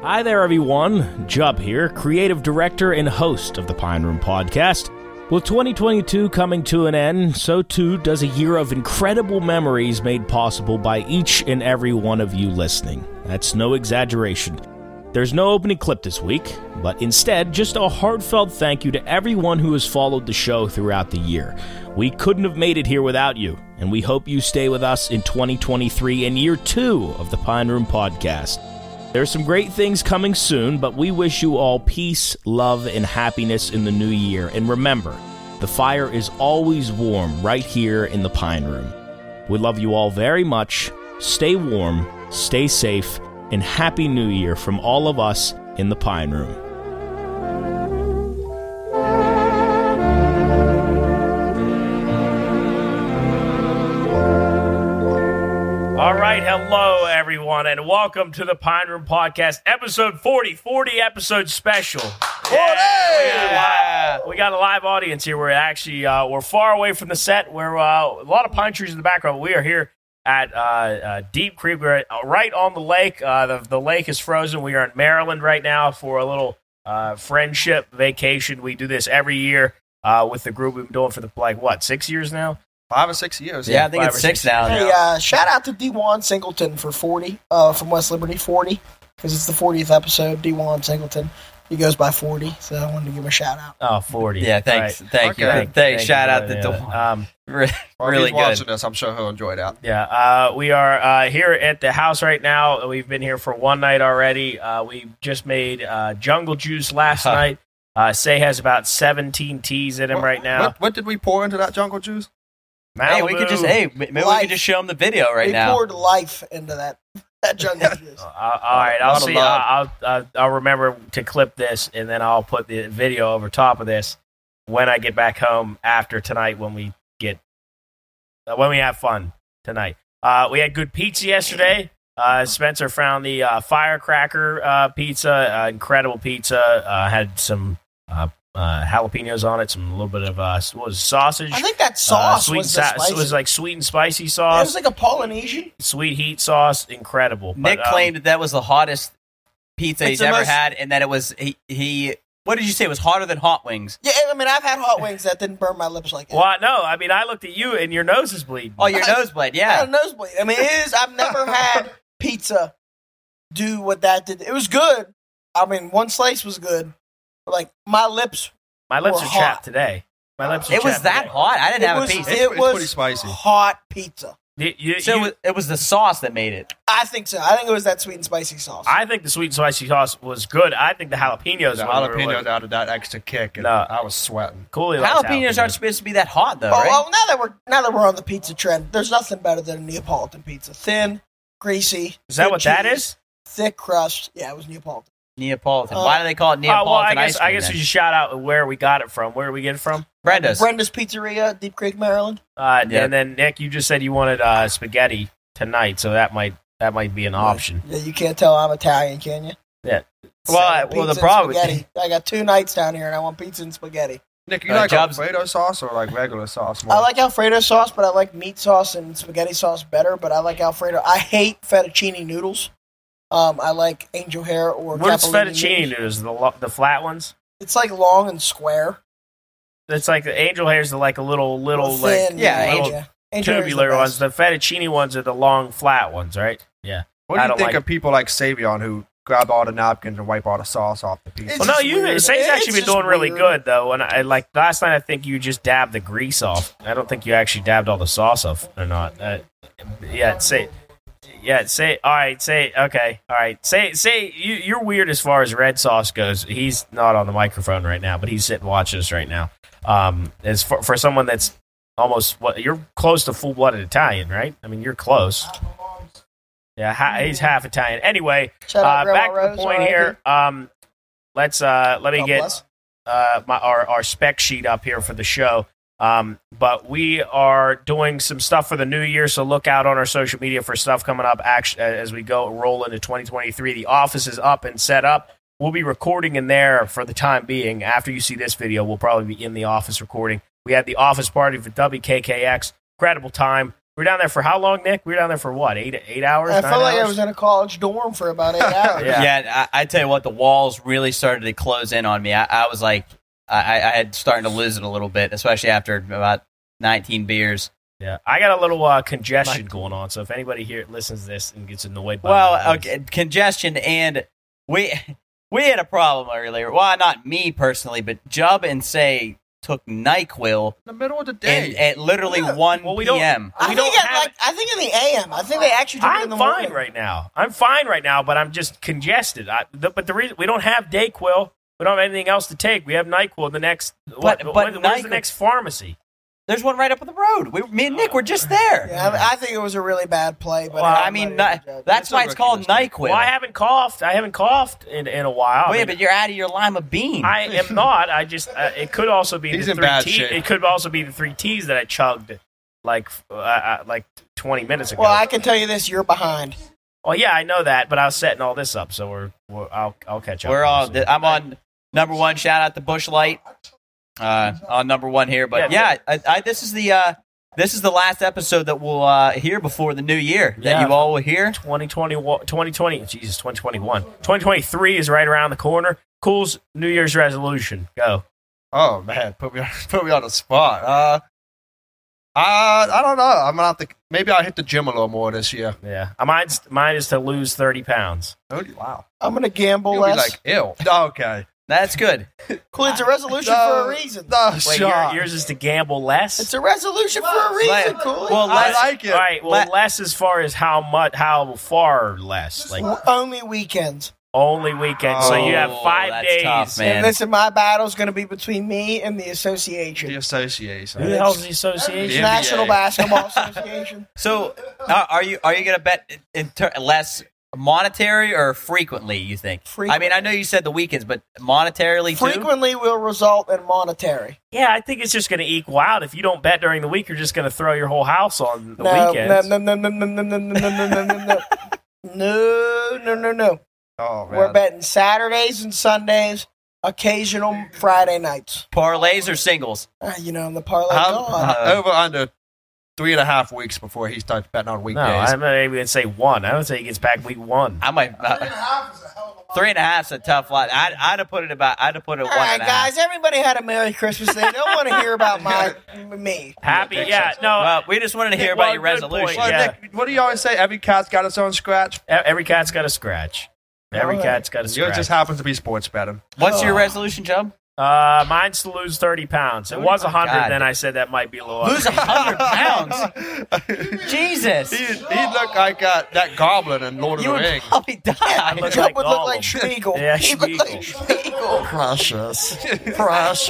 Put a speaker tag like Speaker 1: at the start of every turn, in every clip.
Speaker 1: Hi there, everyone. Jub here, creative director and host of the Pine Room Podcast. With 2022 coming to an end, so too does a year of incredible memories made possible by each and every one of you listening. That's no exaggeration. There's no opening clip this week, but instead, just a heartfelt thank you to everyone who has followed the show throughout the year. We couldn't have made it here without you, and we hope you stay with us in 2023 and year two of the Pine Room Podcast. There's some great things coming soon, but we wish you all peace, love, and happiness in the new year. And remember, the fire is always warm right here in the Pine Room. We love you all very much. Stay warm, stay safe, and Happy New Year from all of us in the Pine Room. All right, hello everyone, and welcome to the Pine Room Podcast, episode 40, 40 episode special. Yeah, we, got a live, we got a live audience here. We're actually uh, we're far away from the set. We're uh, a lot of pine trees in the background. But we are here at uh, uh, Deep Creek. We're at- right on the lake. Uh, the, the lake is frozen. We are in Maryland right now for a little uh, friendship vacation. We do this every year uh, with the group we've been doing for the like what six years now.
Speaker 2: five or six years.
Speaker 3: Yeah, I think
Speaker 1: Five
Speaker 3: it's
Speaker 1: or
Speaker 3: six,
Speaker 1: six.
Speaker 3: now.
Speaker 4: Hey, uh, shout out to D1 Singleton for 40, uh, from West Liberty 40, because it's the 40th episode, D1 Singleton. He goes by 40, so I wanted to give him a shout out.
Speaker 1: Oh, 40.
Speaker 3: yeah, thanks, thank you,
Speaker 2: Okay.
Speaker 3: thanks. Shout out to Dewan.
Speaker 1: Um,
Speaker 3: Re-
Speaker 2: Well, if
Speaker 3: really
Speaker 2: he's watching
Speaker 3: good.
Speaker 2: this. I'm sure he'll enjoy that.
Speaker 1: Yeah, uh, we are uh, here at the house right now. We've been here for one night already. Uh, we just made uh, jungle juice last
Speaker 3: Huh.
Speaker 1: night. Uh, Say has about 17 teas in him
Speaker 2: What-
Speaker 1: right now.
Speaker 2: What, what did we pour into that jungle juice?
Speaker 3: Hey, we could just
Speaker 1: Malibu.
Speaker 3: hey, m- maybe we
Speaker 4: Life.
Speaker 3: could just show him the video right
Speaker 4: they
Speaker 3: now.
Speaker 4: poured life into that, that jungle juice.
Speaker 1: Uh, all right, I'll
Speaker 3: Lot of
Speaker 1: see. uh,
Speaker 3: love.
Speaker 1: I'll, I'll I'll remember to clip this, and then I'll put the video over top of this when I get back home after tonight. When we get uh, when we have fun tonight. Uh, we had good pizza yesterday. Uh, Spencer found the uh, firecracker uh, pizza, uh, incredible pizza. Uh, had some uh, uh, jalapenos on it, some little bit of uh, what was it, sausage.
Speaker 4: I think that
Speaker 1: Uh,
Speaker 4: sauce
Speaker 1: sweet
Speaker 4: was
Speaker 1: and
Speaker 4: the
Speaker 1: sa-
Speaker 4: spicy.
Speaker 1: it was like sweet and spicy
Speaker 4: It
Speaker 1: sauce,
Speaker 4: was like a Polynesian.
Speaker 1: sweet heat sauce, incredible. But,
Speaker 3: Nick
Speaker 1: um,
Speaker 3: claimed that that was the hottest pizza
Speaker 2: It's
Speaker 3: he's
Speaker 2: the
Speaker 3: ever
Speaker 2: most-
Speaker 3: had, and that it was he, he. What did you say? It was hotter than hot wings.
Speaker 4: Yeah, I mean, I've had hot wings that didn't burn my lips like that.
Speaker 1: Well, no, I mean, I looked at you and your nose is bleeding.
Speaker 3: Oh, your
Speaker 4: I-
Speaker 3: nosebleed.
Speaker 4: I had
Speaker 3: Yeah,
Speaker 4: a nosebleed. I mean, it is. I've never had pizza do what that did. It was good. I mean, one slice was good. But like, my lips
Speaker 1: My lips
Speaker 4: We're
Speaker 1: are
Speaker 4: hot.
Speaker 1: chapped today. My lips are
Speaker 3: it was
Speaker 1: chapped
Speaker 3: that
Speaker 1: today.
Speaker 3: hot. I didn't
Speaker 4: It
Speaker 3: have
Speaker 4: was-
Speaker 3: a piece.
Speaker 4: it
Speaker 2: it's
Speaker 4: was
Speaker 2: pretty spicy.
Speaker 4: hot pizza.
Speaker 1: You- you-
Speaker 3: so it
Speaker 1: you-
Speaker 3: was, it was the sauce that made it.
Speaker 4: I think so. I think it was that sweet and spicy sauce.
Speaker 1: I think the sweet and spicy sauce was good. I think the jalapenos.
Speaker 2: The
Speaker 1: when we were
Speaker 2: jalapenos
Speaker 1: looking-
Speaker 2: added that extra kick, and
Speaker 1: No.
Speaker 2: I was sweating.
Speaker 1: Cooley likes
Speaker 3: Jalapenos aren't supposed to be that hot though,
Speaker 4: oh,
Speaker 3: right?
Speaker 4: well, now that we're now that we're on the pizza trend, there's nothing better than a Neapolitan pizza. Thin, greasy.
Speaker 1: Is that
Speaker 4: good
Speaker 1: what that
Speaker 4: cheese,
Speaker 1: is? Oh,
Speaker 4: Thick crust. Yeah, it was Neapolitan.
Speaker 3: Neapolitan.
Speaker 4: Uh,
Speaker 3: Why do they call it Neapolitan
Speaker 1: oh, well, I guess
Speaker 3: ice cream?
Speaker 1: I guess
Speaker 3: then?
Speaker 1: we should shout out where we got it from. Where did we get it from?
Speaker 3: Brenda's.
Speaker 4: Brenda's Pizzeria, Deep Creek, Maryland.
Speaker 1: Uh,
Speaker 3: Yeah.
Speaker 1: And then Nick, you just said you wanted uh, spaghetti tonight, so that might that might be an option.
Speaker 4: Yeah, you can't tell I'm Italian, can you?
Speaker 1: Yeah.
Speaker 4: Same
Speaker 1: Well, I- well,
Speaker 4: pizza
Speaker 1: the
Speaker 4: and
Speaker 1: problem is-
Speaker 4: spaghetti. I got two nights down here, and I want pizza and spaghetti.
Speaker 2: Nick, you
Speaker 3: Uh,
Speaker 2: like
Speaker 3: Jobs-
Speaker 2: Alfredo sauce or like regular sauce more?
Speaker 4: I like Alfredo sauce, but I like meat sauce and spaghetti sauce better. But I like Alfredo. I hate fettuccine noodles. Um, I like angel hair or
Speaker 1: What's
Speaker 4: capellini
Speaker 1: fettuccine
Speaker 4: noodles.
Speaker 1: noodles? The lo- the flat ones.
Speaker 4: It's like long and square.
Speaker 1: It's like the angel hairs. are like a little little Oh, like
Speaker 4: Thin,
Speaker 3: yeah,
Speaker 1: little
Speaker 4: angel- angel hair's the
Speaker 1: tubular
Speaker 4: best.
Speaker 1: ones. The fettuccine ones are the long flat ones, right? Yeah.
Speaker 2: what do
Speaker 1: I
Speaker 2: you
Speaker 1: don't
Speaker 2: think
Speaker 1: like-
Speaker 2: of people like Savion who grab all the napkins and wipe all the sauce off the pizza?
Speaker 4: It's
Speaker 1: Well, no,
Speaker 4: just
Speaker 1: you
Speaker 4: weird.
Speaker 1: Say's
Speaker 4: It's
Speaker 1: actually been
Speaker 4: just
Speaker 1: doing really good
Speaker 4: weird.
Speaker 1: though. And I like last night, I think you just dabbed the grease off. I don't think you actually dabbed all the sauce off or not. Uh, yeah, say, yeah, say. All right, say. Okay, all right, say, say. You, you're weird as far as red sauce goes. He's not on the microphone right now, but he's sitting watching us right now. Um, as for, for someone that's almost what you're close to full blooded Italian, right? I mean, you're close. Yeah, ha- he's half Italian. Anyway,
Speaker 4: Shout out
Speaker 1: uh,
Speaker 4: Grandma
Speaker 1: back to
Speaker 4: Rose,
Speaker 1: the point
Speaker 4: RIP.
Speaker 1: here. Um, let's uh, let me
Speaker 4: God
Speaker 1: get
Speaker 4: bless.
Speaker 1: uh, my our, our spec sheet up here for the show. Um, but we are doing some stuff for the new year, so look out on our social media for stuff coming up. Act- uh, as we go roll into 2023, the office is up and set up. We'll be recording in there for the time being. After you see this video, we'll probably be in the office recording. We had the office party for WKKX. Incredible time. We were down there for how long, Nick? We were down there for what? Eight eight hours?
Speaker 4: I
Speaker 1: nine
Speaker 4: felt like I
Speaker 1: hours?
Speaker 4: was in a college dorm for about eight hours.
Speaker 1: Yeah.
Speaker 3: Yeah, I, I tell you what, the walls really started to close in on me. I, I was like, I, I had starting to lose it a little bit, especially after about 19 beers.
Speaker 1: Yeah, I got a little uh, congestion going on. So if anybody here listens to this and gets annoyed by my
Speaker 3: Well,
Speaker 1: voice-
Speaker 3: okay, congestion and we we had a problem earlier. Well, not me personally, but Jub and Say took Nyquil
Speaker 2: the middle of the day.
Speaker 3: and at literally
Speaker 2: Yeah.
Speaker 3: 1
Speaker 1: Well, we don't-
Speaker 3: p.m.
Speaker 4: I
Speaker 1: We
Speaker 4: think
Speaker 1: don't
Speaker 4: at,
Speaker 1: have
Speaker 4: like I think in the AM. I think they actually took it in
Speaker 1: I'm
Speaker 4: the
Speaker 1: fine
Speaker 4: morning.
Speaker 1: right now. I'm fine right now, but I'm just congested. I, the, but the reason we don't have Dayquil, we don't have anything else to take. We have Nyquil. The next, what,
Speaker 3: But-
Speaker 1: what-
Speaker 3: but
Speaker 1: where's the
Speaker 3: NyQuil-
Speaker 1: next pharmacy?
Speaker 3: There's one right up on the road. We, me and Nick were just there.
Speaker 4: Yeah, I, mean, I think it was a really bad play, but
Speaker 3: Well, I mean,
Speaker 4: everybody
Speaker 3: Ni-
Speaker 4: was judging.
Speaker 3: that's
Speaker 2: It's a
Speaker 3: why it's
Speaker 2: rookie
Speaker 3: called
Speaker 2: mistake.
Speaker 3: Nyquil.
Speaker 1: Well, I haven't coughed. I haven't coughed in, in a while. I
Speaker 3: Wait,
Speaker 1: mean,
Speaker 3: but you're out of your lima bean.
Speaker 1: I am not. I just. Uh, it could also be
Speaker 2: He's
Speaker 1: the
Speaker 2: in
Speaker 1: three
Speaker 2: bad
Speaker 1: T-
Speaker 2: shape.
Speaker 1: It could also be the three T's that I chugged, like uh, uh, like twenty minutes ago.
Speaker 4: Well, I can tell you this: you're behind.
Speaker 1: Well, yeah, I know that, but I was setting all this up, so we're, we're I'll I'll catch up.
Speaker 3: We're all.
Speaker 1: soon.
Speaker 3: I'm on number one. Shout out to Bush Light uh, on number one here. But
Speaker 1: Yeah.
Speaker 3: yeah, I, I, this is the uh, this is the last episode that we'll uh, hear before the new year that
Speaker 1: Yeah.
Speaker 3: you all will hear.
Speaker 1: 2020, 2020, Jesus, 2021. 2023 is right around the corner. Cool's New Year's resolution. Go.
Speaker 2: oh man, put me on, put me on the spot. Uh, I I don't know. I'm gonna have to. Maybe I'll hit the gym a little more this year.
Speaker 1: Yeah. Uh, Mine's, mine is to lose 30 pounds.
Speaker 2: Oh, wow,
Speaker 4: I'm gonna gamble
Speaker 2: you'll be
Speaker 4: less.
Speaker 2: like ill. Okay,
Speaker 3: That's good.
Speaker 4: cool, it's a resolution
Speaker 2: No,
Speaker 4: for a reason.
Speaker 2: No,
Speaker 1: Wait,
Speaker 2: sure.
Speaker 1: your, yours is to gamble less?
Speaker 4: It's a resolution for a reason,
Speaker 3: Like-
Speaker 4: cool.
Speaker 3: well,
Speaker 2: I
Speaker 3: less-
Speaker 2: like it.
Speaker 1: all right. Well,
Speaker 3: le-
Speaker 1: less as far as how much, how far less. Like
Speaker 4: only weekends.
Speaker 1: only weekends. so you have
Speaker 3: Oh,
Speaker 1: five
Speaker 3: that's
Speaker 1: days.
Speaker 3: tough, man.
Speaker 4: And listen, my battle's gonna be between me and the association.
Speaker 2: The association.
Speaker 1: Who the hell's the association?
Speaker 4: It's
Speaker 2: NBA.
Speaker 4: National Basketball Association.
Speaker 3: So, uh, are you are you gonna bet in ter- less monetary or frequently? You think? I mean, I know you said the weekends, but monetarily too.
Speaker 4: Frequently will result in monetary.
Speaker 1: Yeah, I think it's just going to equal out. If you don't bet during the week, you're just going to throw your whole house on the
Speaker 4: No, no,
Speaker 1: weekends.
Speaker 4: no, no, no, no, no, no, no, no, no, no, no. No, no, no, no.
Speaker 2: Oh man.
Speaker 4: We're betting Saturdays and Sundays, occasional Friday nights.
Speaker 3: Parlays or singles?
Speaker 4: Uh, you know, in the parlay.
Speaker 2: How-
Speaker 4: God.
Speaker 2: uh, over under three and a half weeks before he starts betting on
Speaker 1: No,
Speaker 2: weekdays.
Speaker 1: I'm not even going to say one. I would say he gets back week one.
Speaker 3: I might. uh, Three and a half's a tough lot. I'd, I'd have put it about. I'd have put it
Speaker 4: All
Speaker 3: one
Speaker 4: right,
Speaker 3: and a half.
Speaker 4: guys. Everybody had a Merry Christmas. They don't want to hear about my me.
Speaker 1: Happy, yeah. No, uh,
Speaker 3: Well, we just wanted to hear
Speaker 1: Well,
Speaker 3: about your
Speaker 1: good point.
Speaker 3: resolution.
Speaker 2: Well,
Speaker 1: yeah.
Speaker 2: Nick, what do you always say? Every cat's got its own scratch.
Speaker 1: E- Every cat's got a scratch. Every
Speaker 4: Alright.
Speaker 1: cat's got a
Speaker 2: Yours
Speaker 1: scratch.
Speaker 2: just happens to be sports betting.
Speaker 3: What's your resolution, Job?
Speaker 1: uh, mine's to lose 30 pounds. It was 100,
Speaker 3: God.
Speaker 1: then I said that might be a little.
Speaker 3: Lose a hundred pounds.
Speaker 2: he,
Speaker 3: Jesus,
Speaker 2: he looked like uh, that goblin in Lord
Speaker 3: you
Speaker 2: of
Speaker 3: would
Speaker 2: the Rings.
Speaker 3: probably die.
Speaker 1: look
Speaker 4: Trump
Speaker 1: like
Speaker 4: would
Speaker 1: all
Speaker 4: look
Speaker 1: of
Speaker 4: like
Speaker 1: them.
Speaker 4: Spiegel.
Speaker 1: Yeah,
Speaker 4: he looked like Spiegel.
Speaker 2: Precious, precious.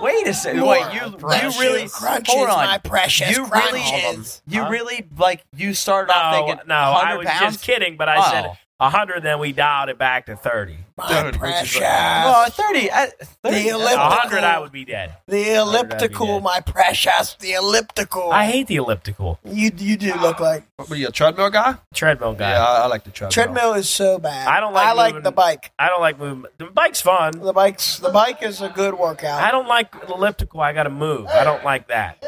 Speaker 3: Wait a second.
Speaker 4: More
Speaker 3: Wait, you
Speaker 4: precious
Speaker 3: you really
Speaker 4: crunches,
Speaker 3: hold on.
Speaker 4: my precious
Speaker 3: you really
Speaker 4: crunches.
Speaker 3: you
Speaker 1: Huh?
Speaker 3: really like you started off
Speaker 1: No,
Speaker 3: thinking
Speaker 1: no, I
Speaker 3: 100
Speaker 1: was
Speaker 3: pounds.
Speaker 1: just kidding, but I
Speaker 3: Oh.
Speaker 1: said 100, then we dialed it back to 30.
Speaker 4: My
Speaker 2: Dude, which
Speaker 4: precious.
Speaker 2: is-
Speaker 3: Well, thirty. I, 30
Speaker 4: The
Speaker 1: A
Speaker 4: elliptical.
Speaker 1: 100, I would be dead.
Speaker 4: the elliptical,
Speaker 1: dead.
Speaker 4: my precious. The elliptical.
Speaker 1: I hate the elliptical
Speaker 4: you you do look like
Speaker 2: What, were you a treadmill guy?
Speaker 1: treadmill guy.
Speaker 2: Yeah, I, I like the treadmill.
Speaker 4: treadmill is so bad.
Speaker 1: I don't like
Speaker 4: I like
Speaker 1: moving-
Speaker 4: the bike.
Speaker 1: I don't like moving. The bike's fun.
Speaker 4: The bike's the bike is a good
Speaker 1: I
Speaker 4: workout.
Speaker 1: don't like elliptical. I got to move. I don't like that.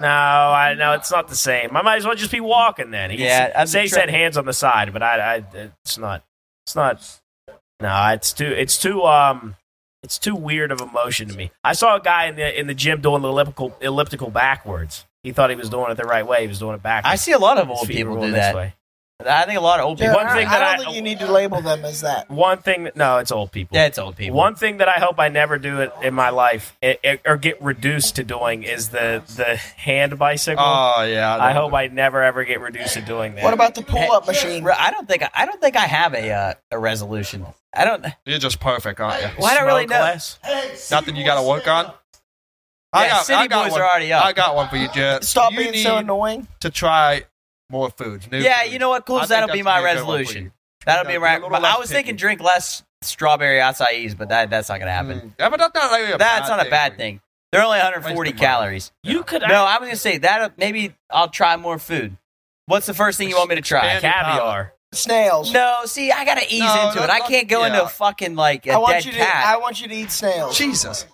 Speaker 1: No, I no, it's not the same. I might as well just be walking then. He
Speaker 3: Yeah,
Speaker 1: s-
Speaker 3: I'm
Speaker 1: say he
Speaker 3: try-
Speaker 1: said hands on the side, but I, I, it's not, it's not. No, it's too, it's too, um, it's too weird of emotion to me. I saw a guy in the in the gym doing the elliptical elliptical backwards. He thought he was doing it the right way. He was doing it backwards.
Speaker 3: I see a lot of
Speaker 1: His
Speaker 3: old
Speaker 1: feet were
Speaker 3: people
Speaker 1: going
Speaker 3: do
Speaker 1: this
Speaker 3: that.
Speaker 1: way.
Speaker 3: I think a lot of old
Speaker 4: Jared,
Speaker 3: people.
Speaker 1: One thing
Speaker 4: I, I
Speaker 1: that
Speaker 4: don't
Speaker 1: I-
Speaker 4: think you need to label them as that.
Speaker 1: One thing that no, it's old people.
Speaker 3: That's old people.
Speaker 1: One thing that I hope I never do it in my life i i or get reduced to doing is the the hand bicycle.
Speaker 2: Oh yeah.
Speaker 1: I hope I never ever get reduced to doing that.
Speaker 4: What about the pull-up machine?
Speaker 3: Re- I don't think I don't think I have a uh, a resolution. I don't.
Speaker 2: You're just perfect, aren't you?
Speaker 3: Well, I don't really
Speaker 1: Smoke
Speaker 3: know.
Speaker 1: less?
Speaker 2: Nothing you got to work on.
Speaker 3: Yeah, city boys
Speaker 2: one.
Speaker 3: are already up.
Speaker 2: I got one for you, Jared.
Speaker 4: Stop
Speaker 2: you
Speaker 4: being
Speaker 2: need
Speaker 4: so annoying.
Speaker 2: to try more foods. New
Speaker 3: yeah,
Speaker 2: foods.
Speaker 3: you know what,
Speaker 2: I
Speaker 3: Cools?
Speaker 2: think
Speaker 3: That'll
Speaker 2: that's
Speaker 3: be my
Speaker 2: a good one for you.
Speaker 3: resolution. That'll
Speaker 2: Yeah,
Speaker 3: be right.
Speaker 2: a little
Speaker 3: But
Speaker 2: less
Speaker 3: I was thinking
Speaker 2: picky.
Speaker 3: drink less strawberry acai, but that that's not gonna happen.
Speaker 2: Mm. Yeah, but that's not really a
Speaker 3: That's not a bad
Speaker 2: for you.
Speaker 3: thing. They're only 140
Speaker 2: Waste of money.
Speaker 3: calories.
Speaker 1: You could
Speaker 3: No, I was gonna say that. uh, Maybe I'll try more food. What's the first thing you want me to try?
Speaker 2: Expand-
Speaker 1: caviar.
Speaker 4: Snails.
Speaker 3: No, see, I gotta ease
Speaker 2: No,
Speaker 3: into
Speaker 2: no,
Speaker 3: it. I
Speaker 2: no,
Speaker 3: can't go
Speaker 2: yeah.
Speaker 3: into a fucking like a
Speaker 4: I want
Speaker 3: dead
Speaker 4: you to. I
Speaker 3: cat.
Speaker 4: want you to eat snails.
Speaker 2: Jesus.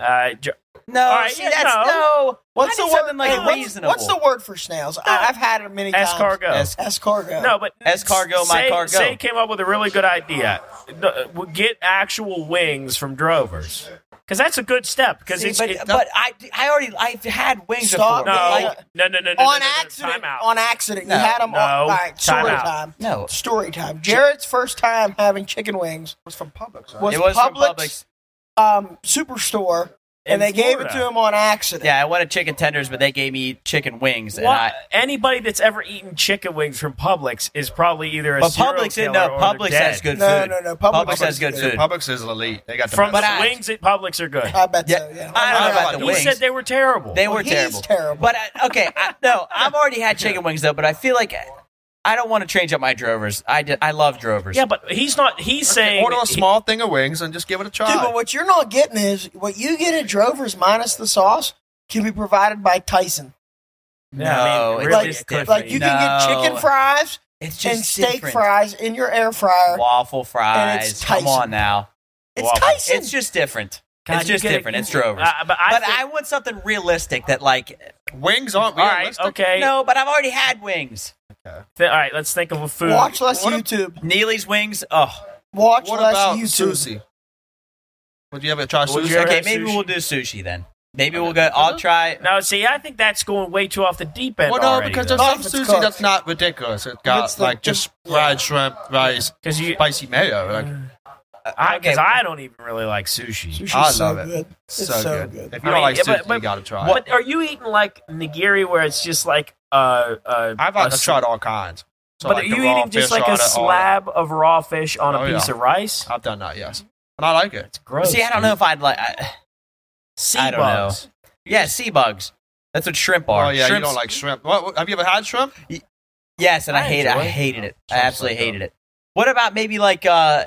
Speaker 1: Uh, J-
Speaker 3: No,
Speaker 1: All right,
Speaker 3: see,
Speaker 1: yeah,
Speaker 3: that's
Speaker 1: no.
Speaker 3: no.
Speaker 4: What's
Speaker 3: I
Speaker 4: the
Speaker 3: need
Speaker 4: word?
Speaker 3: something, like,
Speaker 4: hey, what's-
Speaker 3: reasonable.
Speaker 4: What's, the word for snails? I, I've had it many times.
Speaker 1: escargot.
Speaker 3: Yes.
Speaker 4: Escargot.
Speaker 1: No, but
Speaker 3: As cargo, my
Speaker 1: say,
Speaker 3: cargo.
Speaker 1: Say came up with a really good idea. No, Get actual wings from drovers because that's a good step. Because
Speaker 3: See,
Speaker 1: it's
Speaker 3: but,
Speaker 1: it-
Speaker 3: but I, I already I've had wings
Speaker 4: Stop.
Speaker 1: no,
Speaker 3: before. but Like,
Speaker 1: no, no, no, no,
Speaker 4: on
Speaker 1: no, no, no,
Speaker 4: accident.
Speaker 1: Time out.
Speaker 4: On accident.
Speaker 3: No,
Speaker 4: you had them.
Speaker 1: no,
Speaker 4: all right,
Speaker 1: time
Speaker 4: story
Speaker 1: out.
Speaker 4: time.
Speaker 3: no,
Speaker 4: Story time. Jared's first time having chicken wings
Speaker 2: was from Publix.
Speaker 4: was,
Speaker 3: it was from
Speaker 4: Publix,
Speaker 3: Publix.
Speaker 4: um, superstore, and
Speaker 1: In
Speaker 4: they gave it
Speaker 1: Florida.
Speaker 4: to him on accident.
Speaker 3: Yeah, I wanted chicken tenders, but they gave me chicken wings, and
Speaker 1: What-
Speaker 3: I.
Speaker 1: anybody that's ever eaten chicken wings from Publix is probably either a
Speaker 3: But
Speaker 1: serial
Speaker 3: Publix,
Speaker 1: killer
Speaker 3: no,
Speaker 1: or they're
Speaker 3: Publix
Speaker 1: dead.
Speaker 3: has good
Speaker 4: No,
Speaker 3: food.
Speaker 4: no, no, Publix
Speaker 3: Publix has good food.
Speaker 2: Publix is elite. They got the
Speaker 1: From
Speaker 3: But I-
Speaker 1: wings at Publix are good.
Speaker 2: Uh,
Speaker 4: I bet
Speaker 3: Yeah.
Speaker 4: so. Yeah.
Speaker 3: I don't know about the
Speaker 1: you
Speaker 3: wings.
Speaker 1: said they were terrible.
Speaker 3: They
Speaker 4: Well,
Speaker 3: were
Speaker 4: he's
Speaker 3: terrible.
Speaker 4: terrible.
Speaker 3: But I, okay, I, no, I've already had chicken wings though, but I feel like I don't want to change up my drovers. I, did, I love drovers.
Speaker 1: yeah, but he's not. He's saying
Speaker 2: Order a small thing of wings and just give it a try.
Speaker 4: Dude, but what you're not getting is what you get at Drover's minus the sauce can be provided by Tyson.
Speaker 1: No,
Speaker 3: No,
Speaker 1: I mean,
Speaker 3: it's
Speaker 1: really,
Speaker 3: just
Speaker 1: it could
Speaker 4: Like
Speaker 1: be.
Speaker 4: you can
Speaker 3: No.
Speaker 4: get chicken fries
Speaker 3: it's just
Speaker 4: and steak
Speaker 3: different.
Speaker 4: fries in your air fryer.
Speaker 3: waffle fries.
Speaker 4: And it's
Speaker 3: Come
Speaker 4: Tyson.
Speaker 3: on now,
Speaker 4: It's
Speaker 1: Waffle.
Speaker 4: Tyson.
Speaker 3: it's just different.
Speaker 1: God,
Speaker 3: it's
Speaker 1: you
Speaker 3: just
Speaker 1: get a-
Speaker 3: different. it's drovers.
Speaker 1: Uh, but I
Speaker 3: but
Speaker 1: think-
Speaker 3: I want something realistic that like
Speaker 2: wings aren't
Speaker 1: all right,
Speaker 2: realistic.
Speaker 1: okay,
Speaker 3: no, but I've already had wings.
Speaker 1: Th- all right. Let's think of a food.
Speaker 4: Watch less
Speaker 2: What a-
Speaker 4: YouTube.
Speaker 3: Neely's wings. Oh,
Speaker 4: Watch
Speaker 2: What
Speaker 4: less
Speaker 2: about
Speaker 4: YouTube.
Speaker 2: sushi? Would you ever try
Speaker 1: Would
Speaker 2: sushi?
Speaker 1: you ever-
Speaker 2: Okay.
Speaker 3: okay,
Speaker 1: have
Speaker 3: maybe
Speaker 1: sushi?
Speaker 3: we'll do sushi then. Maybe we'll go. I'll try.
Speaker 1: No, see, I think that's going way too off the deep end.
Speaker 2: Well, no,
Speaker 1: already,
Speaker 2: because
Speaker 1: though.
Speaker 2: there's some
Speaker 4: If it's
Speaker 2: sushi
Speaker 4: cooked.
Speaker 2: that's not ridiculous. It
Speaker 4: it's
Speaker 2: got
Speaker 4: the-
Speaker 2: like just fried shrimp, rice,
Speaker 1: 'Cause you-
Speaker 2: spicy mayo. Like,
Speaker 1: I,
Speaker 3: okay.
Speaker 1: 'cause I don't even really like sushi.
Speaker 4: Sushi's
Speaker 2: I love
Speaker 4: so
Speaker 2: it.
Speaker 4: good. It's
Speaker 2: so, good. If you
Speaker 1: I
Speaker 2: don't
Speaker 1: mean,
Speaker 2: like
Speaker 1: yeah,
Speaker 2: sushi,
Speaker 1: but- but
Speaker 2: you gotta try. it.
Speaker 1: What are you eating like nigiri, where it's just like uh, uh
Speaker 2: I've
Speaker 1: a
Speaker 2: had,
Speaker 1: s-
Speaker 2: tried all kinds. So,
Speaker 1: but
Speaker 2: like,
Speaker 1: are
Speaker 2: the
Speaker 1: you
Speaker 2: raw
Speaker 1: eating just
Speaker 2: fish
Speaker 1: like a
Speaker 2: on it, all-
Speaker 1: slab of raw fish on
Speaker 2: Oh,
Speaker 1: a piece
Speaker 2: yeah.
Speaker 1: of rice?
Speaker 2: I've done that, yes, and I like it.
Speaker 1: Gross.
Speaker 3: See, I don't
Speaker 1: dude.
Speaker 3: know if I'd like. I,
Speaker 1: Sea
Speaker 3: I don't
Speaker 1: bugs.
Speaker 3: yeah, sea bugs. That's what shrimp are.
Speaker 2: Oh yeah,
Speaker 3: Shrimp's-
Speaker 2: you don't like shrimp. What, what- have you ever had shrimp?
Speaker 3: Yes, and I,
Speaker 1: I
Speaker 3: hate it. I
Speaker 1: enjoy it.
Speaker 3: hated it. I
Speaker 2: Sounds
Speaker 3: absolutely
Speaker 2: like that.
Speaker 3: hated it. What about maybe like uh,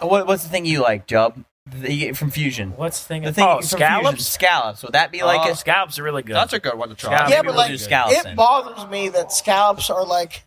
Speaker 3: what, what's the thing you like, Jub? The, you get from Fusion.
Speaker 1: What's the thing?
Speaker 3: The thing
Speaker 1: oh,
Speaker 3: from Fusion,
Speaker 1: scallops.
Speaker 3: scallops. Would that be like?
Speaker 2: Oh,
Speaker 3: a,
Speaker 1: Scallops are really good.
Speaker 2: That's a good one to try.
Speaker 1: Yeah,
Speaker 4: Yeah,
Speaker 3: maybe
Speaker 4: but
Speaker 3: we'll
Speaker 4: like
Speaker 3: do scallops
Speaker 4: it
Speaker 3: then.
Speaker 4: bothers me that scallops are like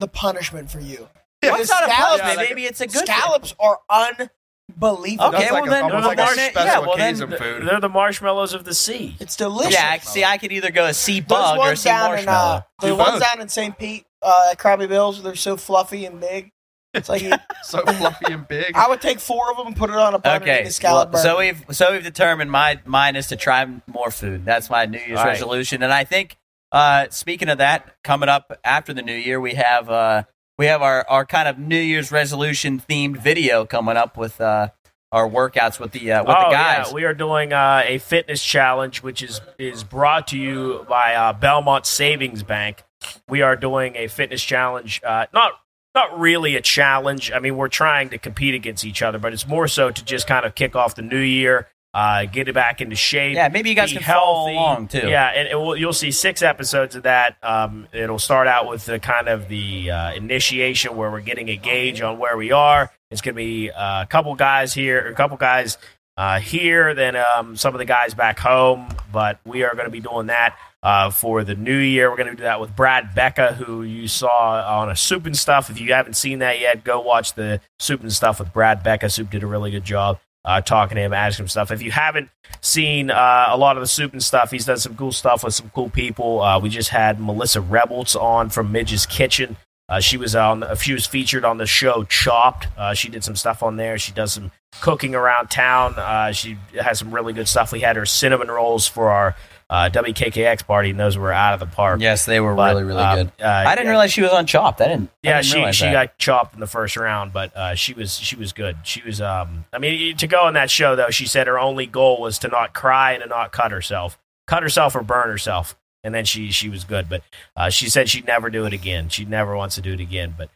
Speaker 4: the punishment for you.
Speaker 3: Well, it's
Speaker 4: The
Speaker 3: not a
Speaker 4: scallops-
Speaker 3: punishment. maybe it's a good. thing.
Speaker 4: Scallops are unbelievable.
Speaker 3: Okay,
Speaker 2: That's
Speaker 3: well
Speaker 2: like a-
Speaker 3: then,
Speaker 2: almost
Speaker 1: well
Speaker 2: like a
Speaker 1: then-
Speaker 2: special
Speaker 3: yeah, well then
Speaker 2: occasion
Speaker 1: Th-
Speaker 2: food.
Speaker 1: They're the marshmallows of the sea.
Speaker 4: It's delicious.
Speaker 3: Yeah, I, see, I could either go a sea
Speaker 4: Those
Speaker 3: bug or a
Speaker 4: ones
Speaker 3: sea
Speaker 4: down in uh,
Speaker 3: marshmallow.
Speaker 4: the
Speaker 2: Do
Speaker 4: ones
Speaker 2: both.
Speaker 4: down in St. Pete, uh, Krabby Bills, they're so fluffy and big. It's like you-
Speaker 2: so fluffy and big.
Speaker 4: I would take four of them and put it on a bun and
Speaker 3: Okay,
Speaker 4: eat a
Speaker 3: well,
Speaker 4: scallop
Speaker 3: so
Speaker 4: burger.
Speaker 3: we've so we've determined my mine is to try more food. That's my New Year's
Speaker 1: All right.
Speaker 3: resolution, and I think uh, speaking of that, coming up after the New Year, we have uh, we have our, our kind of New Year's resolution themed video coming up with uh, our workouts with the uh, with
Speaker 1: oh
Speaker 3: the guys.
Speaker 1: yeah, we are doing uh, a fitness challenge, which is is brought to you by uh, Belmont Savings Bank. We are doing a fitness challenge, uh, not not really a challenge. I mean, we're trying to compete against each other, but it's more so to just kind of kick off the new year, uh, get it back into shape.
Speaker 3: yeah, maybe you guys
Speaker 1: be
Speaker 3: can follow
Speaker 1: healthy.
Speaker 3: along too.
Speaker 1: Yeah, and, and we'll, you'll see six episodes of that. Um, it'll start out with the kind of the uh, initiation where we're getting a gauge on where we are. It's going to be uh, a couple guys here, a couple guys uh, here, then um, some of the guys back home. But we are going to be doing that uh, for the new year. We're going to do that with Brad Becca, who you saw on a Soup and Stuff. If you haven't seen that yet, go watch the Soup and Stuff with Brad Becca. Soup did a really good job. Uh, talking to him, asking him stuff. If you haven't seen uh, a lot of the soup and stuff. He's done some cool stuff with some cool people. Uh, we just had Melissa Rebels on from Midge's Kitchen. Uh, she was on. She was featured on the show Chopped. Uh, she did some stuff on there. She does some cooking around town. Uh, she has some really good stuff. We had her cinnamon rolls for our uh, WKKX party, and those were out of the park.
Speaker 3: Yes, they were
Speaker 1: But,
Speaker 3: really really
Speaker 1: um,
Speaker 3: good.
Speaker 1: uh,
Speaker 3: I didn't
Speaker 1: yeah.
Speaker 3: realize she was on Chopped. I didn't. I
Speaker 1: Yeah,
Speaker 3: didn't
Speaker 1: she
Speaker 3: realize
Speaker 1: she
Speaker 3: that.
Speaker 1: got chopped in the first round, but uh, she was she was good. She was um, I mean, to go on that show though, she said her only goal was to not cry and to not cut herself, cut herself or burn herself, and then she she was good. But uh, she said she'd never do it again. She never wants to do it again. But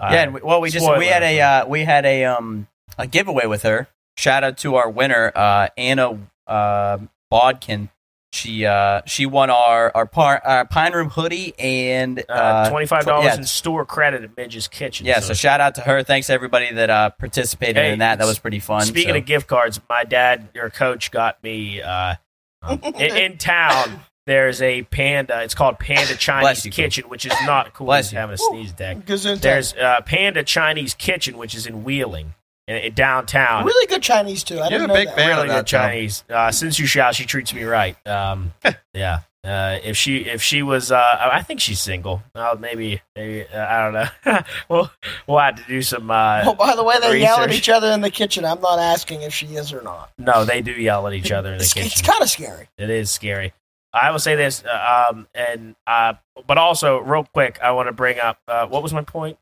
Speaker 1: uh,
Speaker 3: yeah, and we, well, we just
Speaker 1: spoiler.
Speaker 3: we had a uh, we had a um a giveaway with her. Shout out to our winner, uh, Anna uh, Bodkin. She uh, she won our our, par- our pine room hoodie and
Speaker 1: uh,
Speaker 3: uh,
Speaker 1: twenty five dollars
Speaker 3: yeah.
Speaker 1: in store credit at Midge's Kitchen.
Speaker 3: yeah. So shout out to her. Thanks everybody that uh, participated
Speaker 1: Hey,
Speaker 3: in that. That
Speaker 1: s-
Speaker 3: was pretty fun.
Speaker 1: Speaking
Speaker 3: so.
Speaker 1: of gift cards, my dad, your coach, got me uh, um, in, in town. There's a panda. It's called Panda Chinese
Speaker 3: Bless you, Coach.
Speaker 1: Kitchen, which is not cool.
Speaker 3: Bless you.
Speaker 1: having a sneeze attack.
Speaker 4: Gesundheit.
Speaker 1: There's uh, Panda Chinese Kitchen, which is in Wheeling. in, in downtown.
Speaker 4: Really good Chinese too. I
Speaker 2: You're
Speaker 4: didn't
Speaker 2: a
Speaker 4: know
Speaker 2: big
Speaker 4: that.
Speaker 2: fan
Speaker 1: really
Speaker 2: of that
Speaker 1: good Chinese. Uh, since you shall, she treats me right. Um, yeah. Uh, if she if she was, uh, I think she's single. Uh, maybe maybe uh, I don't know. we'll we'll have to do some. Uh,
Speaker 4: Oh, by the way, they yell at
Speaker 1: Research.
Speaker 4: each other in the kitchen. I'm not asking if she is or not.
Speaker 1: no, they do yell at each other in the
Speaker 4: it's, It's
Speaker 1: kitchen.
Speaker 4: kind of scary.
Speaker 1: It is scary. I will say this, uh, um, and uh, but also real quick, I want to bring up uh, what was my point.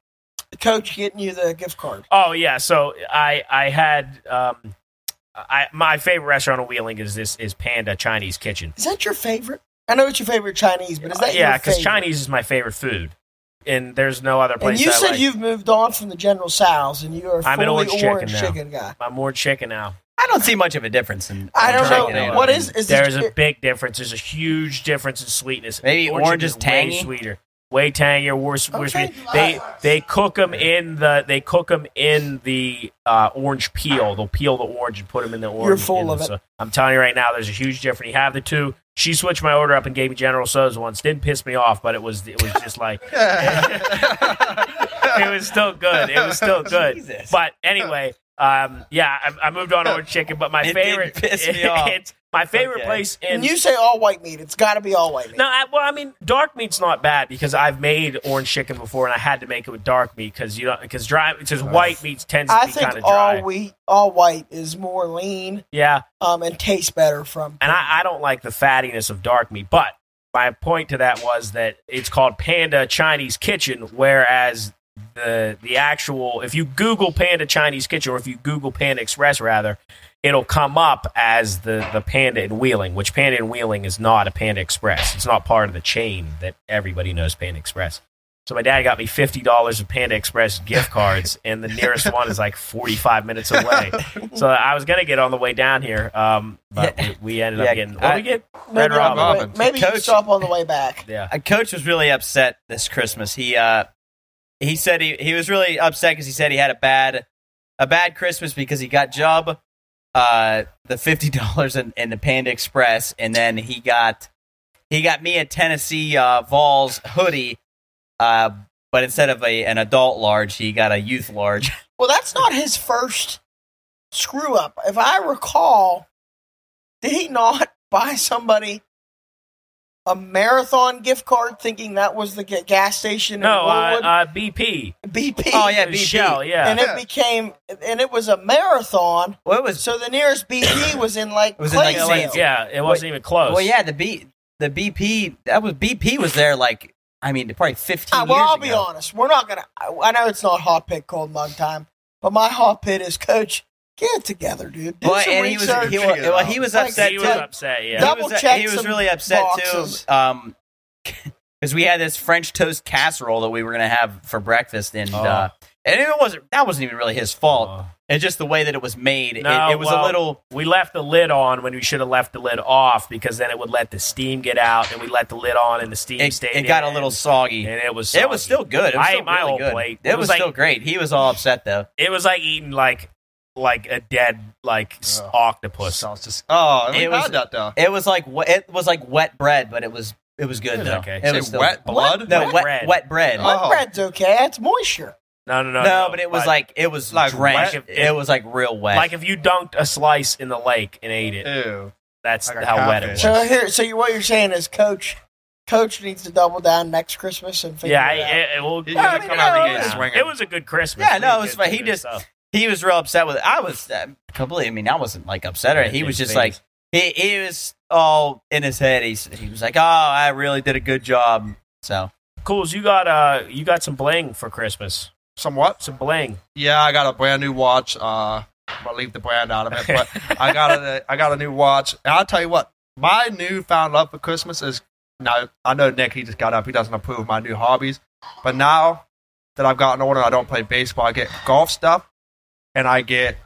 Speaker 4: The coach getting you the gift card.
Speaker 1: Oh yeah, so I I had um, I my favorite restaurant in Wheeling is this is Panda Chinese Kitchen.
Speaker 4: Is that your favorite? I know it's your favorite Chinese, but is that
Speaker 1: Uh, yeah,
Speaker 4: because
Speaker 1: Chinese is my favorite food, and there's no other place.
Speaker 4: And you
Speaker 1: I
Speaker 4: said
Speaker 1: like.
Speaker 4: you've moved on from the General Sal's, and you are
Speaker 1: I'm
Speaker 4: fully
Speaker 1: an
Speaker 4: orange,
Speaker 1: orange chicken now.
Speaker 4: chicken, guy.
Speaker 1: I'm more chicken now.
Speaker 3: I don't see much of a difference in.
Speaker 4: I don't
Speaker 3: chicken
Speaker 4: know
Speaker 3: and
Speaker 4: what
Speaker 3: onion.
Speaker 4: is is
Speaker 1: There's
Speaker 4: this,
Speaker 1: a big difference. There's a huge difference in sweetness.
Speaker 3: Maybe orange is tangy?
Speaker 1: way sweeter, way tangier, worse, worse.
Speaker 4: Okay.
Speaker 1: sweet. They they cook them in the they cook 'em in the uh, orange peel. They'll peel the orange and put them in the orange.
Speaker 4: full
Speaker 1: in
Speaker 4: of
Speaker 1: the-
Speaker 4: it.
Speaker 1: so I'm telling you right now, there's a huge difference. You have the two. She switched my order up and gave me General So's once. Didn't piss me off, but it was it was just like it was still good. It was still good.
Speaker 3: Jesus.
Speaker 1: But anyway, um, yeah, I, I moved on to orange chicken. But my
Speaker 3: It did
Speaker 1: favorite,
Speaker 3: piss me off.
Speaker 1: it's my favorite
Speaker 3: Okay.
Speaker 1: place in.
Speaker 4: when you say all white meat, it's got to be all white meat.
Speaker 1: no, I, well, I mean, dark meat's not bad because I've made orange chicken before, and I had to make it with dark meat because you don't because dry because white meat tends to
Speaker 4: I
Speaker 1: be
Speaker 4: think
Speaker 1: kind of dry.
Speaker 4: all wheat, all white is more lean
Speaker 1: yeah,
Speaker 4: um, and tastes better from.
Speaker 1: and I, I don't like the fattiness of dark meat, but. My point to that was that it's called Panda Chinese Kitchen, whereas the the actual if you Google Panda Chinese Kitchen or if you Google Panda Express rather, it'll come up as the the Panda in Wheeling, which Panda in Wheeling is not a Panda Express. It's not part of the chain that everybody knows Panda Express. So my dad got me fifty dollars of Panda Express gift cards, and the nearest one is like forty five minutes away. So I was gonna get on the way down here, um, but we, we ended
Speaker 3: Yeah,
Speaker 1: up getting. What
Speaker 3: I-
Speaker 1: we get? Red
Speaker 4: maybe on the way,
Speaker 2: Robin.
Speaker 4: maybe you
Speaker 3: Coach-
Speaker 4: stop on the way back.
Speaker 1: Yeah.
Speaker 3: A uh, coach was really upset this Christmas. He uh, he said he, he was really upset because he said he had a bad a bad Christmas because he got job uh the fifty dollars in, in the Panda Express and then he got he got me a Tennessee uh, Vols hoodie, uh, but instead of a an adult large, he got a youth large.
Speaker 4: Well, that's not his first screw up. If I recall, did he not buy somebody a marathon gift card thinking that was the ga- gas station?
Speaker 1: No,
Speaker 4: in
Speaker 1: uh,
Speaker 4: Woolwood?
Speaker 1: uh, BP.
Speaker 4: BP.
Speaker 3: Oh yeah,
Speaker 1: It was
Speaker 3: BP.
Speaker 1: Shell, yeah.
Speaker 4: And it became, and it was a marathon.
Speaker 3: Well, it was
Speaker 4: So the nearest BP was in like
Speaker 3: It was in, like,
Speaker 4: Claysville.
Speaker 1: Yeah, like- yeah, it wasn't even close.
Speaker 3: Well, yeah, the B, the BP that was BP was there like I mean probably fifteen.
Speaker 4: Uh, well,
Speaker 3: years
Speaker 4: I'll
Speaker 3: ago.
Speaker 4: be honest. We're not gonna. I, I know it's not hot pit cold mug time, but my hot pit is coach. Get it together, dude. Do
Speaker 3: Well,
Speaker 4: some
Speaker 3: and he was
Speaker 4: research.
Speaker 3: he was, well, he was
Speaker 4: Like,
Speaker 3: upset
Speaker 1: he
Speaker 3: too.
Speaker 1: was upset.
Speaker 3: He
Speaker 1: Yeah,
Speaker 4: That-
Speaker 3: was- uh,
Speaker 4: Double-check
Speaker 3: he was
Speaker 4: some
Speaker 3: really upset
Speaker 4: boxes.
Speaker 3: too. Um, because we had this French toast casserole that we were gonna have for breakfast, and
Speaker 1: Oh.
Speaker 3: uh, and it wasn't that wasn't even really his fault.
Speaker 1: Oh.
Speaker 3: It's just the way that it was made. It-
Speaker 1: No,
Speaker 3: it, was
Speaker 1: well-
Speaker 3: a little.
Speaker 1: we left the lid on when we should have left the lid off because then it would let the steam get out, and we let the lid on and the steam
Speaker 3: It,
Speaker 1: stayed.
Speaker 3: it got a
Speaker 1: in,
Speaker 3: little soggy.
Speaker 1: and it was
Speaker 3: It was
Speaker 1: soggy.
Speaker 3: still good. It was
Speaker 1: I
Speaker 3: still
Speaker 1: ate my
Speaker 3: really
Speaker 1: whole
Speaker 3: good.
Speaker 1: plate.
Speaker 3: It,
Speaker 1: It
Speaker 3: was,
Speaker 1: was like-
Speaker 3: still great. He was all upset though.
Speaker 1: It was like eating like like a dead like s
Speaker 2: Ugh.
Speaker 1: octopus.
Speaker 2: Sounds dis- oh, we
Speaker 3: It was-
Speaker 2: had that though.
Speaker 3: It was like wh- it was like wet bread, but it was it was good
Speaker 1: It was
Speaker 3: though.
Speaker 1: okay.
Speaker 3: It
Speaker 2: Say
Speaker 3: was still
Speaker 2: wet
Speaker 3: good.
Speaker 2: blood?
Speaker 3: No,
Speaker 1: Wet
Speaker 3: wet
Speaker 1: bread.
Speaker 3: bread. wet bread.
Speaker 2: Oh,
Speaker 4: Wet bread's okay. That's moisture.
Speaker 1: No, no, no,
Speaker 3: no, but it was like it was
Speaker 2: Like
Speaker 3: like drenched.
Speaker 1: wet?
Speaker 3: it was like real wet.
Speaker 1: like if you dunked a slice in the lake and ate it.
Speaker 2: Ew.
Speaker 1: That's
Speaker 2: Like a
Speaker 1: how wet it was.
Speaker 2: catfish.
Speaker 4: So here, so you, what you're saying is, coach, coach needs to double down next Christmas and figure
Speaker 1: Yeah, I,
Speaker 4: it out.
Speaker 1: it, it, will
Speaker 2: You
Speaker 1: we'll
Speaker 2: gotta
Speaker 1: come
Speaker 2: come
Speaker 1: out
Speaker 2: out
Speaker 1: of
Speaker 2: the
Speaker 1: the
Speaker 2: gate
Speaker 1: gate
Speaker 2: swinging.
Speaker 1: It was a good Christmas.
Speaker 3: Yeah, no,
Speaker 1: We
Speaker 3: it was
Speaker 1: did
Speaker 3: fine.
Speaker 1: some
Speaker 3: He
Speaker 1: good
Speaker 3: just-
Speaker 1: stuff.
Speaker 3: he was real upset with it. I was uh, completely. I mean, I wasn't like upset or anything. He was just like he, he was all in his head. He s- he was like, oh, I really did a good job. So
Speaker 1: Cools, you got uh, you got some bling for Christmas.
Speaker 2: Somewhat.
Speaker 1: Some bling.
Speaker 2: Yeah, I got a brand new watch. Uh, I'm gonna leave the brand out of it, but I got a I got a new watch. And I'll tell you what, my newfound love for Christmas is now. I know Nick, he just got up. He doesn't approve of my new hobbies, but now that I've gotten older, I don't play baseball. I get golf stuff, and I get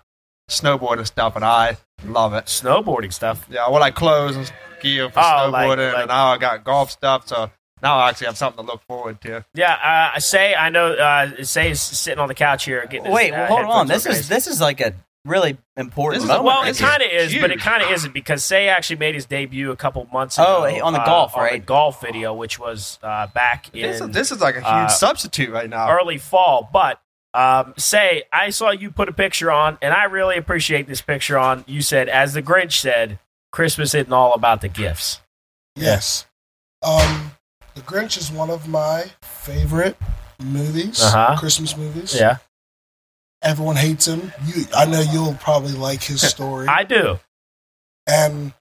Speaker 2: snowboarding stuff, and I love it.
Speaker 1: Snowboarding stuff.
Speaker 2: Yeah, well, I clothes and gear for
Speaker 1: Oh,
Speaker 2: snowboarding,
Speaker 1: like- like-
Speaker 2: and now I got golf stuff. So now I actually have something to look forward to.
Speaker 1: Yeah, uh, I say I know. Uh, say is sitting on the couch here. Getting his,
Speaker 3: wait,
Speaker 1: uh,
Speaker 3: well, hold on.
Speaker 1: headphones
Speaker 3: This is
Speaker 1: organized.
Speaker 3: this is like a really important
Speaker 2: This is-
Speaker 3: moment.
Speaker 1: well,
Speaker 2: right
Speaker 1: it
Speaker 2: here.
Speaker 1: kind of is, but it
Speaker 2: Huge.
Speaker 1: kind of isn't because Say actually made his debut a couple months ago.
Speaker 3: Oh, on the
Speaker 1: uh,
Speaker 3: golf,
Speaker 1: on the
Speaker 3: right?
Speaker 1: golf video, which was uh, back in
Speaker 2: This is, this is like a huge
Speaker 1: uh,
Speaker 5: Oh.
Speaker 2: substitute right now.
Speaker 1: early fall. But Um, say, I saw you put a picture on, and I really appreciate this picture on. You said, as the Grinch said, Christmas isn't all about the gifts.
Speaker 5: Yes. Um, the Grinch is one of my favorite movies,
Speaker 1: Uh-huh.
Speaker 5: Christmas movies.
Speaker 1: Yeah,
Speaker 5: Everyone hates him. You, I know you'll probably like his story.
Speaker 1: I do.
Speaker 5: and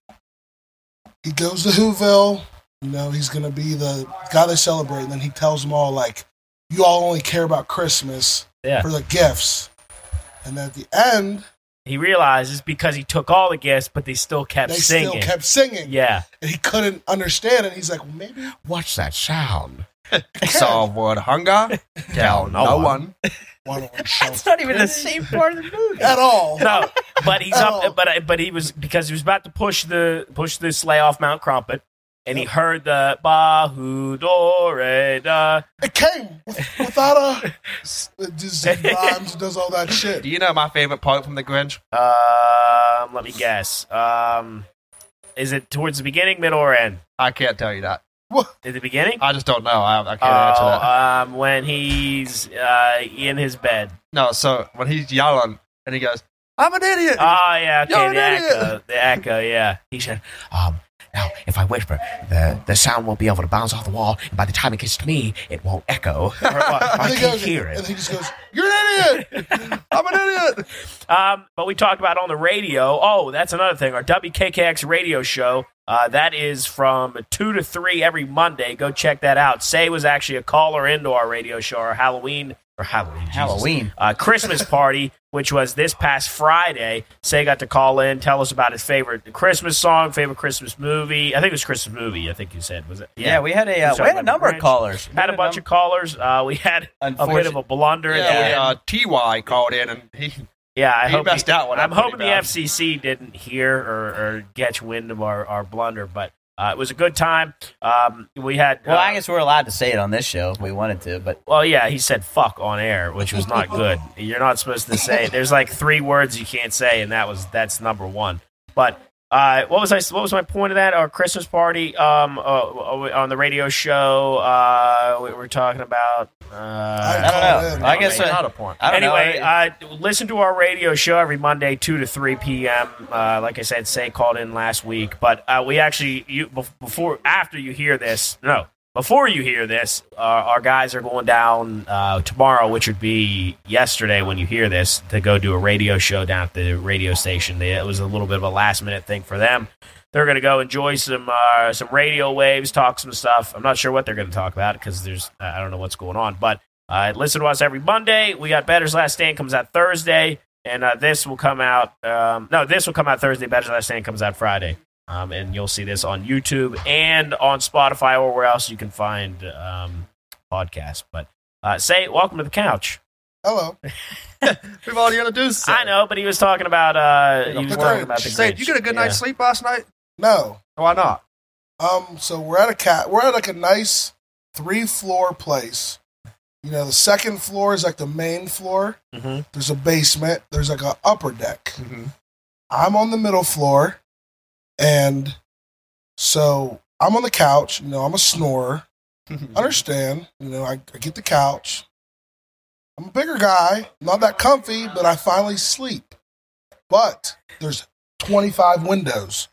Speaker 5: he goes to Whoville. You know, he's gonna be the guy they celebrate, and then he tells them all like, "You all only care about Christmas
Speaker 1: Yeah.
Speaker 5: for the gifts." And at the end,
Speaker 1: He realizes because he took all the gifts, but they still kept
Speaker 5: they
Speaker 1: singing.
Speaker 5: still kept singing.
Speaker 1: yeah,
Speaker 5: And he couldn't understand it. He's like, well, "Maybe
Speaker 2: What's that sound? Solve word hunger. Tell no,
Speaker 6: one.
Speaker 2: one.
Speaker 5: one on shelf
Speaker 3: It's not even the same part of the movie.
Speaker 5: at all."
Speaker 1: no, but he's
Speaker 5: Oh.
Speaker 1: up. But but he was because he was about to push the push the sleigh off Mount Crumpet, and he heard the Bahu Dore da.
Speaker 5: It came with, without a. It just rhymes, does all that shit.
Speaker 2: Do you know my favorite part from The Grinch?
Speaker 1: Um, let me guess. Um, is it towards the beginning, middle, or end?
Speaker 2: I can't tell you that.
Speaker 1: At the beginning?
Speaker 2: I just don't know. I, I can't answer that.
Speaker 1: Oh, um, when he's uh, in his bed.
Speaker 2: no, so when he's yelling and he goes, I'm an idiot.
Speaker 1: Oh yeah, okay,
Speaker 2: You're an
Speaker 1: the
Speaker 2: idiot.
Speaker 1: echo, the echo, yeah.
Speaker 7: He said, um, now, if I whisper, the, the sound will be able to bounce off the wall, and by the time it gets to me, it won't echo. I
Speaker 5: And he
Speaker 7: can
Speaker 5: goes-
Speaker 7: hear
Speaker 5: And
Speaker 7: it.
Speaker 5: he just goes,
Speaker 2: You're an idiot. I'm an idiot.
Speaker 1: Um, but we talked about on the radio. Oh, that's another thing. Our WKKX radio show. Uh, that is from two to three every Monday. Go check that out. Say was actually a caller into our radio show, our Halloween or Halloween, Jesus.
Speaker 3: Halloween.
Speaker 1: uh, Christmas party, which was this past Friday. Say got to call in, tell us about his favorite Christmas song, favorite Christmas movie. I think it was Christmas movie. I think you said was it?
Speaker 3: Yeah, we had a uh,
Speaker 1: Sorry
Speaker 3: we had
Speaker 1: about
Speaker 3: a
Speaker 1: the
Speaker 3: number of
Speaker 1: Grinch.
Speaker 3: callers. We
Speaker 1: had a bunch
Speaker 3: num-
Speaker 1: of callers. Uh, we had a bit of a blunder. in
Speaker 2: Yeah,
Speaker 1: that.
Speaker 2: we, uh, TY called in and he
Speaker 1: Yeah, I
Speaker 2: He
Speaker 1: hope
Speaker 2: messed
Speaker 1: he-
Speaker 2: that one up
Speaker 1: I'm hoping
Speaker 2: pretty bad.
Speaker 1: the FCC didn't hear or, or catch wind of our, our blunder, but uh, it was a good time. Um, we had
Speaker 3: Well,
Speaker 1: uh,
Speaker 3: I guess we're allowed to say it on this show if we wanted to, but
Speaker 1: well, yeah, he said "fuck" on air, which was not good. You're not supposed to say. There's like three words you can't say, and that was that's number one. But uh, what was I? What was my point of that? Our Christmas party um, uh, on the radio show. Uh, we were talking about. Uh,
Speaker 5: I,
Speaker 3: I
Speaker 5: called
Speaker 3: don't
Speaker 5: in.
Speaker 3: know. I guess
Speaker 2: not
Speaker 3: uh,
Speaker 2: a point.
Speaker 3: I don't
Speaker 1: anyway,
Speaker 3: know.
Speaker 1: uh, listen to our radio show every Monday, two to three p.m. Uh, like I said, Say called in last week, but uh, we actually you bef- before after you hear this, no, before you hear this, uh, our guys are going down uh, tomorrow, which would be yesterday when you hear this, to go do a radio show down at the radio station. They, it was a little bit of a last minute thing for them. They're going to go enjoy some uh, some radio waves, talk some stuff. I'm not sure what they're going to talk about because there's I don't know what's going on, but uh, listen to us every Monday. We got Better's Last Stand comes out Thursday, and uh, this will come out. Um, no, this will come out Thursday. Better's Last Stand comes out Friday, um, and you'll see this on YouTube and on Spotify or where else you can find um, podcasts. But uh, say, welcome to the couch.
Speaker 5: Hello.
Speaker 2: We've already introduced.
Speaker 1: I know, but he was talking about. Uh, he was
Speaker 5: the
Speaker 1: talking
Speaker 5: Grinch.
Speaker 1: about the Grinch.
Speaker 2: Say, did you get a good
Speaker 1: Yeah.
Speaker 2: night's sleep last night?
Speaker 5: No.
Speaker 2: Why not?
Speaker 5: Um, so we're at a cat. We're at like a nice three floor place. You know, the second floor is like the main floor.
Speaker 7: Mm-hmm.
Speaker 1: Mhm.
Speaker 5: There's a basement. There's like a upper deck. I'm on the middle floor, and so I'm on the couch. You know, I'm a snorer. Understand? You know, I, I get the couch. I'm a bigger guy, not that comfy, but I finally sleep. But there's 25 windows.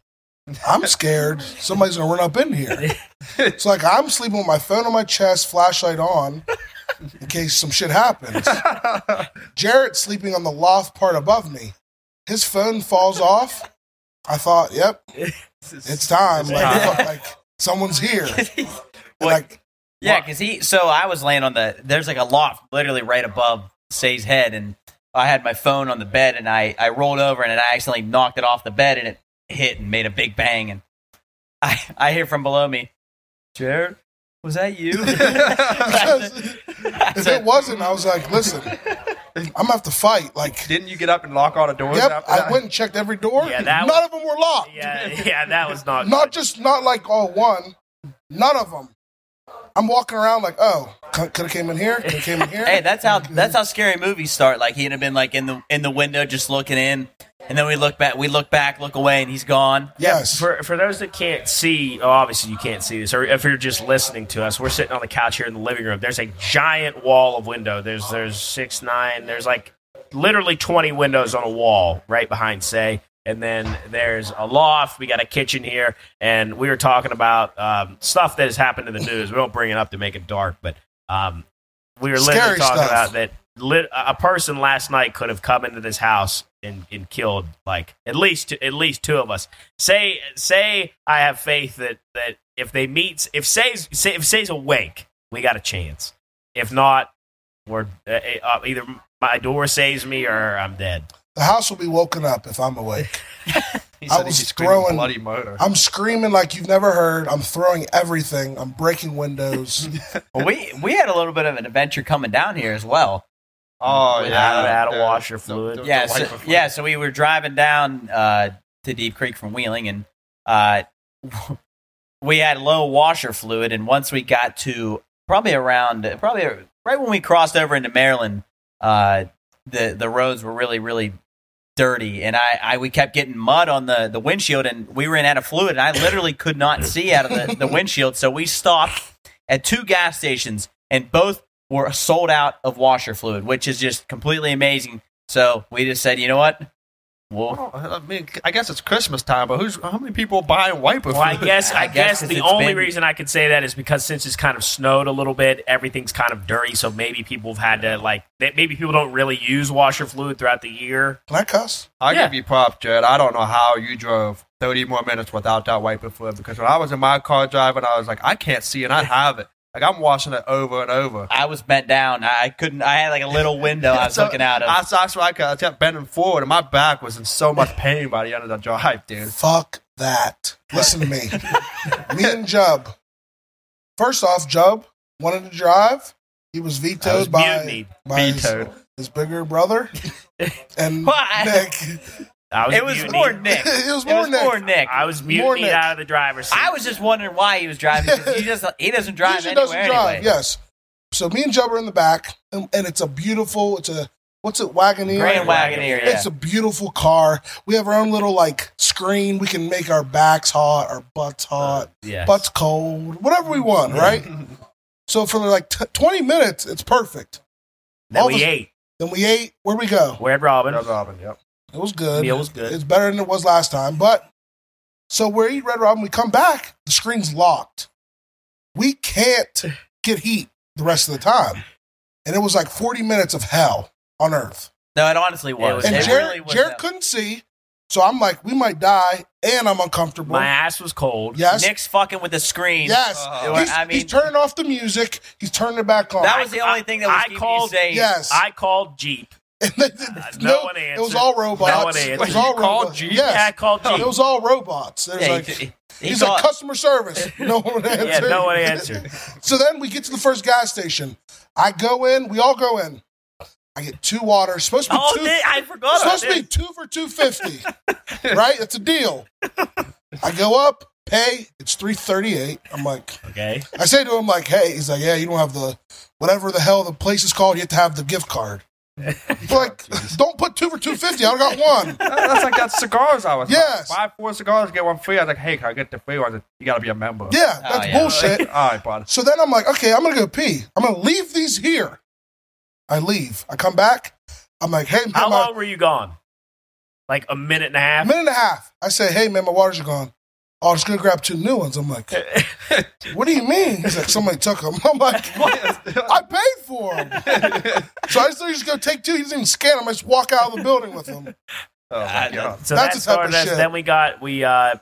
Speaker 5: I'm scared somebody's gonna run up in here. It's like I'm sleeping with my phone on my chest, flashlight on, in case some shit happens. Jarrett's sleeping on the loft part above me. His phone falls off. I thought, yep, it's time. Like,
Speaker 2: time.
Speaker 5: fuck, like, someone's here. And,
Speaker 3: What-
Speaker 5: like
Speaker 3: Yeah, because he. So I was laying on the. There's like a loft literally right above Say's head, and I had my phone on the bed, and I I rolled over and I accidentally knocked it off the bed, and it hit and made a big bang, and I I hear from below me, Jared, was that you?
Speaker 5: Because
Speaker 3: I
Speaker 5: if
Speaker 3: said,
Speaker 5: it wasn't, I was like, listen, I'm gonna have to fight. Like,
Speaker 2: Didn't you get up and lock all the doors?
Speaker 5: yep,
Speaker 2: after
Speaker 5: I
Speaker 2: that?
Speaker 5: went and checked every door.
Speaker 1: Yeah, that
Speaker 5: None
Speaker 1: was-
Speaker 5: of them were locked.
Speaker 1: Yeah, yeah, that was not.
Speaker 5: oh, Not just not like all one. None of them. I'm walking around like, oh, could have came in here. Could have came in here.
Speaker 3: Hey, that's how that's how scary movies start. Like he'd have been like in the in the window just looking in, and then we look back, we look back, look away, and he's gone.
Speaker 5: yes.
Speaker 1: For, for those that can't see, oh, obviously you can't see this, or if you're just listening to us, we're sitting on the couch here in the living room. There's a giant wall of window. There's there's six nine. There's like literally twenty windows on a wall right behind say, and then there's a loft. We got a kitchen here, and we were talking about um, stuff that has happened in the news. We don't bring it up to make it dark, but um, we were literally
Speaker 5: Scary
Speaker 1: talking
Speaker 5: stuff.
Speaker 1: about that. Lit, a person last night could have come into this house and, and killed like at least at least two of us say say I have faith that that if they meet if say's say, if say's awake, we got a chance. If not, we're uh, uh, either my door saves me or I'm dead.
Speaker 5: the house will be woken up if I'm awake.
Speaker 2: He
Speaker 5: I
Speaker 2: said
Speaker 5: was
Speaker 2: he's screaming
Speaker 5: throwing-
Speaker 2: bloody murder.
Speaker 5: I'm screaming like you've never heard. I'm throwing everything. I'm breaking windows.
Speaker 3: Well, we we had a little bit of an adventure coming down here as well.
Speaker 2: Oh
Speaker 1: Without-
Speaker 2: yeah,
Speaker 1: without a
Speaker 2: the-
Speaker 1: washer
Speaker 2: the-
Speaker 1: fluid.
Speaker 2: the- the
Speaker 3: yeah,
Speaker 2: wiper
Speaker 3: so,
Speaker 2: fluid.
Speaker 3: yeah. So we were driving down uh, to Deep Creek from Wheeling, and uh, we had low washer fluid. And once we got to probably around, probably right when we crossed over into Maryland, uh, the the roads were really really dirty, and I, I we kept getting mud on the the windshield, and we ran out of fluid, and I literally could not see out of the, the windshield. So we stopped at two gas stations, and both were sold out of washer fluid, which is just completely amazing. So we just said, you know what? Well,
Speaker 2: Oh, I mean, I guess it's Christmas time, but who's how many people are buying wiper
Speaker 1: Well, I
Speaker 2: fluid?
Speaker 1: guess I,
Speaker 3: I
Speaker 1: guess,
Speaker 3: guess
Speaker 1: the
Speaker 3: it's
Speaker 1: only
Speaker 3: been-
Speaker 1: reason I could say that is because since it's kind of snowed a little bit, everything's kind of dirty. So maybe people have had to like that. Maybe people don't really use washer fluid throughout the year.
Speaker 5: Can I cuss?
Speaker 2: I
Speaker 1: Yeah.
Speaker 2: give you props, Jared. I don't know how you drove 30 more minutes without that wiper fluid because when I was in my car driving, I was like, I can't see and I have it. Like, I'm washing it over and over.
Speaker 3: I was bent down. I couldn't. I had like a little window I was
Speaker 2: So,
Speaker 3: looking out of.
Speaker 2: I, so that's why I kept- I kept bending forward and my back was in so much pain by the end of the drive, dude.
Speaker 5: Fuck that. Listen to me. me and Jub. First off, Jub wanted to drive. He was vetoed
Speaker 1: I was
Speaker 5: by,
Speaker 1: mutinied.
Speaker 5: by his,
Speaker 2: Vetoed.
Speaker 5: his bigger brother and
Speaker 3: Why?
Speaker 5: Nick.
Speaker 1: I was
Speaker 3: it was
Speaker 1: mutinied.
Speaker 3: more Nick.
Speaker 5: It was
Speaker 3: It
Speaker 5: more
Speaker 3: was
Speaker 5: Nick.
Speaker 3: more Nick.
Speaker 1: I was
Speaker 5: More
Speaker 1: mutinied
Speaker 5: Nick.
Speaker 1: out of the driver's seat.
Speaker 3: I was just wondering why he was driving. 'cause He just he doesn't drive
Speaker 5: Usually
Speaker 3: anywhere anyway.
Speaker 5: Yes. So me and Jub are in the back, and, and it's a beautiful. It's a what's it? Wagoneer.
Speaker 3: Grand Wagoneer. Yeah.
Speaker 5: It's a beautiful car. We have our own little like screen. We can make our backs hot, our butts hot,
Speaker 1: yes.
Speaker 5: butts cold, whatever we want, right? so for like t- 20 minutes, it's perfect.
Speaker 1: then
Speaker 5: all
Speaker 1: we
Speaker 5: of a-
Speaker 1: ate.
Speaker 5: Then we ate. Where we go?
Speaker 1: Red Robin.
Speaker 2: That's Robin, yep.
Speaker 5: It was good.
Speaker 1: Meal was good.
Speaker 5: It's better than it was last time. But so we're eating Red Robin. We come back. The screen's locked. We can't get heat the rest of the time. And it was like 40 minutes of hell on earth.
Speaker 3: No, it honestly was.
Speaker 1: was-
Speaker 5: And
Speaker 3: It
Speaker 5: Jared,
Speaker 3: really was
Speaker 5: Jared
Speaker 3: that-
Speaker 5: couldn't see. So I'm like, we might die. And I'm uncomfortable.
Speaker 1: My ass was cold.
Speaker 5: yes.
Speaker 3: Nick's fucking with the screen.
Speaker 5: yes.
Speaker 1: Uh-huh.
Speaker 2: Oh.
Speaker 5: he's,
Speaker 3: I mean-
Speaker 5: he's turning off the music. He's turning it back on.
Speaker 3: That was the only
Speaker 1: I-
Speaker 3: thing that was
Speaker 1: I
Speaker 3: keeping
Speaker 1: called-
Speaker 3: you sane.
Speaker 5: yes.
Speaker 1: I called Jeep.
Speaker 5: And they did-
Speaker 1: no one
Speaker 5: It was
Speaker 1: answered.
Speaker 5: all robots.
Speaker 1: No one
Speaker 5: It
Speaker 1: answered.
Speaker 5: was
Speaker 2: You
Speaker 5: all
Speaker 2: called
Speaker 5: robots.
Speaker 2: Jeep?
Speaker 5: Yes.
Speaker 1: Yeah, I called Jeep.
Speaker 5: It was all robots. There's
Speaker 3: Yeah,
Speaker 5: like,
Speaker 3: he- he- he
Speaker 5: he's
Speaker 3: thought-
Speaker 5: like customer service. No one answered.
Speaker 1: yeah, no one answered.
Speaker 5: So then we get to the first gas station. I go in. We all go in. I get two waters. Supposed to be
Speaker 1: Oh,
Speaker 5: two.
Speaker 1: thi- I forgot about
Speaker 5: supposed to be
Speaker 1: this.
Speaker 5: two for two fifty. right? That's a deal. I go up. Pay. It's three thirty eight. I'm like,
Speaker 1: Okay.
Speaker 5: I say to him like, hey. He's like, yeah. You don't have the whatever the hell the place is called. You have to have the gift card. He's like, don't put two for two fifty. I got one.
Speaker 2: That- That's like that cigars I was
Speaker 5: Yes.
Speaker 2: Buy four cigars, get one free. I was like, hey, can I get the free one? You gotta be a member.
Speaker 5: Yeah,
Speaker 3: Oh,
Speaker 5: that's
Speaker 3: yeah.
Speaker 5: bullshit.
Speaker 2: All right, bud.
Speaker 5: So then I'm like, okay, I'm gonna go pee. I'm gonna leave these here. I leave. I come back. I'm like, hey, man,
Speaker 1: How
Speaker 5: my-
Speaker 1: long were you gone? Like a minute and a
Speaker 5: a
Speaker 1: half.
Speaker 5: minute and a half. I say, hey, man, my waters are gone. Oh, I'm just gonna grab two new ones. I'm like, what do you mean? He's like, somebody took them. I'm like, I paid for them. so I just thought he was gonna take two. He doesn't even scan them. I just walk out of the building with them.
Speaker 2: Oh,
Speaker 3: Uh,
Speaker 2: my God.
Speaker 1: So that
Speaker 5: That's the type of
Speaker 1: started us.
Speaker 5: shit.
Speaker 1: Then we got we uh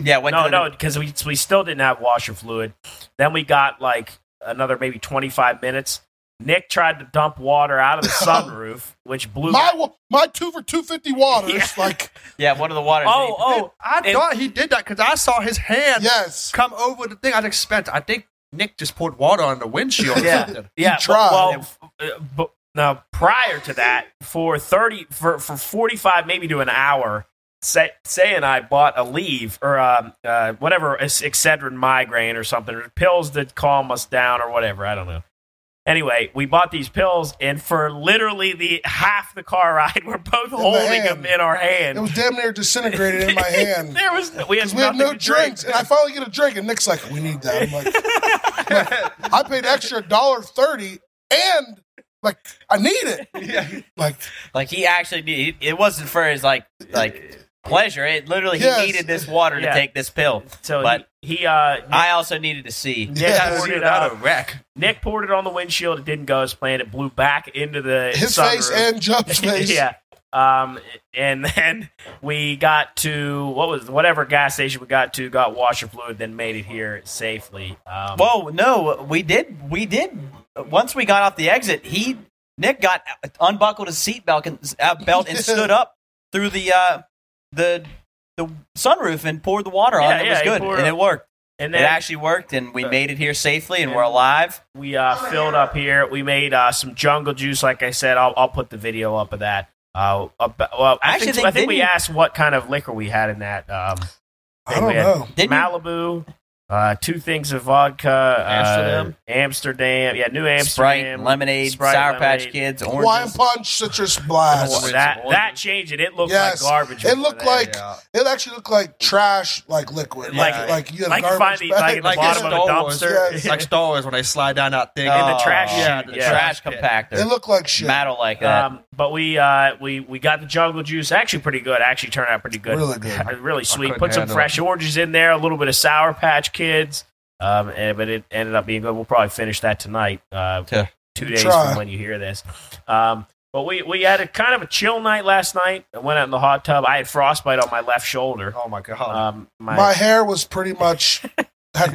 Speaker 3: Yeah, went
Speaker 1: no
Speaker 3: to the-
Speaker 1: no because we we still didn't have washer fluid. Then we got like another maybe twenty five minutes. Nick tried to dump water out of the sunroof, which blew.
Speaker 5: My wa- my two for two fifty waters.
Speaker 1: Yeah.
Speaker 5: Like,
Speaker 3: Yeah, one of the waters.
Speaker 1: oh oh
Speaker 2: I
Speaker 1: And-
Speaker 2: thought he did that because I saw his hand
Speaker 5: yes.
Speaker 2: come over the thing. I just spent. I think Nick just poured water on the windshield. Or
Speaker 1: Yeah.
Speaker 2: something.
Speaker 1: Yeah,
Speaker 5: tried.
Speaker 1: Well, f- uh, but now prior to that, for thirty for for forty five, maybe to an hour, Say, say and I bought a leave or um, uh, whatever, it's Excedrin migraine or something, or pills that calm us down or whatever. I don't know. Anyway, we bought these pills, and for literally the half the car ride, we're both holding
Speaker 5: hand.
Speaker 1: them in our hand.
Speaker 5: It was damn near disintegrated in my hand.
Speaker 1: there was we had,
Speaker 5: Because we had
Speaker 1: nothing
Speaker 5: no
Speaker 1: to drink.
Speaker 5: drinks, and I finally get a drink, and Nick's like, "We need that." I'm like, like, "I paid extra dollar thirty, and like I need it." Like,
Speaker 3: Like he actually, need- it wasn't for his like like pleasure. It literally
Speaker 5: Yes.
Speaker 3: he needed this water
Speaker 1: Yeah.
Speaker 3: to take this pill.
Speaker 1: So
Speaker 3: But-
Speaker 1: he, he uh,
Speaker 3: I also needed to see.
Speaker 1: Nick
Speaker 5: Yeah,
Speaker 1: poured it
Speaker 2: Not
Speaker 1: up.
Speaker 2: a wreck.
Speaker 1: Nick poured it on the windshield. It didn't go as planned. It blew back into the
Speaker 5: his
Speaker 1: sunroof.
Speaker 5: face and Jub's face.
Speaker 1: yeah. Um, and then we got to what was whatever gas station we got to got washer fluid, then made it here safely. Um,
Speaker 3: Whoa, no, we did, we did. Once we got off the exit, he Nick got unbuckled his seat belt and, uh, belt and stood up through the uh, the the sunroof and poured the water on.
Speaker 1: Yeah,
Speaker 3: it
Speaker 1: yeah,
Speaker 3: was
Speaker 1: he
Speaker 3: good,
Speaker 1: poured up.
Speaker 3: and it worked.
Speaker 1: and
Speaker 3: it
Speaker 1: then
Speaker 3: actually worked, and we made it here safely, and we're alive.
Speaker 1: we uh, filled up here. We made uh, some jungle juice. Like I said, I'll, I'll put the video up of that. Uh, about, well, I,
Speaker 3: I actually
Speaker 1: think,
Speaker 3: think-
Speaker 1: I think we
Speaker 3: didn't-
Speaker 1: asked what kind of liquor we had in that. Um,
Speaker 5: I
Speaker 1: thing
Speaker 5: don't
Speaker 1: we had.
Speaker 5: know.
Speaker 3: Didn't
Speaker 1: Malibu, uh, two things of vodka, Amsterdam,
Speaker 2: Amsterdam.
Speaker 1: Amsterdam, yeah, New Amsterdam,
Speaker 3: Sprite, lemonade,
Speaker 1: Sprite,
Speaker 3: Sour Patch
Speaker 1: lemonade.
Speaker 3: Kids,
Speaker 5: Wine
Speaker 3: oranges.
Speaker 5: punch, citrus blast.
Speaker 2: Orange.
Speaker 1: That
Speaker 2: Oranges.
Speaker 1: that changed it. It looked
Speaker 5: Yes.
Speaker 1: like garbage.
Speaker 5: It
Speaker 1: over
Speaker 5: looked
Speaker 1: there.
Speaker 5: like
Speaker 2: Yeah.
Speaker 5: it actually looked like trash, like liquid, like
Speaker 1: Like-
Speaker 5: like you had
Speaker 1: like
Speaker 5: a garbage
Speaker 1: finally-
Speaker 5: bag.
Speaker 1: like in the
Speaker 2: Like
Speaker 1: bottom
Speaker 2: in
Speaker 1: of
Speaker 2: Star
Speaker 1: a
Speaker 2: Wars,
Speaker 1: dumpster.
Speaker 5: yes.
Speaker 2: like Star Wars when they slide down that thing.
Speaker 1: in the trash
Speaker 2: yeah,
Speaker 1: chute,
Speaker 2: the
Speaker 1: Oh, yeah.
Speaker 3: Oh, trash
Speaker 2: pit.
Speaker 3: compactor,
Speaker 5: it looked like shit.
Speaker 3: metal like that.
Speaker 1: Um, but we uh, we we got the jungle juice. Actually, pretty good. Actually, turned out pretty good.
Speaker 5: Really good.
Speaker 1: Uh, really sweet.
Speaker 2: couldn't
Speaker 1: Put some
Speaker 2: handle
Speaker 1: fresh oranges in there. A little bit of Sour Patch Kids. Um, and, but it ended up being good. We'll probably finish that tonight. Uh,
Speaker 3: Yeah.
Speaker 1: two days
Speaker 5: Try.
Speaker 1: from when you hear this. Um, but we we had a kind of a chill night last night. I went out in the hot tub. I had frostbite on my left shoulder.
Speaker 2: Oh my god.
Speaker 1: Um, my,
Speaker 5: My hair was pretty much had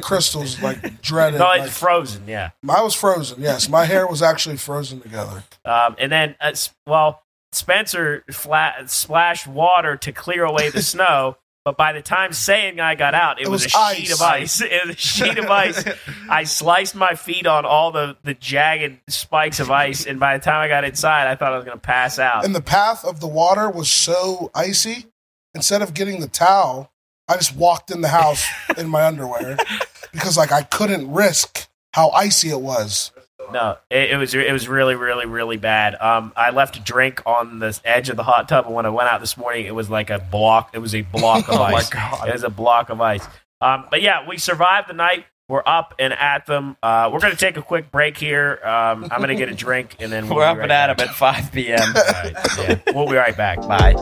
Speaker 5: crystals like dreaded.
Speaker 1: no,
Speaker 5: like-
Speaker 1: it's frozen. Yeah.
Speaker 5: I was frozen. Yes, my hair was actually frozen together.
Speaker 1: Um, and then, uh, s- well, Spencer fla- splashed water to clear away the snow. But by the time Saiyan guy got out, it,
Speaker 5: It
Speaker 1: was,
Speaker 5: was
Speaker 1: a sheet
Speaker 5: ice.
Speaker 1: of ice. It was a sheet of ice. I sliced my feet on all the, the jagged spikes of ice, and by the time I got inside, I thought I was going to pass out.
Speaker 5: And the path of the water was so icy. Instead of getting the towel, I just walked in the house in my underwear because like I couldn't risk how icy it was.
Speaker 1: No, it, it was it was really really really bad. Um, I left a drink on the edge of the hot tub, and when I went out this morning, it was like a block. It was a block
Speaker 3: Oh
Speaker 1: of
Speaker 2: my
Speaker 1: ice.
Speaker 2: God.
Speaker 1: It was a block of ice. Um, but yeah, we survived the night. We're up and at them. Uh, we're gonna take a quick break here. Um, I'm gonna get a drink, and then we'll
Speaker 3: we're
Speaker 1: be
Speaker 3: up
Speaker 1: right
Speaker 3: and at 'em
Speaker 1: back.
Speaker 3: at 5 p.m.
Speaker 1: All right, yeah. We'll be right back.
Speaker 3: Bye.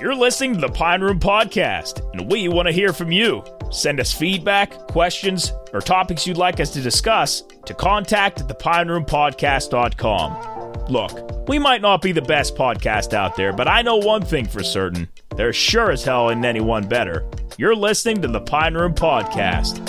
Speaker 8: You're listening to the Pine Room Podcast, and we want to hear from you. Send us feedback, questions, or topics you'd like us to discuss to contact at thepineroompodcast.com. Look, we might not be the best podcast out there, but I know one thing for certain. There sure as hell isn't anyone better. You're listening to the Pine Room Podcast.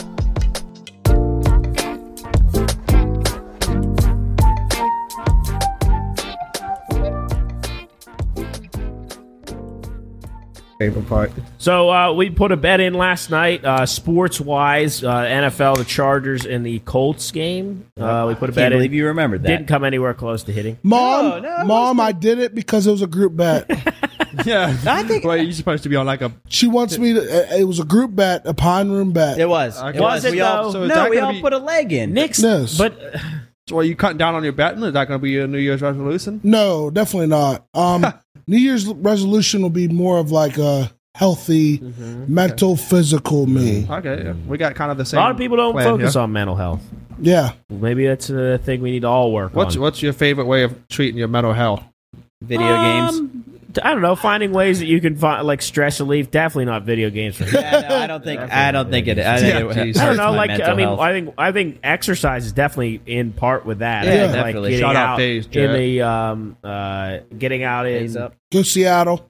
Speaker 1: So uh, we put a bet in last night, uh, sports wise, uh, NFL, the Chargers and the Colts game. Uh, we put a bet in.
Speaker 3: you remembered
Speaker 1: Didn't come anywhere close to hitting.
Speaker 5: Mom, mom, I did it because it was a group bet.
Speaker 2: Yeah. I think. Well, you're supposed to be on like a.
Speaker 5: She wants me to. uh, It was a group bet, a pine room bet.
Speaker 3: It was.
Speaker 2: Okay.
Speaker 3: It was.
Speaker 1: Was it
Speaker 3: we all,
Speaker 1: though? So
Speaker 2: is
Speaker 3: no,
Speaker 2: that
Speaker 3: we
Speaker 2: gonna
Speaker 3: all
Speaker 2: be-
Speaker 3: put a leg in.
Speaker 1: Nick's,
Speaker 5: Yes.
Speaker 1: but
Speaker 2: So are you cutting down on your betting? Is that going to be your New Year's resolution?
Speaker 5: No, definitely not. Um, New Year's resolution will be more of like a healthy mental, physical me.
Speaker 2: Mm-hmm. Okay. yeah. We got kind of the
Speaker 1: a
Speaker 2: same.
Speaker 1: lot of people don't
Speaker 2: plan
Speaker 1: focus
Speaker 2: here.
Speaker 1: on mental health.
Speaker 5: Yeah.
Speaker 1: Maybe that's a thing we need to all work
Speaker 2: What's
Speaker 1: on.
Speaker 2: What's your favorite way of treating your mental health?
Speaker 3: Video
Speaker 1: Um,
Speaker 3: games.
Speaker 1: games. I don't know. Finding ways that you can find like stress relief. Definitely not video games. For me.
Speaker 3: Yeah, no, I don't think. I don't think it. I, think
Speaker 2: Yeah,
Speaker 3: it
Speaker 2: geez.
Speaker 1: I don't
Speaker 3: hurts
Speaker 1: know.
Speaker 3: my
Speaker 1: Like
Speaker 3: mental
Speaker 1: I mean,
Speaker 3: health.
Speaker 1: I think I think exercise is definitely in part with that.
Speaker 3: Yeah,
Speaker 1: I think,
Speaker 3: definitely.
Speaker 1: Like getting
Speaker 2: Shout out
Speaker 1: out
Speaker 2: days,
Speaker 1: in
Speaker 2: Jack.
Speaker 1: the um uh getting out in,
Speaker 3: Days up.
Speaker 5: Go Seattle.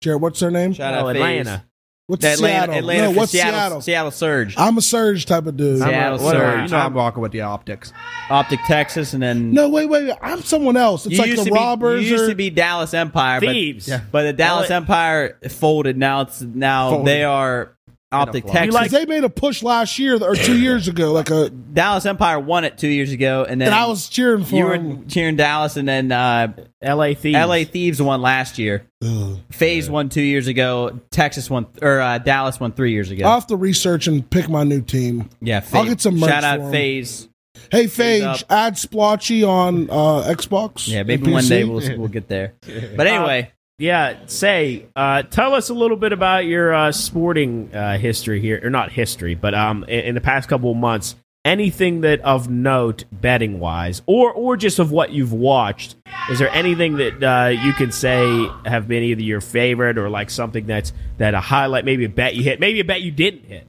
Speaker 5: Jared, what's her name?
Speaker 3: Shout
Speaker 1: oh,
Speaker 3: out
Speaker 1: Atlanta.
Speaker 5: What's
Speaker 3: Phase. Atlanta.
Speaker 5: Seattle?
Speaker 3: Atlanta.
Speaker 5: no,
Speaker 3: for
Speaker 5: what's
Speaker 3: Seattle,
Speaker 5: Seattle?
Speaker 3: Seattle Surge.
Speaker 5: I'm a surge type of dude.
Speaker 3: Seattle
Speaker 1: I'm a- whatever.
Speaker 3: Surge.
Speaker 2: You know, I'm walking with the optics.
Speaker 3: Optic Texas, and then
Speaker 5: No, wait, wait, wait. I'm someone else. It's
Speaker 3: you
Speaker 5: like
Speaker 3: used
Speaker 5: the
Speaker 3: to be-
Speaker 5: robbers.
Speaker 3: you used
Speaker 5: or,
Speaker 3: to be Dallas Empire, but
Speaker 1: Thieves.
Speaker 3: but the Dallas
Speaker 1: Well, it-
Speaker 3: Empire folded. Now it's now
Speaker 2: Folded.
Speaker 3: they are
Speaker 9: You
Speaker 3: Optic
Speaker 9: know,
Speaker 3: Texas.
Speaker 5: 'Cause they made a push last year or two years ago, like a
Speaker 3: Dallas Empire won it two years ago, and then
Speaker 5: and I was cheering for
Speaker 3: you were
Speaker 5: them.
Speaker 3: cheering Dallas, and then uh,
Speaker 1: L.A. Thieves.
Speaker 3: L.A. Thieves won last year.
Speaker 5: Ugh.
Speaker 3: Phase won two years ago. Texas won or uh, Dallas won three years ago.
Speaker 5: I'll have to research and pick my new team.
Speaker 3: yeah,
Speaker 5: I'll
Speaker 3: Phase.
Speaker 5: get some merch
Speaker 3: shout
Speaker 5: for
Speaker 3: out
Speaker 5: 'em.
Speaker 3: Phase.
Speaker 5: Hey,
Speaker 3: up.
Speaker 5: Phage, add Splotchy on uh, Xbox.
Speaker 3: Yeah,
Speaker 5: and
Speaker 3: maybe one
Speaker 5: PC.
Speaker 3: day we'll we'll get there. But anyway,
Speaker 1: Yeah, say, uh, tell us a little bit about your uh, sporting uh, history here, or not history, but um, in, in the past couple of months, anything that of note betting wise, or or just of what you've watched. Is there anything that uh, you can say have been either your favorite or like something that's that a highlight, maybe a bet you hit, maybe a bet you didn't hit?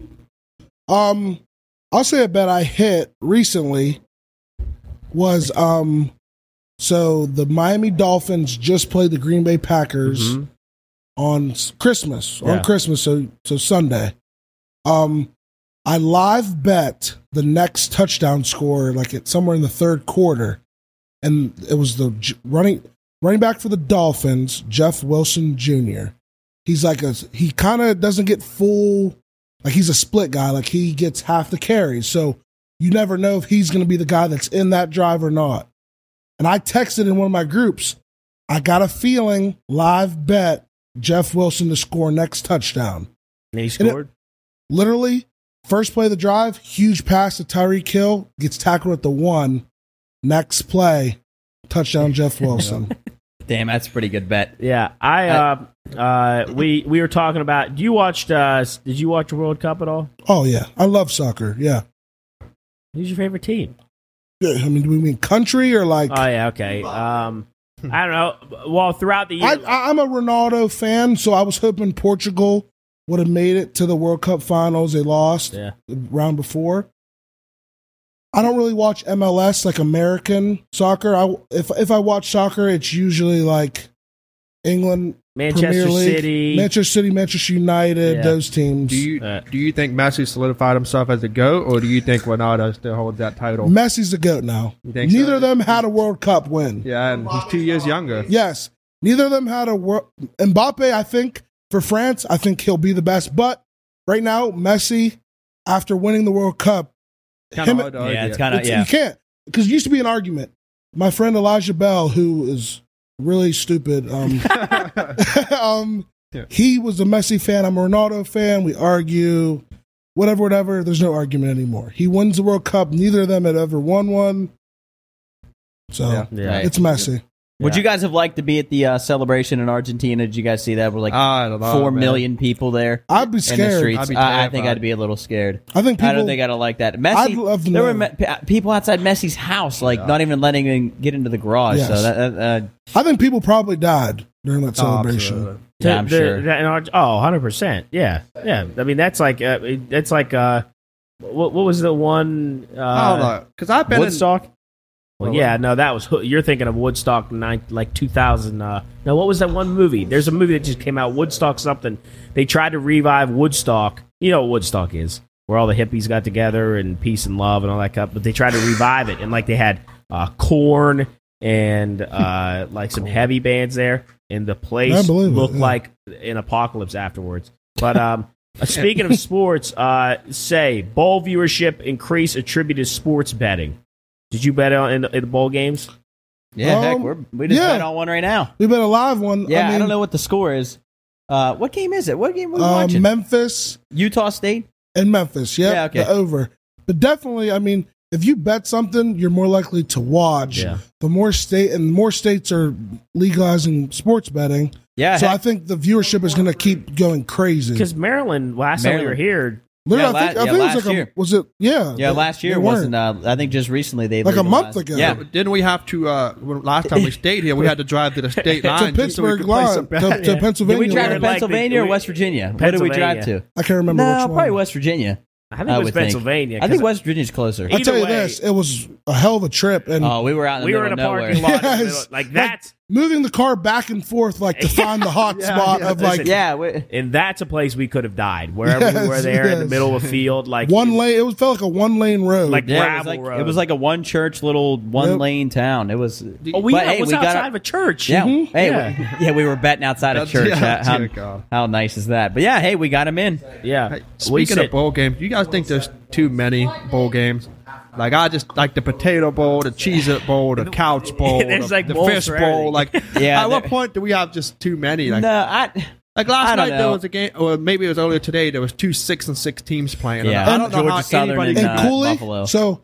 Speaker 5: Um, I'll say a bet I hit recently was um, so the Miami Dolphins just played the Green Bay Packers
Speaker 1: Mhm.
Speaker 5: on s- Christmas
Speaker 1: Yeah.
Speaker 5: on Christmas, so so Sunday. Um, I live bet the next touchdown score like it somewhere in the third quarter, and it was the J- running running back for the Dolphins, Jeff Wilson Jr. He's like a he kind of doesn't get full like he's a split guy. Like he gets half the carries. So you never know if he's going to be the guy that's in that drive or not. And I texted in one of my groups, I got a feeling live bet Jeff Wilson to score next touchdown.
Speaker 1: And he
Speaker 5: And it-
Speaker 1: scored.
Speaker 5: Literally, first play of the drive, huge pass to Tyreek Hill, gets tackled at the one. Next play, touchdown Jeff Wilson.
Speaker 3: damn, that's a pretty good bet.
Speaker 1: yeah, I uh, uh, we we were talking about. You watched? Uh, did you watch the World Cup at all?
Speaker 5: oh yeah, I love soccer. Yeah.
Speaker 1: Who's your favorite team?
Speaker 5: Yeah, I mean, do we mean country or like?
Speaker 1: Oh
Speaker 5: I,
Speaker 1: yeah, okay. Um, I don't know. Well, throughout the year,
Speaker 5: I, I'm a Ronaldo fan, so I was hoping Portugal would have made it to the World Cup finals. They lost.
Speaker 1: yeah,
Speaker 5: the round before. I don't really watch MLS like American soccer. I if if I watch soccer, it's usually like England, Premier
Speaker 1: Manchester
Speaker 5: League,
Speaker 1: City.
Speaker 5: Manchester City, Manchester United,
Speaker 1: Yeah.
Speaker 5: those teams.
Speaker 9: Do you
Speaker 1: Uh,
Speaker 9: do you think Messi solidified himself as a goat, or do you think Ronaldo still holds that title?
Speaker 5: Messi's the goat now.
Speaker 9: You think so?
Speaker 5: Neither of them had a World Cup win.
Speaker 9: Yeah, and he's two years younger.
Speaker 5: Yes, neither of them had a World. Mbappe, I think for France, I think he'll be the best. But right now, Messi, after winning the World Cup,
Speaker 9: Kinda
Speaker 5: Him-
Speaker 9: hard to argue
Speaker 3: Oh, yeah, it's
Speaker 9: it.
Speaker 3: kind of
Speaker 5: It's-
Speaker 3: yeah.
Speaker 5: You can't because it used to be an argument. My friend Elijah Bell, who is really stupid, um, um,
Speaker 9: Yeah.
Speaker 5: he was a Messi fan. I'm a Ronaldo fan. We argue, whatever, whatever. There's no argument anymore. He wins the World Cup. Neither of them had ever won one. So
Speaker 9: Yeah.
Speaker 1: yeah.
Speaker 3: Right.
Speaker 5: it's Messi.
Speaker 3: Would you guys have liked to be at the uh, celebration in Argentina? Did you guys see that? We're like
Speaker 9: I don't know,
Speaker 3: four
Speaker 9: man.
Speaker 3: million people there
Speaker 5: I'd be
Speaker 3: in the
Speaker 5: scared.
Speaker 3: streets.
Speaker 9: be
Speaker 3: I, I think
Speaker 9: terrified.
Speaker 3: I'd be a little scared.
Speaker 5: I think people.
Speaker 3: I don't think I'd have liked that. Messi,
Speaker 5: I'd love to
Speaker 3: there were
Speaker 5: know.
Speaker 3: me- pe- people outside Messi's house, like not even letting him get into the garage.
Speaker 5: Yes.
Speaker 3: So that, that, uh,
Speaker 5: I think people probably died during that
Speaker 9: Oh,
Speaker 5: celebration.
Speaker 9: absolutely.
Speaker 3: yeah, I'm
Speaker 1: The-
Speaker 3: sure.
Speaker 1: the- and our- oh, 100 percent. Yeah, yeah. I mean, that's like uh, it- that's like uh, what, what was the one?
Speaker 9: I don't
Speaker 1: Uh,
Speaker 9: know, because I've been in, Oh,
Speaker 1: Woodstock. Well, yeah, no, that was Ho- you're thinking of Woodstock nine, like 2000. Uh, no, what was that one movie? There's a movie that just came out, Woodstock something. They tried to revive Woodstock. You know what Woodstock is, where all the hippies got together and peace and love and all that stuff. But they tried to revive it, and like they had uh, corn and uh, like some heavy bands there, and the
Speaker 5: I
Speaker 1: place
Speaker 5: believe it,
Speaker 1: looked
Speaker 5: yeah.
Speaker 1: like an apocalypse afterwards. But um, uh, Speaking of sports, uh, say bowl viewership increase attributed to sports betting. Did you bet on in the, in the bowl games?
Speaker 3: yeah, heck,
Speaker 5: Um,
Speaker 3: we're, we just
Speaker 5: yeah.
Speaker 3: bet on one right now.
Speaker 5: We've been a live one.
Speaker 3: Yeah, I,
Speaker 5: I, mean,
Speaker 3: don't know what the score is. Uh, what game is it? What game were we
Speaker 5: uh,
Speaker 3: watching?
Speaker 5: Memphis
Speaker 3: Utah State.
Speaker 5: in Memphis. Yep,
Speaker 3: Yeah, okay.
Speaker 5: the over. But definitely, I mean, if you bet something, you're more likely to watch.
Speaker 1: Yeah.
Speaker 5: The more state and more states are legalizing sports betting,
Speaker 3: Yeah,
Speaker 5: so
Speaker 3: heck,
Speaker 5: I think the viewership is going to keep going crazy.
Speaker 1: Because Maryland last time we were
Speaker 3: Maryland.
Speaker 1: here,
Speaker 5: Literally,
Speaker 3: yeah,
Speaker 5: I think,
Speaker 3: la-
Speaker 5: I
Speaker 3: yeah,
Speaker 5: think it
Speaker 3: last
Speaker 5: was like
Speaker 3: year.
Speaker 5: a was it yeah
Speaker 3: yeah.
Speaker 5: they-
Speaker 3: Last year
Speaker 5: they
Speaker 3: wasn't.
Speaker 5: weren't.
Speaker 3: Uh, I think just recently they
Speaker 5: Like a month
Speaker 3: legalized-
Speaker 5: ago.
Speaker 3: Yeah,
Speaker 9: Didn't we have to? Uh, when- last time we stayed here, we had to drive to the state
Speaker 5: to
Speaker 9: line just so we
Speaker 5: Pittsburgh
Speaker 9: could play some
Speaker 5: line
Speaker 9: bad-
Speaker 5: to, to
Speaker 1: Yeah.
Speaker 3: did
Speaker 5: Pennsylvania.
Speaker 3: we drive
Speaker 1: were
Speaker 3: to
Speaker 5: line.
Speaker 1: like-
Speaker 3: Pennsylvania or
Speaker 1: we-
Speaker 3: West Virginia? Where did we drive to?
Speaker 5: I can't remember
Speaker 3: No,
Speaker 5: which one.
Speaker 3: probably West Virginia.
Speaker 1: I think
Speaker 3: I
Speaker 1: it was
Speaker 3: would think.
Speaker 1: Pennsylvania.
Speaker 3: I think
Speaker 1: 'cause
Speaker 3: West Virginia's closer.
Speaker 5: I tell
Speaker 1: Either
Speaker 5: you
Speaker 1: way-
Speaker 5: this, it was a hell of a trip, and
Speaker 3: Oh, we were out in the
Speaker 1: we were
Speaker 3: middle
Speaker 1: in a
Speaker 3: of nowhere.
Speaker 1: parking lot. in the
Speaker 5: Yes.
Speaker 1: middle- Like that's
Speaker 5: moving the car back and forth like to find the hot spot of like
Speaker 3: Yeah, we,
Speaker 1: And that's a place we could have died. Wherever we were
Speaker 5: Yes,
Speaker 1: there in the
Speaker 5: yes.
Speaker 1: middle of a field, like
Speaker 5: one lane. It was felt like a one lane road.
Speaker 1: like
Speaker 3: yeah, it was
Speaker 1: gravel
Speaker 3: like
Speaker 1: road.
Speaker 3: it was like a one church little one
Speaker 5: Yep.
Speaker 3: lane town. It was.
Speaker 1: oh, we,
Speaker 3: but,
Speaker 1: yeah,
Speaker 3: hey,
Speaker 1: was
Speaker 3: we
Speaker 1: outside
Speaker 3: got
Speaker 1: of a church. Mm-hmm.
Speaker 3: Yeah,
Speaker 5: Mhm.
Speaker 3: hey,
Speaker 1: Yeah.
Speaker 3: We, yeah, we were betting outside of church.
Speaker 9: yeah,
Speaker 3: how,
Speaker 9: dear
Speaker 3: how,
Speaker 9: God.
Speaker 3: how nice is that? But yeah, hey, we got him in.
Speaker 1: yeah.
Speaker 9: Hey,
Speaker 1: we
Speaker 9: speaking
Speaker 1: sit-
Speaker 9: of bowl games, you guys think there's too many bowl games? Like I just like the potato bowl, the cheese it bowl, the couch bowl,
Speaker 1: There's,
Speaker 9: the,
Speaker 1: like,
Speaker 9: the
Speaker 1: bowls
Speaker 9: fish
Speaker 1: for
Speaker 9: bowl. Like,
Speaker 3: Yeah,
Speaker 9: at what
Speaker 3: there-
Speaker 9: point do we have just too many? Like,
Speaker 3: No, I.
Speaker 9: like last
Speaker 3: I don't
Speaker 9: night there
Speaker 3: know.
Speaker 9: was a game, or maybe it was earlier today. There was two six and six teams playing.
Speaker 3: Yeah.
Speaker 9: and I don't know
Speaker 3: Georgia
Speaker 9: how
Speaker 3: Southern
Speaker 9: anybody.
Speaker 3: and,
Speaker 5: and
Speaker 3: uh,
Speaker 5: Cooley.
Speaker 3: Buffalo.
Speaker 5: So,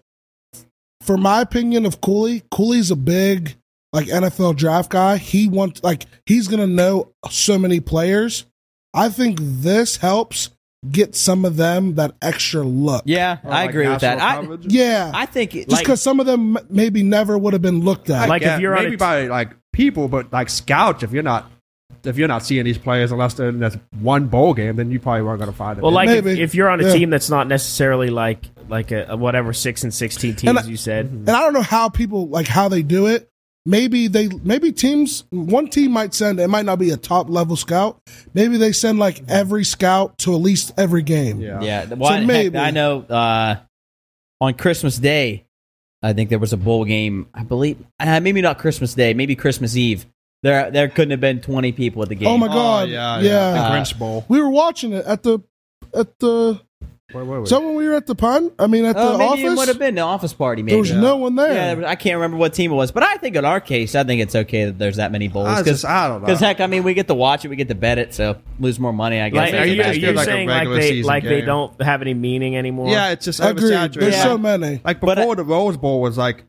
Speaker 5: for my opinion of Cooley, Cooley's a big like NFL draft guy. He wants like he's gonna know so many players. I think this helps get some of them that extra look.
Speaker 3: Yeah,
Speaker 9: or,
Speaker 3: I
Speaker 9: Oh, like,
Speaker 3: agree with that.
Speaker 9: national
Speaker 3: I,
Speaker 9: coverage.
Speaker 5: yeah.
Speaker 3: I think it,
Speaker 5: just
Speaker 3: like
Speaker 5: because some of them m- maybe never would have been looked at.
Speaker 1: Like, if
Speaker 9: Yeah,
Speaker 1: you're on
Speaker 9: maybe
Speaker 1: a t-
Speaker 9: by like people, but like scouts, if you're not. If you're not seeing these players unless they're in this one bowl game, then you probably weren't going to find them.
Speaker 1: Well, like if,
Speaker 5: Maybe.
Speaker 1: if you're on a
Speaker 5: Yeah.
Speaker 1: team that's not necessarily like like a, a whatever six and sixteen teams
Speaker 5: And I-
Speaker 1: you
Speaker 9: Mm-hmm.
Speaker 1: said.
Speaker 5: and I don't know how people like how they do it. Maybe they maybe teams one team might send it might not be a top level scout. Maybe they send like every scout to at least every game.
Speaker 9: yeah.
Speaker 3: Yeah, the- well, heck,
Speaker 5: maybe-
Speaker 3: I know uh, on Christmas Day, I think there was a bowl game. I believe uh, maybe not Christmas Day, maybe Christmas Eve. There, there couldn't have been twenty people at the game.
Speaker 5: Oh my god.
Speaker 9: yeah,
Speaker 5: yeah,
Speaker 9: yeah,
Speaker 3: Uh,
Speaker 9: the Grinch Bowl.
Speaker 5: we were watching it at the at the
Speaker 9: Where were we?
Speaker 5: so when we were at the pun. I mean at
Speaker 3: Uh,
Speaker 5: the
Speaker 3: maybe it would have
Speaker 5: office.
Speaker 3: been the office party. Maybe
Speaker 5: There was no one there.
Speaker 3: Yeah, there was- I can't remember what team it was, but I think in our case, I think it's okay that there's that many bowls
Speaker 9: I,
Speaker 3: because
Speaker 9: just, I don't know.
Speaker 3: because heck, I mean, we get to watch it, we get to bet it, so lose more money, I guess.
Speaker 1: Like,
Speaker 9: Yeah,
Speaker 1: are
Speaker 3: That's
Speaker 1: you,
Speaker 3: the
Speaker 1: are
Speaker 3: best
Speaker 1: you
Speaker 3: thing.
Speaker 9: like a
Speaker 1: saying like
Speaker 9: regular
Speaker 1: they
Speaker 9: season
Speaker 1: like they
Speaker 9: game.
Speaker 1: don't have any meaning anymore?
Speaker 9: yeah, it's just
Speaker 5: Agreed.
Speaker 9: oversaturated.
Speaker 5: There's
Speaker 3: Yeah.
Speaker 5: so many.
Speaker 9: Like
Speaker 3: But
Speaker 9: before
Speaker 3: I-
Speaker 9: the Rose Bowl was like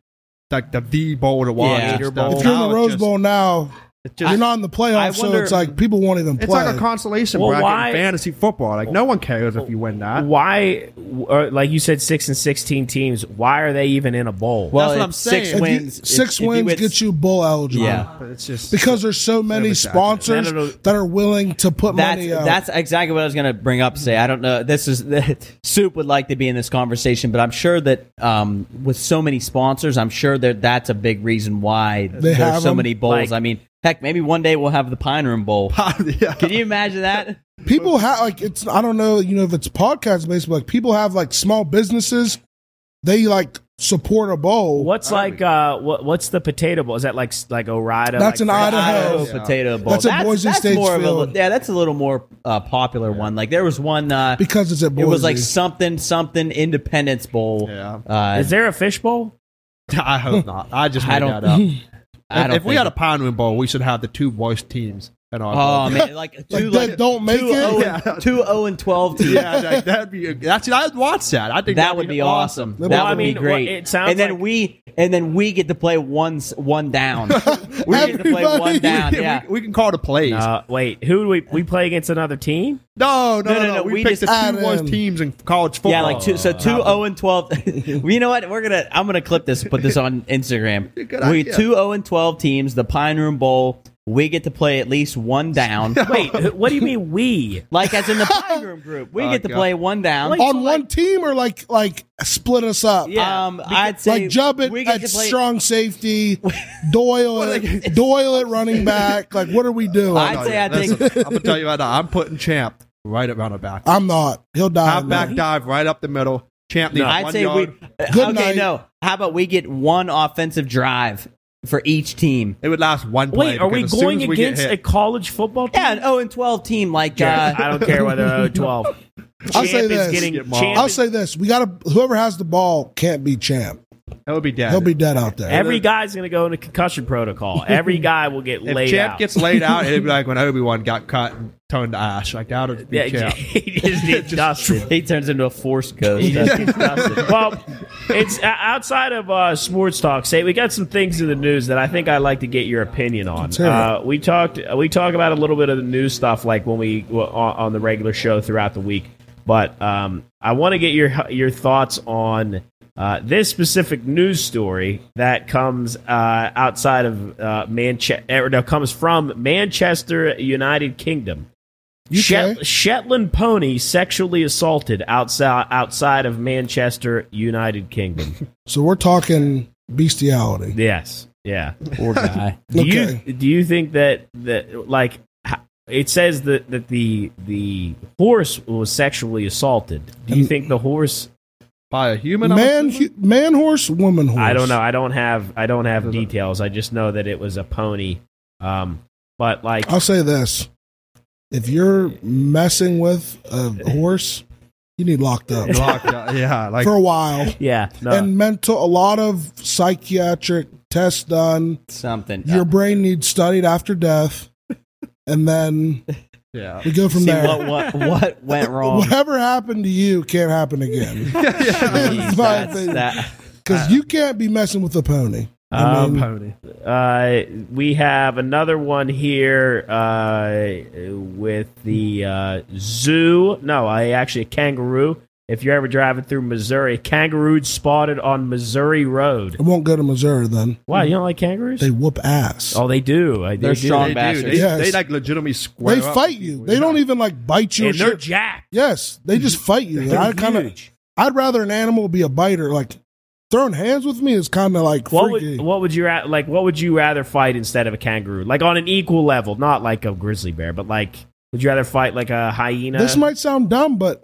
Speaker 9: like the the bowl to watch.
Speaker 3: Yeah.
Speaker 9: and
Speaker 3: Gator
Speaker 2: Oh,
Speaker 9: stuff.
Speaker 5: If you're in
Speaker 9: Now
Speaker 5: the
Speaker 9: it's
Speaker 5: Rose
Speaker 9: just-
Speaker 5: Bowl now,
Speaker 9: it's just-
Speaker 5: you're not in the
Speaker 3: I
Speaker 5: playoffs,
Speaker 3: wonder-
Speaker 5: so it's like people won't even play.
Speaker 9: it's like a consolation
Speaker 1: Well,
Speaker 9: bracket
Speaker 1: why-
Speaker 9: in fantasy football. Like no one cares if you win that.
Speaker 1: Why, or like you said, six and sixteen teams. Why are they even in a bowl?
Speaker 3: Well,
Speaker 9: That's what
Speaker 3: if
Speaker 9: I'm
Speaker 3: six
Speaker 9: saying.
Speaker 5: If you-
Speaker 3: wins. if-
Speaker 5: six
Speaker 3: if you
Speaker 5: wins
Speaker 3: win-
Speaker 5: gets you bowl eligible.
Speaker 3: Yeah.
Speaker 9: But it's just
Speaker 5: because there's so many
Speaker 9: Oversaturated.
Speaker 5: sponsors
Speaker 1: No, no, no.
Speaker 5: that are willing to put
Speaker 3: That's
Speaker 5: money out.
Speaker 3: that's exactly what I was going to bring up. Say I don't know. This is that Soup would like to be in this conversation, but I'm sure that um, with so many sponsors, I'm sure that that's a big reason why there's
Speaker 5: have
Speaker 3: so
Speaker 5: 'em.
Speaker 3: many bowls.
Speaker 1: Like-
Speaker 3: I mean, heck, maybe one day we'll have the Pine Room Bowl.
Speaker 9: yeah.
Speaker 3: Can you imagine that?
Speaker 5: people have like it's I don't know you know if it's podcast based, but like people have like small businesses they like support a bowl.
Speaker 1: What's like uh, what what's the potato bowl? Is that like like Orida? like
Speaker 5: That's an
Speaker 1: French-
Speaker 5: Idaho.
Speaker 3: Idaho Potato Bowl.
Speaker 5: That's a Boise State's
Speaker 3: more of a-
Speaker 5: field.
Speaker 3: yeah, that's a little more uh, popular one. Like there was one. Uh,
Speaker 5: Because it's at Boise.
Speaker 3: it was like something something Independence Bowl.
Speaker 9: Yeah.
Speaker 3: Uh,
Speaker 1: Is there a fish bowl?
Speaker 9: I hope not. I just made
Speaker 3: I don't-
Speaker 9: that up.
Speaker 3: I don't
Speaker 9: if we
Speaker 3: think
Speaker 9: had a Pinewin Bowl, we should have the two worst teams in our
Speaker 3: Oh
Speaker 9: bowl.
Speaker 3: man, like two
Speaker 5: Like, that
Speaker 3: like
Speaker 5: don't make
Speaker 3: two
Speaker 5: it?
Speaker 3: oh and-
Speaker 9: Yeah.
Speaker 3: two oh and twelve teams.
Speaker 9: yeah, like, that'd be that's I'd watch that. I think
Speaker 3: That would be awesome. That
Speaker 1: Well,
Speaker 3: would
Speaker 1: I mean,
Speaker 3: be great.
Speaker 1: well, it sounds
Speaker 3: and then
Speaker 1: like-
Speaker 3: we and then we get to play one s- one down. we get to play
Speaker 5: Everybody-
Speaker 3: one down. Yeah.
Speaker 9: We, we can call the plays.
Speaker 1: Uh, wait, who do we we play against another team?
Speaker 9: No, no, no, no. We, picked the two
Speaker 5: add
Speaker 9: worst
Speaker 5: in-
Speaker 9: teams in college football.
Speaker 3: Yeah, like two, so two zero and twelve. Well, you know what? We're gonna I'm gonna clip this, put this on Instagram.
Speaker 9: Good
Speaker 3: we
Speaker 9: idea.
Speaker 3: two zero and twelve teams, the Pine Room Bowl. We get to play at least one down,
Speaker 1: Wait, who- what do you mean we?
Speaker 3: like as in the Pine Room group. We
Speaker 9: Oh,
Speaker 3: get to
Speaker 9: God.
Speaker 3: play one down.
Speaker 5: on one team or like like split us up.
Speaker 3: um, I'd say
Speaker 5: Like Jubb at,
Speaker 3: we get
Speaker 5: at
Speaker 3: to play-
Speaker 5: strong safety, Doyle at, Doyle at running back. Like, what are we doing?
Speaker 3: I'd say I
Speaker 9: Listen,
Speaker 3: think
Speaker 9: I'm gonna tell you right now. I'm putting Champ right at running back.
Speaker 5: I'm not. He'll die.
Speaker 9: Half back
Speaker 5: man.
Speaker 9: dive right up the middle. Champ needs
Speaker 3: I'd
Speaker 9: one
Speaker 3: say
Speaker 9: yard.
Speaker 3: we. Uh,
Speaker 5: Good
Speaker 3: okay,
Speaker 5: night.
Speaker 3: no. How about we get one offensive drive for each team?
Speaker 9: it would last one play.
Speaker 1: Wait, are we
Speaker 9: because as soon
Speaker 1: going
Speaker 9: as we get
Speaker 1: against a
Speaker 9: hit-
Speaker 1: college football team?
Speaker 3: Yeah, an 0 and 12 team like
Speaker 1: I
Speaker 3: uh,
Speaker 1: don't care whether 0 12.
Speaker 5: I'll
Speaker 1: Champ
Speaker 5: say
Speaker 1: is
Speaker 5: this.
Speaker 1: getting-
Speaker 9: Get
Speaker 1: Champ
Speaker 9: mauled.
Speaker 5: I'll
Speaker 1: is-
Speaker 5: say this: we gotta. Whoever has the ball can't be champ.
Speaker 9: That would be dead.
Speaker 5: He'll be dead out there.
Speaker 1: Every guy's going to go into concussion protocol. Every guy will get
Speaker 9: if
Speaker 1: laid
Speaker 9: Champ
Speaker 1: out.
Speaker 9: gets laid out, it'd be like when Obi Wan got cut and turned to ash. Like that would be
Speaker 1: yeah,
Speaker 9: Champ.
Speaker 1: he just gets dusted.
Speaker 3: he turns into a force ghost.
Speaker 1: well, it's o- outside of uh, sports talk. Say we got some things in the news that I think I'd like to get your opinion on.
Speaker 5: hear it.
Speaker 1: Uh, we talked we talk about a little bit of the news stuff like when we well, on, on the regular show throughout the week, but um, I want to get your your thoughts on uh, this specific news story that comes uh, outside of uh, Manchester. No, comes from Manchester, United Kingdom. Shet- Shetland pony sexually assaulted outside outside of Manchester, United Kingdom.
Speaker 5: So we're talking bestiality.
Speaker 1: yes, Yeah.
Speaker 3: Poor guy.
Speaker 1: Do
Speaker 5: Okay.
Speaker 1: you do you think that that like h- it says that that the the horse was sexually assaulted? Do
Speaker 5: Um,
Speaker 1: you think the horse?
Speaker 9: By a human? I'm
Speaker 5: Man,
Speaker 9: assuming?
Speaker 5: hu- man horse, woman horse.
Speaker 1: I don't know. I don't have I don't have details. I just know that it was a pony. Um, but like
Speaker 5: I'll say this: if you're messing with a horse, you need locked up
Speaker 9: Locked up. Yeah, like
Speaker 5: for a while,
Speaker 1: yeah, no,
Speaker 5: and mental. A lot of psychiatric tests done.
Speaker 3: Something.
Speaker 5: Your brain needs studied after death, and then
Speaker 9: yeah.
Speaker 5: we go from
Speaker 3: See
Speaker 5: there.
Speaker 3: what, what what went wrong.
Speaker 5: Whatever happened to you can't happen again.
Speaker 3: Jeez,
Speaker 5: It's my
Speaker 3: that's-
Speaker 5: opinion.
Speaker 3: that-
Speaker 5: Because you can't be messing with a pony. I
Speaker 1: Um,
Speaker 5: mean,
Speaker 9: Pony.
Speaker 1: Uh, we have another one here uh, with the uh, zoo. No, I actually a kangaroo. If you're ever driving through Missouri, kangaroo spotted on Missouri Road.
Speaker 5: I won't go to Missouri then.
Speaker 1: Why you don't like kangaroos?
Speaker 5: They whoop ass.
Speaker 1: oh, they do. I-
Speaker 3: They're
Speaker 1: do.
Speaker 3: strong
Speaker 9: They do.
Speaker 3: bastards.
Speaker 9: They,
Speaker 5: Yes.
Speaker 9: they like legitimately square.
Speaker 5: they
Speaker 9: up
Speaker 5: fight
Speaker 9: with
Speaker 5: you.
Speaker 9: people,
Speaker 5: They
Speaker 9: yeah.
Speaker 5: don't even like bite you. or
Speaker 1: And they're
Speaker 5: shit.
Speaker 1: jacked.
Speaker 5: yes, they just fight you. And
Speaker 1: They're
Speaker 5: I kind of,
Speaker 1: huge.
Speaker 5: I'd rather an animal be a biter. Like throwing hands with me is kind of like
Speaker 1: What
Speaker 5: freaky.
Speaker 1: would what would you ra- like? What would you rather fight instead of a kangaroo? Like on an equal level, not like a grizzly bear, but like would you rather fight like a hyena?
Speaker 5: this might sound dumb, but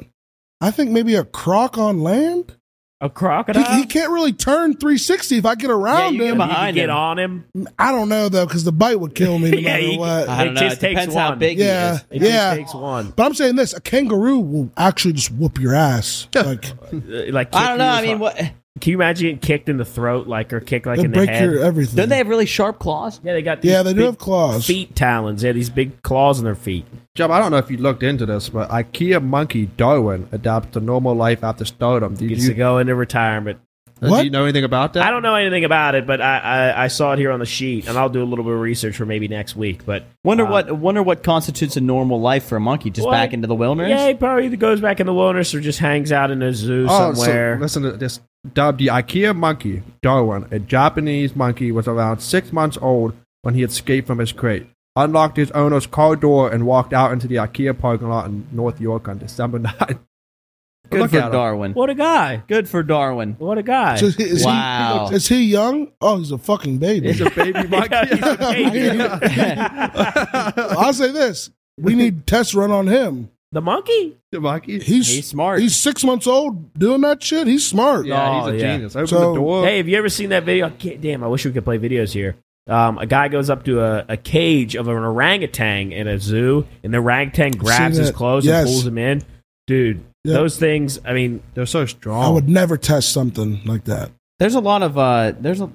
Speaker 5: I think maybe a croc on land.
Speaker 1: a
Speaker 5: He,
Speaker 1: crocodile.
Speaker 5: he can't really turn 360 if I get
Speaker 3: Yeah,
Speaker 5: around
Speaker 3: you get
Speaker 5: him.
Speaker 1: You could
Speaker 3: behind
Speaker 1: get
Speaker 3: him.
Speaker 1: on him.
Speaker 5: I don't know though, because the bite would kill me no
Speaker 1: Yeah,
Speaker 5: matter
Speaker 1: you-
Speaker 5: what.
Speaker 3: I don't
Speaker 1: It
Speaker 3: know.
Speaker 1: just
Speaker 3: it depends
Speaker 1: takes
Speaker 3: how
Speaker 1: one.
Speaker 3: big
Speaker 5: Yeah.
Speaker 3: he
Speaker 1: It
Speaker 3: is.
Speaker 5: Yeah.
Speaker 1: just takes one.
Speaker 5: but I'm saying this: a kangaroo will actually just whoop your ass. Like
Speaker 1: Uh, like kick
Speaker 3: I don't
Speaker 1: you
Speaker 3: know. I
Speaker 1: in the
Speaker 3: mean,
Speaker 1: fu-
Speaker 3: what?
Speaker 1: can you imagine getting kicked in the throat, like or kicked like
Speaker 5: they'll
Speaker 1: in the
Speaker 5: break
Speaker 1: head?
Speaker 5: your everything.
Speaker 3: Don't they have really sharp claws?
Speaker 1: yeah, they got these
Speaker 5: yeah, they do
Speaker 1: big
Speaker 5: have claws.
Speaker 1: feet talons. Yeah, these big claws on their feet.
Speaker 9: Jeb, I don't know if you looked into this, but IKEA monkey Darwin adapts to normal life after stardom. Did
Speaker 1: Gets
Speaker 9: you,
Speaker 1: to go into retirement.
Speaker 9: uh, do you know anything about that?
Speaker 1: I don't know anything about it, but I, I I saw it here on the sheet, and I'll do a little bit of research for maybe next week. But
Speaker 3: Wonder
Speaker 1: Uh,
Speaker 3: what wonder what constitutes a normal life for a monkey? Just
Speaker 1: Well,
Speaker 3: back into the wilderness?
Speaker 1: yeah, he probably either goes back in the wilderness or just hangs out in a zoo
Speaker 9: Oh, so
Speaker 1: somewhere.
Speaker 9: listen to this. Dubbed the IKEA monkey Darwin, a Japanese monkey, was around six months old when he escaped from his crate, unlocked his owner's car door, and walked out into the IKEA parking lot in North York on December 9th.
Speaker 3: Good
Speaker 9: Look
Speaker 3: for
Speaker 9: at him.
Speaker 3: Darwin.
Speaker 1: what a guy!
Speaker 3: Good for Darwin.
Speaker 1: What a guy!
Speaker 5: So is he- is
Speaker 3: Wow.
Speaker 5: He, is he young? Oh, he's a fucking
Speaker 9: He's
Speaker 5: baby.
Speaker 9: a baby monkey.
Speaker 5: I'll say this: we need tests run on him.
Speaker 1: the monkey?
Speaker 9: the monkey?
Speaker 5: He's
Speaker 3: He's
Speaker 5: he's,
Speaker 3: smart.
Speaker 5: six months old doing that shit. He's smart.
Speaker 9: yeah, he's
Speaker 1: Oh,
Speaker 9: a
Speaker 1: yeah.
Speaker 9: genius. Open
Speaker 5: So-
Speaker 9: the door.
Speaker 1: Hey, have you ever seen that video? I can't- damn, I wish we could play videos here. Um, a guy goes up to a, a cage of an orangutan in a zoo, and the orangutan grabs
Speaker 5: seen
Speaker 1: his
Speaker 5: that.
Speaker 1: clothes
Speaker 5: Yes.
Speaker 1: and pulls him in. Dude,
Speaker 5: Yeah.
Speaker 1: those things, I mean,
Speaker 9: They're so
Speaker 5: I
Speaker 9: strong.
Speaker 5: would never test something like that.
Speaker 3: there's a lot of uh there's a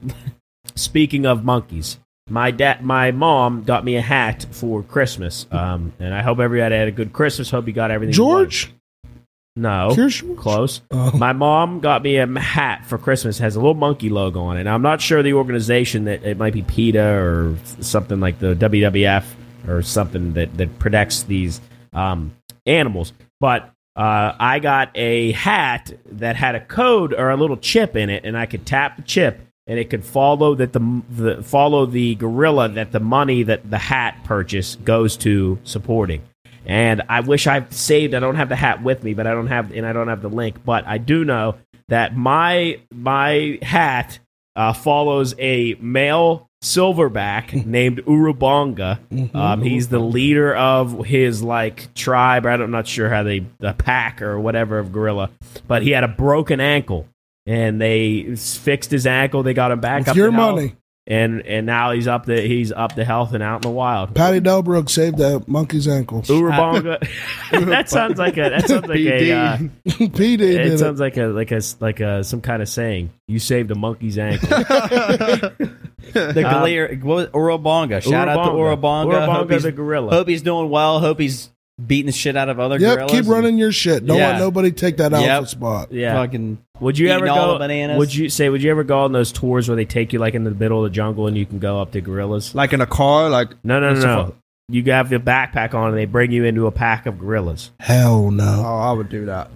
Speaker 1: speaking of monkeys, my dad, my mom got me a hat for Christmas. Um, and I hope everybody had a good Christmas. Hope you got everything. you
Speaker 5: George,
Speaker 1: wanted. No.
Speaker 5: here's George.
Speaker 1: Close.
Speaker 5: Oh.
Speaker 1: My mom got me a m- hat for Christmas. It Has a little monkey logo on it. And I'm not sure the organization that it might be PETA or something like the WWF or something that that protects these um, animals. But uh, I got a hat that had a code or a little chip in it, and I could tap the chip, and it could follow that the, m- the follow the gorilla that the money that the hat purchase goes to supporting. And I wish I saved. I don't have the hat with me, but I don't have, and I don't have the link. But I do know that my my hat uh, follows a male silverback named Urubonga.
Speaker 5: Mm-hmm.
Speaker 1: Um, he's the leader of his like tribe. I don't, am not sure how they the pack or whatever of gorilla, but he had a broken ankle, and they s- fixed his ankle. They got him back
Speaker 5: With
Speaker 1: up
Speaker 5: your
Speaker 1: to health,
Speaker 5: money,
Speaker 1: and and now he's up the he's up to health and out in the wild.
Speaker 5: Patty Delbrook saved that monkey's ankle.
Speaker 1: Urubonga. Uh, that sounds like a that sounds like a uh,
Speaker 5: PD did
Speaker 1: it
Speaker 5: it.
Speaker 1: sounds like a like a s- like a some kind of saying. You saved a monkey's ankle.
Speaker 3: the
Speaker 1: Um,
Speaker 3: Galir what was Orobonga. Shout out to Orobonga. Hope
Speaker 1: Urubonga
Speaker 3: he's,
Speaker 1: the gorilla.
Speaker 3: hope he's doing well. Hope he's beating the shit out of other
Speaker 5: Yep,
Speaker 3: gorillas.
Speaker 5: keep running your shit. Don't
Speaker 3: Yeah.
Speaker 5: let nobody take that alpha
Speaker 3: Yep.
Speaker 5: spot.
Speaker 3: And
Speaker 1: yeah.
Speaker 3: Fucking
Speaker 1: Would you
Speaker 3: eating
Speaker 1: ever
Speaker 3: all
Speaker 1: go?
Speaker 3: the bananas.
Speaker 1: Would you say? Would you ever go on those tours where they take you like in the middle of the jungle and you can go up to gorillas?
Speaker 9: like in a car, like
Speaker 1: No, no, no,
Speaker 9: That's a
Speaker 1: no.
Speaker 9: fu-
Speaker 1: You have your backpack on and they bring you into a pack of gorillas
Speaker 5: Hell
Speaker 9: oh,
Speaker 5: no.
Speaker 9: I would do that.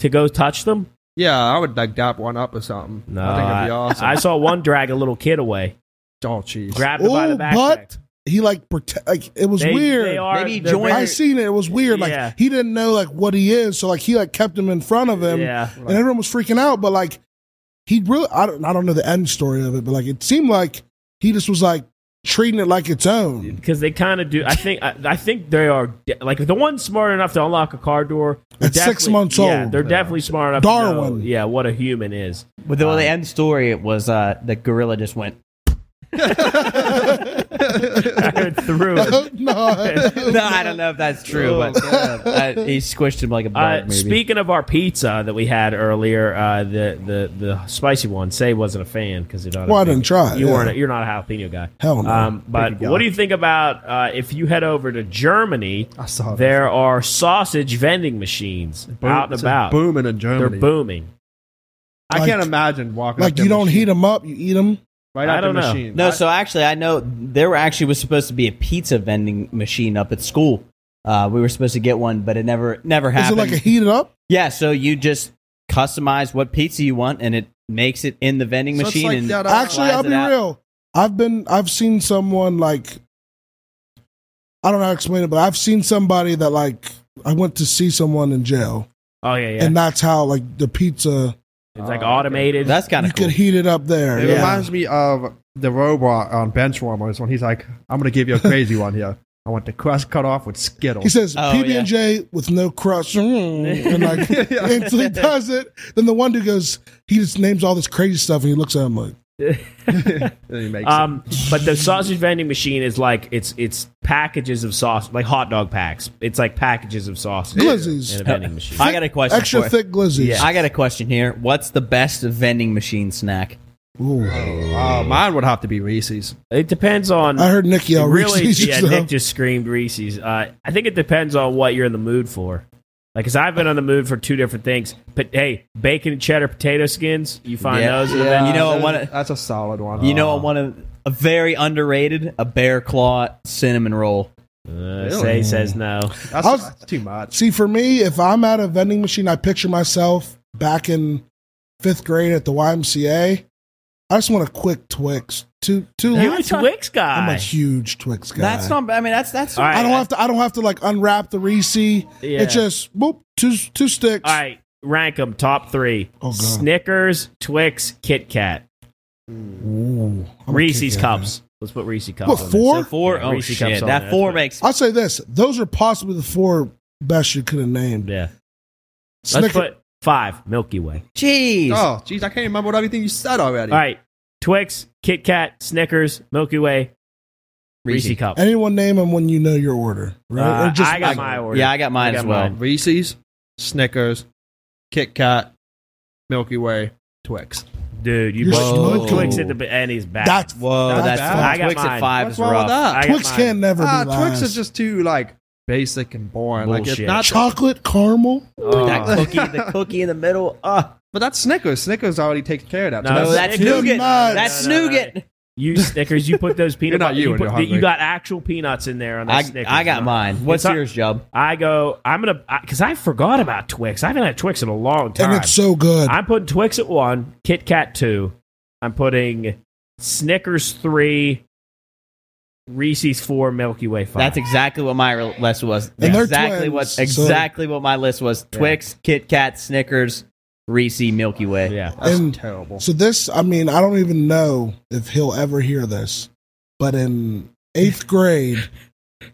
Speaker 1: to go touch them.
Speaker 9: Yeah, I would like dap one up or something.
Speaker 1: No,
Speaker 9: I think it'd
Speaker 1: I-
Speaker 9: be awesome.
Speaker 1: I saw one drag a little kid away,
Speaker 9: oh, jeez.
Speaker 1: grabbed him by the
Speaker 5: Ooh,
Speaker 1: backpack.
Speaker 5: but He like protect. Like it was
Speaker 1: They-
Speaker 5: weird.
Speaker 1: They are,
Speaker 3: Maybe he
Speaker 1: they're
Speaker 3: joined-
Speaker 5: I
Speaker 1: very-
Speaker 5: seen it. It was weird. Like
Speaker 1: Yeah.
Speaker 5: he didn't know like what he is, so like he like kept him in front of him,
Speaker 1: Yeah.
Speaker 5: and everyone was freaking out. But like he really, I don't, I don't know the end story of it, but like it seemed like He just was like treating it like its own.
Speaker 1: because they kind of do. I think I, I think they are de- like the one's smart enough to unlock a car door. they're
Speaker 5: It's six
Speaker 1: definitely-
Speaker 5: months
Speaker 1: yeah,
Speaker 5: old.
Speaker 1: They're definitely smart enough. To
Speaker 5: Darwin.
Speaker 1: know, yeah, what a human is.
Speaker 3: But the, well, the
Speaker 1: uh,
Speaker 3: end story was uh, the gorilla just went.
Speaker 1: through it.
Speaker 5: no,
Speaker 3: No, I don't know if that's true, but uh, he squished him like a
Speaker 1: Oh. Uh,
Speaker 3: bug. maybe.
Speaker 1: speaking of our pizza that we had earlier, uh, the, the the spicy one, say wasn't a fan because it.
Speaker 5: Well, I didn't try it,
Speaker 1: You
Speaker 5: yeah.
Speaker 1: weren't. a- You're not a jalapeno guy.
Speaker 5: Hell no.
Speaker 1: Um, but what do you think about uh, if you head over to Germany?
Speaker 9: I saw that.
Speaker 1: There are sausage vending machines
Speaker 9: Oh, Boom-
Speaker 1: out and
Speaker 9: it's
Speaker 1: about.
Speaker 9: booming in
Speaker 1: They're
Speaker 9: Germany.
Speaker 1: booming.
Speaker 9: I
Speaker 5: Like-
Speaker 9: can't imagine walking up
Speaker 5: like
Speaker 9: to
Speaker 5: you
Speaker 9: a
Speaker 5: don't
Speaker 9: machine,
Speaker 5: heat them up, you eat them.
Speaker 9: right
Speaker 1: I
Speaker 9: out the
Speaker 1: don't know.
Speaker 9: machine.
Speaker 3: No,
Speaker 9: I-
Speaker 3: so actually, I know there were actually was supposed to be a pizza vending machine up at school. Uh, we were supposed to get one, but it never never
Speaker 5: Is it
Speaker 3: happened.
Speaker 5: like a heated up?
Speaker 3: yeah, so you just customize what pizza you want, and it makes it in the vending
Speaker 9: So it's
Speaker 3: machine.
Speaker 9: like
Speaker 3: and
Speaker 9: that, uh,
Speaker 5: Actually,
Speaker 3: slides
Speaker 5: I'll
Speaker 3: it
Speaker 5: be
Speaker 3: out.
Speaker 5: real. I've been I've seen someone like I don't know how to explain it, but I've seen somebody that like I went to see someone in jail,
Speaker 1: Oh yeah, yeah.
Speaker 5: and that's how like the pizza
Speaker 9: Oh,
Speaker 1: it's like automated.
Speaker 3: That's kind
Speaker 5: you
Speaker 3: of cool.
Speaker 5: could heat it up there.
Speaker 9: It
Speaker 5: yeah.
Speaker 9: reminds me of the robot on Benchwarmers when he's like, "I'm gonna give you a crazy one here. I want the crust cut off with
Speaker 5: He
Speaker 9: Skittles."
Speaker 5: says
Speaker 3: Oh,
Speaker 5: PB and J with no crust, mm, and like until he does it, then the one dude goes. He just names all this crazy stuff, and he looks at him like,
Speaker 9: And he makes
Speaker 1: Um, but the sausage vending machine is like it's it's packages of sauce, like hot dog packs. It's like packages of sausage
Speaker 5: Glizzies.
Speaker 1: in a vending machine.
Speaker 3: I got a question.
Speaker 5: extra
Speaker 3: for you.
Speaker 5: thick glizzies.
Speaker 3: I got a question here. What's the best vending machine snack?
Speaker 5: Ooh.
Speaker 9: it. Uh, mine would have to be Reese's.
Speaker 1: It depends on.
Speaker 5: I heard Nick yell
Speaker 1: really,
Speaker 5: Reese's
Speaker 1: yeah.
Speaker 5: stuff.
Speaker 1: Nick just screamed Reese's. Uh, I think it depends on what you're in the mood for. Like, cause I've been on the mood for two different things. But hey, bacon and cheddar potato skins. You find
Speaker 3: Yeah.
Speaker 1: those? in the
Speaker 3: Yeah.
Speaker 1: vending-
Speaker 3: You know,
Speaker 9: Uh,
Speaker 3: one-
Speaker 9: that's a solid one. Uh,
Speaker 3: You know, one of a very underrated, a bear claw cinnamon roll.
Speaker 1: Uh, Say says no.
Speaker 9: that's,
Speaker 5: I was-
Speaker 9: that's too much.
Speaker 5: See, for me, if I'm at a vending machine, I picture myself back in fifth grade at the YMCA. I just want a quick Twix. Two, two.
Speaker 1: You're a Twix
Speaker 5: I'm a
Speaker 1: guy.
Speaker 5: huge Twix guy.
Speaker 3: That's not. I mean, that's that's.
Speaker 1: All right.
Speaker 5: I don't have to. I don't have to like unwrap the Reese.
Speaker 1: Yeah.
Speaker 5: It's just boop two two sticks.
Speaker 1: All right, rank them top three:
Speaker 5: Oh, God.
Speaker 1: Snickers, Twix, Kit Kat.
Speaker 5: Ooh, I'm a
Speaker 1: Reese's
Speaker 5: Kit Kat
Speaker 1: cups. Let's put Reese's cups.
Speaker 5: What,
Speaker 1: on there.
Speaker 5: four?
Speaker 3: So four.
Speaker 1: Yeah,
Speaker 3: oh
Speaker 1: Reese's cups
Speaker 3: shit!
Speaker 1: on
Speaker 3: That
Speaker 1: there.
Speaker 3: four makes.
Speaker 5: guy. I'll say this: those are possibly the four best you could have named.
Speaker 1: Yeah. Let's
Speaker 5: Snicker-
Speaker 1: put five Milky Way.
Speaker 3: Jeez.
Speaker 9: Oh, jeez, I can't remember what everything you said already.
Speaker 1: All right. Twix, Kit Kat, Snickers, Milky Way,
Speaker 3: Reese.
Speaker 1: Reese cup.
Speaker 5: anyone name them when you know your order, right?
Speaker 1: Uh,
Speaker 5: Or just
Speaker 1: I got
Speaker 5: like-
Speaker 1: my order.
Speaker 3: Yeah, I got mine
Speaker 1: I got
Speaker 3: as well.
Speaker 1: mine.
Speaker 9: Reese's, Snickers, Kit Kat, Milky Way, Twix.
Speaker 1: dude, you
Speaker 5: You're
Speaker 1: put
Speaker 5: smoking.
Speaker 1: Twix at the and he's back.
Speaker 5: that's
Speaker 3: Whoa,
Speaker 9: Not
Speaker 3: that's
Speaker 9: bad.
Speaker 3: tough.
Speaker 1: I got
Speaker 3: Twix
Speaker 1: mine.
Speaker 3: at five
Speaker 9: What's
Speaker 3: is
Speaker 9: wrong
Speaker 3: rough.
Speaker 9: with that?
Speaker 1: I got
Speaker 5: Twix
Speaker 1: mine.
Speaker 5: can never be
Speaker 9: Ah, Twix
Speaker 5: last.
Speaker 9: is just too like basic and boring. Like
Speaker 1: Bullshit.
Speaker 9: it's not,
Speaker 5: chocolate caramel.
Speaker 1: Oh.
Speaker 3: That cookie, the cookie in the middle. Uh,
Speaker 9: but that's Snickers. Snickers already takes care of that.
Speaker 1: No,
Speaker 9: So
Speaker 3: no,
Speaker 9: that's-
Speaker 3: that's
Speaker 1: Snickers.
Speaker 3: nougat.
Speaker 5: Nuts.
Speaker 3: That's
Speaker 1: No, no, no,
Speaker 3: nougat.
Speaker 1: You Snickers, you put those peanut.
Speaker 9: You're not
Speaker 1: butter-
Speaker 9: you when
Speaker 1: put-
Speaker 9: you're hungry.
Speaker 1: you got actual peanuts in there on that
Speaker 3: I,
Speaker 1: Snickers.
Speaker 3: I got
Speaker 1: No.
Speaker 3: mine. What's
Speaker 1: It's not-
Speaker 3: yours, Jub?
Speaker 1: I go. I'm gonna because I forgot about Twix. I haven't had Twix in a long time.
Speaker 5: And it's so good.
Speaker 1: I'm putting Twix at one, Kit Kat two. I'm putting Snickers three, Reese's four, Milky Way five.
Speaker 3: That's exactly what my re- list was.
Speaker 5: And they're
Speaker 3: exactly
Speaker 5: twins,
Speaker 3: what
Speaker 5: so-
Speaker 3: exactly what my list was. Twix, Kit Kat, Snickers, Reese, Milky Way.
Speaker 1: yeah.
Speaker 9: that's
Speaker 5: And-
Speaker 9: terrible.
Speaker 5: So this, I mean, I don't even know if he'll ever hear this, but in eighth grade,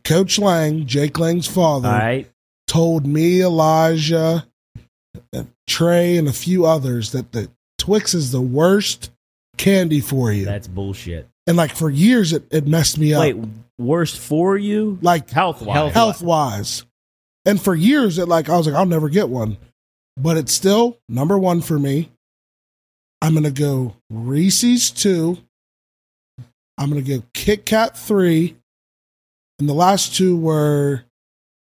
Speaker 5: Coach Lang, Jake Lang's father,
Speaker 1: All right.
Speaker 5: told me, Elijah, uh, Trey, and a few others that the Twix is the worst candy for you.
Speaker 1: That's bullshit.
Speaker 5: and like for years, it, it messed me
Speaker 1: Wait,
Speaker 5: up,
Speaker 1: worst for you?
Speaker 5: like
Speaker 1: Health wise.
Speaker 3: Health-
Speaker 5: health wise. And for years, it like I was like, I'll never get one, but it's still number one for me. I'm gonna go Reese's two. I'm gonna go Kit Kat three, and the last two were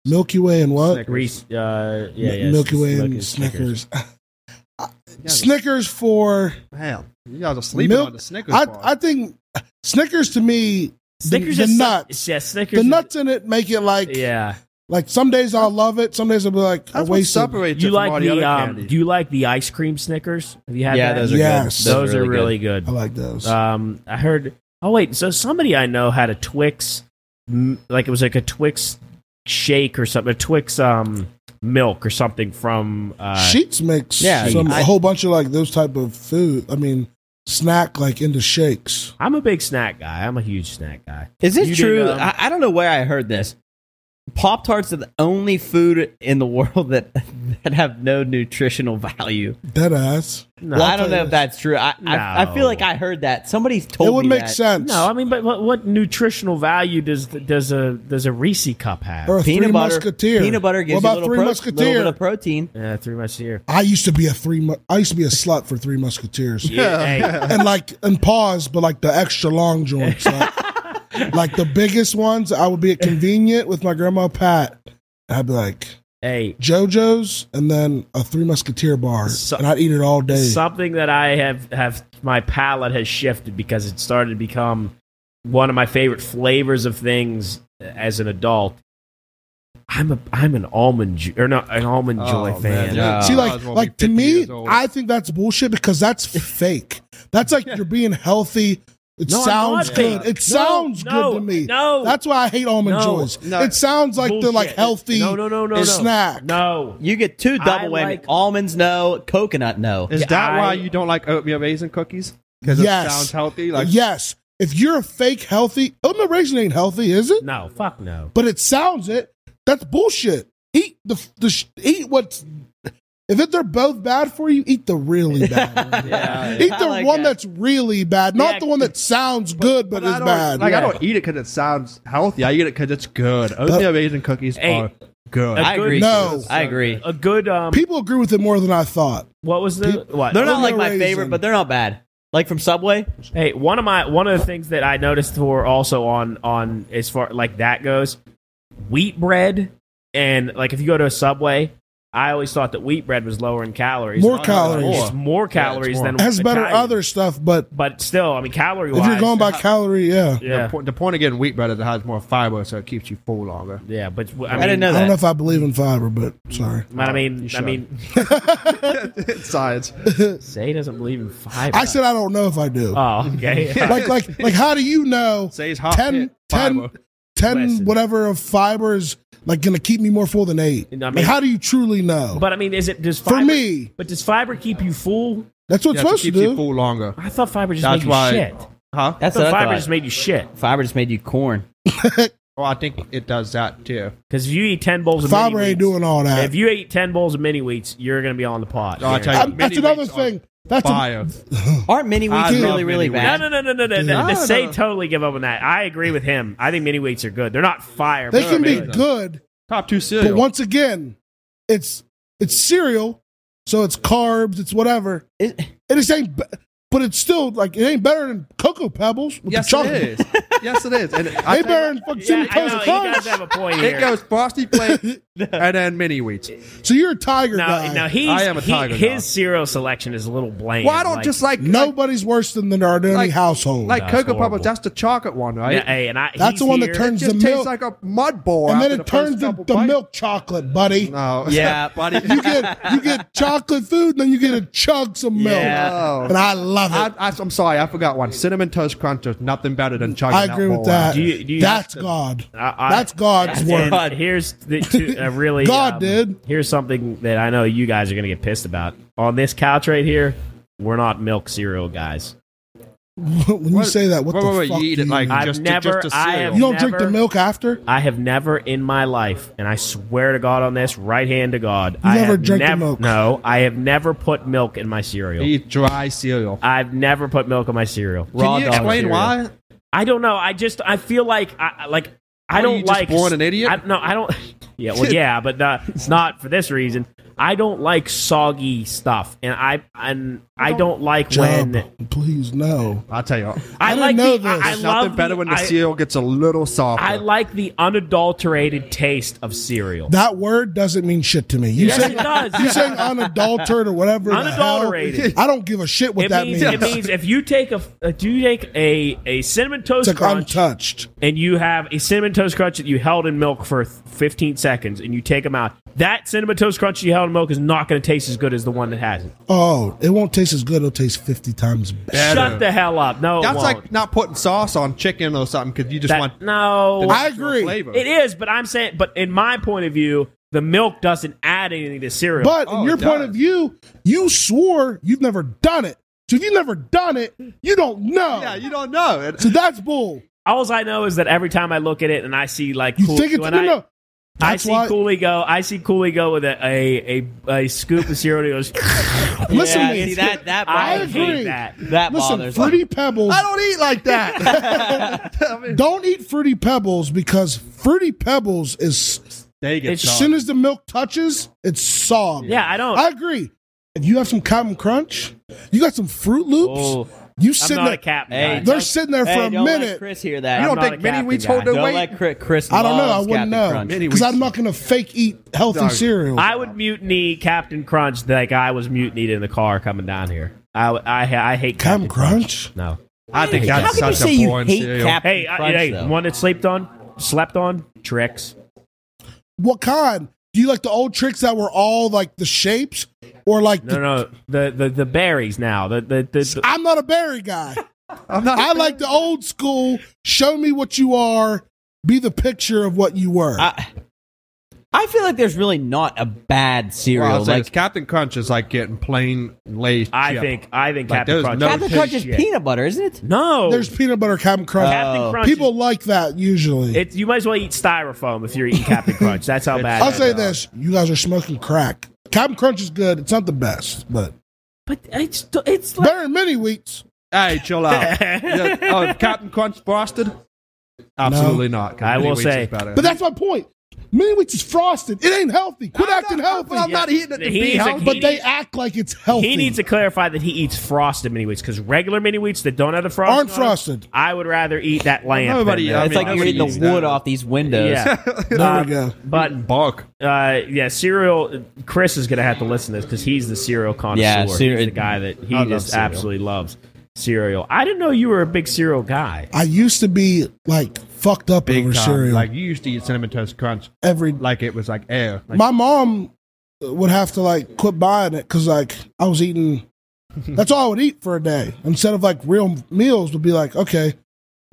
Speaker 5: Milky Way and what?
Speaker 1: Reese, uh, yeah,
Speaker 5: Mi-
Speaker 1: yeah,
Speaker 5: Milky
Speaker 1: Snickers,
Speaker 5: Way and Snickers. Uh,
Speaker 9: You guys are-
Speaker 5: Snickers for
Speaker 9: Damn, you guys are sleeping
Speaker 5: Milk-
Speaker 9: on the Snickers
Speaker 5: I,
Speaker 9: bar.
Speaker 5: I think Snickers to me
Speaker 1: Snickers
Speaker 5: the
Speaker 1: is so-
Speaker 5: nuts.
Speaker 1: yeah, Snickers.
Speaker 5: the
Speaker 1: is-
Speaker 5: nuts in it make it like
Speaker 1: Yeah.
Speaker 5: like some days I'll love it, some days I'll be like a
Speaker 9: that's what
Speaker 5: waste.
Speaker 9: separates
Speaker 1: You
Speaker 9: it from all
Speaker 1: like
Speaker 9: the,
Speaker 1: the
Speaker 9: other
Speaker 1: um?
Speaker 9: candy.
Speaker 1: Do you like the ice cream Snickers? Have you had
Speaker 3: yeah,
Speaker 1: that?
Speaker 3: those are
Speaker 5: Yes.
Speaker 3: good.
Speaker 1: Those, are really good.
Speaker 5: I like those.
Speaker 1: Um, I heard. Oh wait, so somebody I know had a Twix, m- like it was like a Twix shake or something, a Twix um milk or something from. Uh,
Speaker 5: Sheets makes
Speaker 3: yeah,
Speaker 5: some,
Speaker 3: I-
Speaker 5: a whole bunch of like those type of food. I mean, snack like into shakes.
Speaker 1: I'm a big snack guy. I'm a huge snack guy.
Speaker 3: Is it
Speaker 1: You
Speaker 3: true?
Speaker 1: did, um,
Speaker 3: I, I don't know where I heard this. Pop tarts are the only food in the world that that have no nutritional value.
Speaker 5: Dead ass.
Speaker 1: No,
Speaker 3: I don't know if that's true. I, I I feel
Speaker 1: No.
Speaker 3: like I heard that somebody's told
Speaker 5: It would
Speaker 3: me
Speaker 5: make
Speaker 3: that.
Speaker 5: sense.
Speaker 1: No, I mean, but what, what nutritional value does does a does a Reese cup have?
Speaker 5: or a
Speaker 3: Peanut
Speaker 5: three
Speaker 3: butter,
Speaker 5: musketeer.
Speaker 3: peanut butter gives
Speaker 5: what about
Speaker 3: you a little,
Speaker 5: three
Speaker 3: pro-
Speaker 5: musketeer?
Speaker 3: little bit of protein.
Speaker 1: yeah, three months a year.
Speaker 5: I used to be a three. Mu- I used to be a slut for three musketeers.
Speaker 1: Hey,
Speaker 5: and like and pause, but like the extra long joints, like, like the biggest ones. I would be at convenient with my grandma Pat. I'd be like
Speaker 1: hey,
Speaker 5: JoJo's, and then a Three Musketeer bar,
Speaker 1: So-
Speaker 5: and I'd eat it all day.
Speaker 1: something that I have have my palate has shifted because it started to become one of my favorite flavors of things as an adult. I'm a I'm an almond ju- or not an almond joy
Speaker 10: Oh,
Speaker 1: fan.
Speaker 10: man. Yeah.
Speaker 5: See,
Speaker 10: I was
Speaker 5: like,
Speaker 10: gonna
Speaker 5: like
Speaker 10: be
Speaker 5: to
Speaker 10: 50
Speaker 5: me,
Speaker 10: years old.
Speaker 5: I think that's bullshit because that's fake. That's like you're being healthy. It
Speaker 1: No, I'm
Speaker 5: sounds
Speaker 1: not
Speaker 5: good.
Speaker 1: fake.
Speaker 5: It
Speaker 1: No,
Speaker 5: sounds
Speaker 1: no,
Speaker 5: good to me.
Speaker 1: no.
Speaker 5: that's why I hate almond
Speaker 1: No,
Speaker 5: joys. It sounds like they're like
Speaker 1: Bullshit.
Speaker 5: healthy.
Speaker 1: No, no, no, no, no.
Speaker 5: snack.
Speaker 1: No,
Speaker 3: You get two double
Speaker 1: I
Speaker 3: whammy:
Speaker 1: like-
Speaker 3: almonds, no; coconut, no.
Speaker 1: Yeah,
Speaker 9: Is that
Speaker 1: I-
Speaker 9: why you don't like oatmeal raisin cookies? Because it
Speaker 5: Yes.
Speaker 9: sounds healthy. Like
Speaker 5: yes, if you're a fake healthy, oatmeal raisin ain't healthy, is it?
Speaker 1: no, fuck no.
Speaker 5: But it sounds it. That's bullshit. Eat the the sh- eat what's. If it, they're both bad for you, eat the really bad one.
Speaker 3: Yeah,
Speaker 5: Eat
Speaker 3: I
Speaker 5: the
Speaker 3: like
Speaker 5: one
Speaker 3: that.
Speaker 5: that's really bad, not
Speaker 1: Yeah,
Speaker 5: the one that sounds good but,
Speaker 9: But I
Speaker 5: is
Speaker 9: don't-
Speaker 5: bad.
Speaker 9: Like I don't eat it because it sounds healthy. I eat it because it's good. Oatmeal raisin cookies
Speaker 1: Hey.
Speaker 9: are good.
Speaker 1: A
Speaker 3: I
Speaker 1: good-
Speaker 3: agree.
Speaker 5: No.
Speaker 3: I agree.
Speaker 1: A good um,
Speaker 5: People agree with it more than I thought.
Speaker 1: what was the what?
Speaker 3: They're not like
Speaker 5: Oatmeal
Speaker 3: my
Speaker 5: raisin.
Speaker 3: favorite, but they're not bad. Like from Subway,
Speaker 1: Hey, one of my one of the things that I noticed for also on on as far like that goes, wheat bread and like if you go to a Subway, I always thought that wheat bread was lower in calories.
Speaker 5: More
Speaker 1: Oh,
Speaker 5: calories.
Speaker 1: It's more calories
Speaker 9: more.
Speaker 1: than
Speaker 5: Has better
Speaker 1: Italian.
Speaker 5: other stuff, but
Speaker 1: But still, I mean, calorie wise.
Speaker 5: if you're going by calorie, yeah.
Speaker 9: The,
Speaker 1: yeah,
Speaker 9: po- the point of getting wheat bread is it has more fiber, so it keeps you full longer.
Speaker 1: yeah, but w-
Speaker 3: I,
Speaker 1: I mean,
Speaker 3: didn't know
Speaker 5: I don't
Speaker 3: that.
Speaker 5: know if I believe in fiber, but sorry.
Speaker 1: but I mean, I
Speaker 9: should.
Speaker 1: mean,
Speaker 9: it's science.
Speaker 1: Say doesn't believe in fiber.
Speaker 5: I said I don't know if I do.
Speaker 1: oh, okay.
Speaker 5: like, like, like, how do you know
Speaker 9: Say it's hot.
Speaker 5: 10,
Speaker 9: pit
Speaker 5: 10,
Speaker 9: fiber.
Speaker 5: 10
Speaker 1: Listen.
Speaker 5: whatever of fiber is like going to keep me more full than eight?
Speaker 1: You know, I
Speaker 5: Like,
Speaker 1: mean-
Speaker 5: how do you truly know?
Speaker 1: but I mean, is it does
Speaker 5: For
Speaker 1: fiber,
Speaker 5: me.
Speaker 1: But does fiber keep you full?
Speaker 5: That's what
Speaker 9: Yeah,
Speaker 5: it's
Speaker 9: so it
Speaker 5: supposed to
Speaker 9: keeps you
Speaker 5: do.
Speaker 9: full longer.
Speaker 1: I thought fiber just
Speaker 9: That's
Speaker 1: made you
Speaker 9: why-
Speaker 1: shit.
Speaker 9: Huh?
Speaker 3: That's
Speaker 1: I
Speaker 3: what
Speaker 1: thought
Speaker 3: I
Speaker 1: fiber
Speaker 3: thought.
Speaker 1: just made you shit.
Speaker 3: Fiber just made you corn.
Speaker 9: Well, Oh, I think it does that too.
Speaker 1: Because if you eat ten bowls of
Speaker 5: Fiber
Speaker 1: mini wheats-
Speaker 5: ain't doing all that.
Speaker 1: If you ate ten bowls of mini wheats, you're gonna be on the pot.
Speaker 9: Oh, I Uh, tell you,
Speaker 5: I'm- Um, that's
Speaker 9: mini
Speaker 5: another
Speaker 9: wheats are
Speaker 5: thing. That's a,
Speaker 9: Fire.
Speaker 3: Aren't mini
Speaker 9: I
Speaker 3: wheats
Speaker 9: love
Speaker 3: really, really
Speaker 9: mini wheats.
Speaker 1: no,
Speaker 3: bad?
Speaker 1: no, no, no, no, no. no.
Speaker 9: No,
Speaker 1: To
Speaker 9: no.
Speaker 1: say totally give up on that, I agree with him. I think mini wheats are good. They're not fire.
Speaker 5: they
Speaker 1: but
Speaker 5: can be
Speaker 1: they're
Speaker 5: good,
Speaker 9: Top two
Speaker 5: but
Speaker 9: cereal.
Speaker 5: once again, it's it's cereal, so it's carbs, it's whatever.
Speaker 3: It-
Speaker 5: It just ain't, be- but it's still like it ain't better than Cocoa Pebbles with
Speaker 9: yes,
Speaker 5: the
Speaker 9: it
Speaker 5: chocolate.
Speaker 9: is. yes, it is. And I
Speaker 5: They
Speaker 9: tell you
Speaker 5: better than fucking
Speaker 1: Yeah,
Speaker 5: Cinnamon
Speaker 1: I know. You
Speaker 5: Toast
Speaker 1: guys
Speaker 5: Crunch.
Speaker 1: have a point
Speaker 9: what,
Speaker 1: here.
Speaker 9: it goes frosty plate and then mini wheats.
Speaker 5: So you're a tiger
Speaker 1: no,
Speaker 5: guy.
Speaker 1: no, he's,
Speaker 9: I am a
Speaker 1: he-
Speaker 9: tiger
Speaker 1: his
Speaker 9: dog.
Speaker 1: cereal selection is a little bland.
Speaker 9: Why don't
Speaker 1: Like-
Speaker 9: just like like,
Speaker 5: Nobody's worse than the Nardoni
Speaker 9: Like-
Speaker 5: household.
Speaker 9: like
Speaker 1: That's
Speaker 9: Cocoa
Speaker 1: horrible.
Speaker 9: Pebbles? That's the chocolate one, right?
Speaker 1: Yeah, hey, and I,
Speaker 5: That's
Speaker 1: he's
Speaker 5: the one that
Speaker 1: here.
Speaker 9: It
Speaker 5: turns
Speaker 9: just
Speaker 5: the milk,
Speaker 9: tastes like a mud ball,
Speaker 5: and then
Speaker 9: after
Speaker 5: it
Speaker 9: the
Speaker 5: turns
Speaker 9: first
Speaker 5: into
Speaker 9: couple
Speaker 5: the
Speaker 9: bites.
Speaker 5: milk chocolate, buddy.
Speaker 9: No.
Speaker 3: Yeah.
Speaker 9: buddy.
Speaker 5: You get you get chocolate food, and then you get a chug some milk,
Speaker 9: Oh.
Speaker 5: and I love it.
Speaker 9: I, I, I'm sorry, I forgot one. Cinnamon Toast Crunch is nothing better than chugging
Speaker 5: I agree with
Speaker 9: that bowl
Speaker 5: that.
Speaker 9: out.
Speaker 1: Do you- do you-
Speaker 5: that's God.
Speaker 1: I- I-
Speaker 5: that's God's
Speaker 1: And
Speaker 5: word.
Speaker 3: God.
Speaker 1: Here's the two, uh, really
Speaker 5: God did.
Speaker 1: Here's something that I know you guys are going to get pissed about. On this couch right here, we're not milk cereal guys.
Speaker 5: when you
Speaker 9: What-
Speaker 5: say that, what
Speaker 9: wait,
Speaker 5: the
Speaker 9: wait, wait,
Speaker 5: fuck?
Speaker 9: you eat
Speaker 5: do
Speaker 9: it like
Speaker 1: I've
Speaker 9: just,
Speaker 1: never-
Speaker 9: just a
Speaker 1: I
Speaker 9: cereal.
Speaker 1: have-
Speaker 5: you don't drink the
Speaker 1: never-
Speaker 5: milk after?
Speaker 1: I have never in my life, and I swear to God on this, right hand to God, I
Speaker 5: never
Speaker 1: have
Speaker 5: drank the
Speaker 1: nev-
Speaker 5: milk.
Speaker 1: No, I have never put milk in my cereal.
Speaker 9: eat dry cereal.
Speaker 1: I've never put milk in my cereal. Raw
Speaker 9: Can you
Speaker 1: dog
Speaker 9: explain
Speaker 1: cereal.
Speaker 9: why?
Speaker 1: I don't know. I just I feel like I I- like I
Speaker 9: Were
Speaker 1: don't
Speaker 9: you just
Speaker 1: like
Speaker 9: born an idiot?
Speaker 1: I, no, I don't. Yeah, well, yeah, but uh, it's not for this reason. I don't like soggy stuff, and I and I don't like
Speaker 5: Job.
Speaker 1: when
Speaker 5: Please no.
Speaker 9: I'll tell you.
Speaker 1: I,
Speaker 5: didn't
Speaker 1: like
Speaker 5: know
Speaker 1: the, I,
Speaker 5: this.
Speaker 1: I
Speaker 9: Nothing
Speaker 1: love the-
Speaker 9: better when the
Speaker 1: I-
Speaker 9: cereal gets a little softer.
Speaker 1: I like the unadulterated taste of cereal.
Speaker 5: That word doesn't mean shit to me. You
Speaker 1: Yes,
Speaker 5: saying
Speaker 1: it does.
Speaker 5: you saying unadulterated or whatever? the hell-
Speaker 1: Unadulterated.
Speaker 5: I don't give a shit what
Speaker 1: It
Speaker 5: that
Speaker 1: means,
Speaker 5: means.
Speaker 1: it means if you take a if you take a, a cinnamon toast
Speaker 5: it's like
Speaker 1: crunch
Speaker 5: untouched.
Speaker 1: and you have a cinnamon toast crunch that you held in milk for th- 15 seconds and you take them out, that cinnamon toast crunch you held in milk is not going to taste as good as the one that hasn't.
Speaker 5: Oh, it won't taste as good. It'll taste fifty times better.
Speaker 1: Shut the hell up. No, it
Speaker 9: That's
Speaker 1: won't.
Speaker 9: like not putting sauce on chicken or something because you just
Speaker 1: That-
Speaker 9: want
Speaker 1: no.
Speaker 5: I agree.
Speaker 9: flavor.
Speaker 1: it is, but I'm saying, but in my point of view, the milk doesn't add anything to cereal.
Speaker 5: But
Speaker 9: Oh,
Speaker 5: in your
Speaker 9: it
Speaker 5: point
Speaker 9: does.
Speaker 5: of view, you swore you've never done it. So if you've never done it, you don't know.
Speaker 9: Yeah, you don't know. It,
Speaker 5: So that's bull.
Speaker 1: All I know is that every time I look at it and I see like
Speaker 5: You
Speaker 1: Cool-
Speaker 5: think it's
Speaker 1: when
Speaker 5: no,
Speaker 1: I,
Speaker 5: no.
Speaker 1: I
Speaker 5: That's
Speaker 1: see
Speaker 5: why-
Speaker 1: Cooley go. I see Cooley go with a a, a, a scoop of cereal. and he goes.
Speaker 5: Listen
Speaker 3: Yeah,
Speaker 5: to me.
Speaker 3: see, that that
Speaker 1: I
Speaker 3: bothers me.
Speaker 5: agree.
Speaker 1: hate that.
Speaker 3: That
Speaker 5: Listen,
Speaker 3: bothers me.
Speaker 5: fruity pebbles.
Speaker 9: I don't eat like that. I mean,
Speaker 5: Don't eat fruity pebbles because fruity pebbles is
Speaker 9: they get
Speaker 5: as
Speaker 9: done.
Speaker 5: soon as the milk touches, it's soft.
Speaker 1: Yeah, I don't.
Speaker 5: I agree. If you have some Cotton Crunch, you got some Fruit Loops.
Speaker 1: Oh,
Speaker 5: you
Speaker 1: I'm
Speaker 5: sitting
Speaker 1: not
Speaker 5: there,
Speaker 1: a cat
Speaker 3: Hey,
Speaker 1: guy.
Speaker 5: they're sitting there for
Speaker 3: Hey,
Speaker 5: a
Speaker 3: don't
Speaker 5: minute.
Speaker 3: Let Chris hear that.
Speaker 9: You
Speaker 1: I'm
Speaker 9: don't
Speaker 1: not
Speaker 9: think
Speaker 1: a
Speaker 9: mini
Speaker 1: Captain
Speaker 9: wheats
Speaker 1: guy.
Speaker 9: hold their
Speaker 3: don't
Speaker 9: weight?
Speaker 3: let Chris. Chris
Speaker 5: I don't know. I
Speaker 3: loves Captain
Speaker 5: wouldn't know
Speaker 3: Crunch.
Speaker 9: Mini
Speaker 5: because
Speaker 9: wheats.
Speaker 5: I'm not going to fake eat healthy
Speaker 9: Dog.
Speaker 5: cereal.
Speaker 1: I would mutiny Captain Crunch like I was mutinied in the car coming down here. I I, I hate Captain
Speaker 5: Captain Crunch.
Speaker 1: No.
Speaker 9: I think
Speaker 3: How
Speaker 9: that's
Speaker 3: can you
Speaker 9: such
Speaker 3: say
Speaker 9: a
Speaker 3: you
Speaker 9: boring
Speaker 3: hate
Speaker 9: cereal.
Speaker 3: Captain
Speaker 1: Hey, I,
Speaker 3: Crunch?
Speaker 1: hey,
Speaker 3: though?
Speaker 1: one that slept on, slept on, tricks.
Speaker 5: What kind? Do you like the old tricks that were all like the shapes or like?
Speaker 1: No,
Speaker 5: the,
Speaker 1: no, the the, the berries now. The the, the, the
Speaker 5: I'm not a berry guy.
Speaker 9: I'm not.
Speaker 5: I like the old school. Show me what you are. Be the picture of what you were.
Speaker 3: I, I feel like there's really not a bad
Speaker 9: Well,
Speaker 3: cereal.
Speaker 9: I'll say
Speaker 3: like
Speaker 9: it's Captain Crunch is like getting plain Lay's.
Speaker 1: I
Speaker 9: chip.
Speaker 1: think I think
Speaker 9: Like,
Speaker 1: Captain
Speaker 9: there's
Speaker 1: Crunch.
Speaker 9: no
Speaker 3: Captain Crunch is
Speaker 1: shit.
Speaker 3: peanut butter, isn't it?
Speaker 1: No,
Speaker 5: There's peanut butter Captain Crunch.
Speaker 1: Uh, Captain
Speaker 3: Oh.
Speaker 1: Crunch. is-
Speaker 5: People like that usually.
Speaker 1: it, you might as well eat styrofoam if you're eating Captain Crunch. That's how bad.
Speaker 5: I'll
Speaker 1: it
Speaker 5: say
Speaker 1: is.
Speaker 5: this: you guys are smoking crack. Captain Crunch is good. It's not the best, but
Speaker 1: but it's it's like,
Speaker 5: better than many wheats.
Speaker 9: Hey, chill out. Yeah, Oh, Captain Crunch frosted? Absolutely not.
Speaker 1: I will
Speaker 9: Mini Wheats
Speaker 1: say-
Speaker 9: is better.
Speaker 5: But that's my point. Many wheats is frosted. It ain't healthy. Quit acting healthy.
Speaker 9: I'm not eating it to
Speaker 1: He
Speaker 9: be
Speaker 1: is a-
Speaker 9: healthy.
Speaker 5: but
Speaker 1: he
Speaker 5: they
Speaker 1: needs-
Speaker 5: act like it's healthy.
Speaker 1: he needs to clarify that he eats frosted mini wheats because regular mini wheats that don't have the frost
Speaker 5: Aren't
Speaker 1: on them,
Speaker 5: frosted.
Speaker 1: I would rather eat that lamb.
Speaker 9: Nobody-
Speaker 1: than that.
Speaker 9: I
Speaker 3: it's
Speaker 9: mean, uh,
Speaker 3: like you're
Speaker 9: would
Speaker 3: eating
Speaker 9: use
Speaker 3: the
Speaker 9: that.
Speaker 3: wood off these windows.
Speaker 1: Yeah,
Speaker 5: There
Speaker 1: Uh,
Speaker 5: we go.
Speaker 1: but
Speaker 9: Bulk.
Speaker 1: uh, yeah, cereal. Chris is gonna have to listen to this because he's the cereal connoisseur.
Speaker 3: Yeah, cere-
Speaker 1: he's the guy that he
Speaker 9: I love
Speaker 1: just
Speaker 9: cereal.
Speaker 1: absolutely loves cereal. I didn't know you were a big cereal guy.
Speaker 5: I used to be like fucked up
Speaker 9: Big
Speaker 5: over
Speaker 9: time.
Speaker 5: cereal
Speaker 9: Like you used to eat cinnamon toast crunch
Speaker 5: every
Speaker 9: like it was like air. Like,
Speaker 5: my mom would have to like quit buying it because like I was eating. That's all I would eat for a day instead of like real meals. Would be like, okay,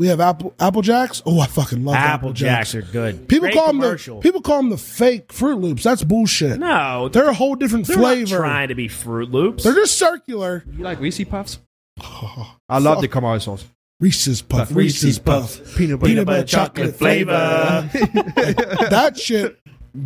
Speaker 5: we have apple apple jacks. Oh, I fucking love apple,
Speaker 1: Apple Jacks are good.
Speaker 5: People
Speaker 1: Great
Speaker 5: call them
Speaker 1: commercial.
Speaker 5: the people call them the fake Fruit Loops. That's bullshit.
Speaker 1: no, they're,
Speaker 5: They're a whole different
Speaker 1: not
Speaker 5: flavor.
Speaker 1: trying to be Fruit Loops.
Speaker 5: They're just circular.
Speaker 9: you like Reese puffs? I love the commercials.
Speaker 5: Reese's puff, Reese's puff,
Speaker 9: peanut butter,
Speaker 5: peanut butter chocolate flavor. that shit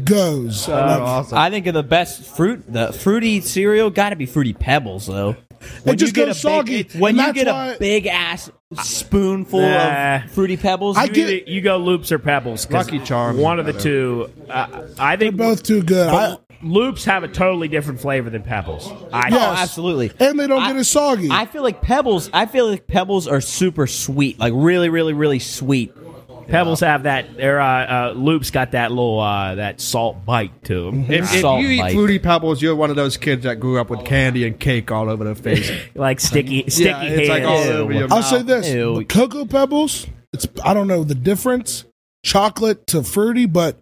Speaker 5: goes.
Speaker 9: Oh,
Speaker 3: Uh,
Speaker 5: Like,
Speaker 9: awesome.
Speaker 3: I think of the best fruit, the fruity cereal, got to be fruity pebbles though. When you
Speaker 5: just
Speaker 3: get
Speaker 5: goes
Speaker 3: a big-
Speaker 5: soggy,
Speaker 3: it- when
Speaker 5: and
Speaker 3: you
Speaker 5: that's
Speaker 3: get
Speaker 5: why-
Speaker 3: a big ass spoonful
Speaker 1: Nah.
Speaker 3: of fruity pebbles,
Speaker 5: I
Speaker 1: you,
Speaker 5: get-
Speaker 1: either- you go loops or pebbles. 'cause
Speaker 9: Lucky Charms
Speaker 1: One of
Speaker 9: is
Speaker 1: the
Speaker 9: better.
Speaker 1: two. Uh, I think
Speaker 5: both too good. I,
Speaker 1: But loops have a totally different flavor than pebbles. I
Speaker 3: oh,
Speaker 5: Yes.
Speaker 3: absolutely.
Speaker 5: and they don't
Speaker 3: I-
Speaker 5: get as soggy.
Speaker 3: I feel like pebbles. I feel like pebbles are super sweet, like really, really, really sweet.
Speaker 1: pebbles have that. Their uh, uh, loops got that little uh, that salt bite to them.
Speaker 9: If, if
Speaker 3: Salt
Speaker 9: you eat
Speaker 3: bite.
Speaker 9: fruity pebbles, you're one of those kids that grew up with candy and cake all over their face.
Speaker 1: like sticky, sticky
Speaker 9: yeah, it's like all
Speaker 1: hands.
Speaker 9: over your
Speaker 5: I'll
Speaker 9: mouth.
Speaker 5: say this:
Speaker 3: Ew.
Speaker 5: the cocoa pebbles. It's I don't know the difference, chocolate to fruity, but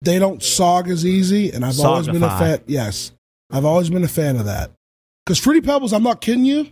Speaker 5: they don't sog as easy. And I've always been a
Speaker 1: Sogify.
Speaker 5: fan. Yes, I've always been a fan of that. Because fruity pebbles, I'm not kidding you.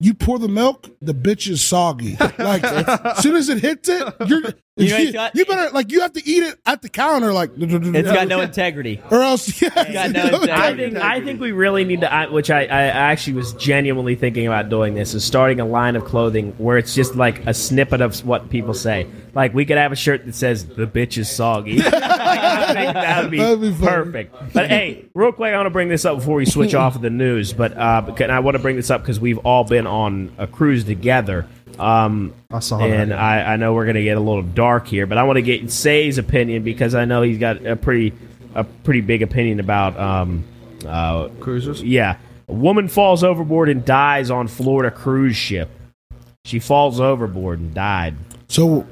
Speaker 5: You pour the milk, the bitch is soggy. Like as soon as it hits it, you're.
Speaker 3: You know,
Speaker 5: you,
Speaker 3: it's got-
Speaker 5: you better like you have to eat it at the counter, like
Speaker 3: It's got no integrity.
Speaker 5: or else. Yeah,
Speaker 3: got no integrity.
Speaker 1: I think I think we really need to, I, which I, I actually was genuinely thinking about doing this, is starting a line of clothing where it's just like a snippet of what people say. Like we could have a shirt that says "the bitch is soggy." I think that would be,
Speaker 5: That'd be funny.
Speaker 1: perfect. But hey, real quick, I want to bring this up before we switch off of the news. But uh, beca- and I want to bring this up because we've all been on a cruise together. Um,
Speaker 9: I saw that.
Speaker 1: and I, I know we're going to get a little dark here, but I want to get Say's opinion because I know he's got a pretty a pretty big opinion about um, uh,
Speaker 9: Cruisers.
Speaker 1: yeah, a woman falls overboard and dies on Florida cruise ship. She falls overboard and died.
Speaker 5: So,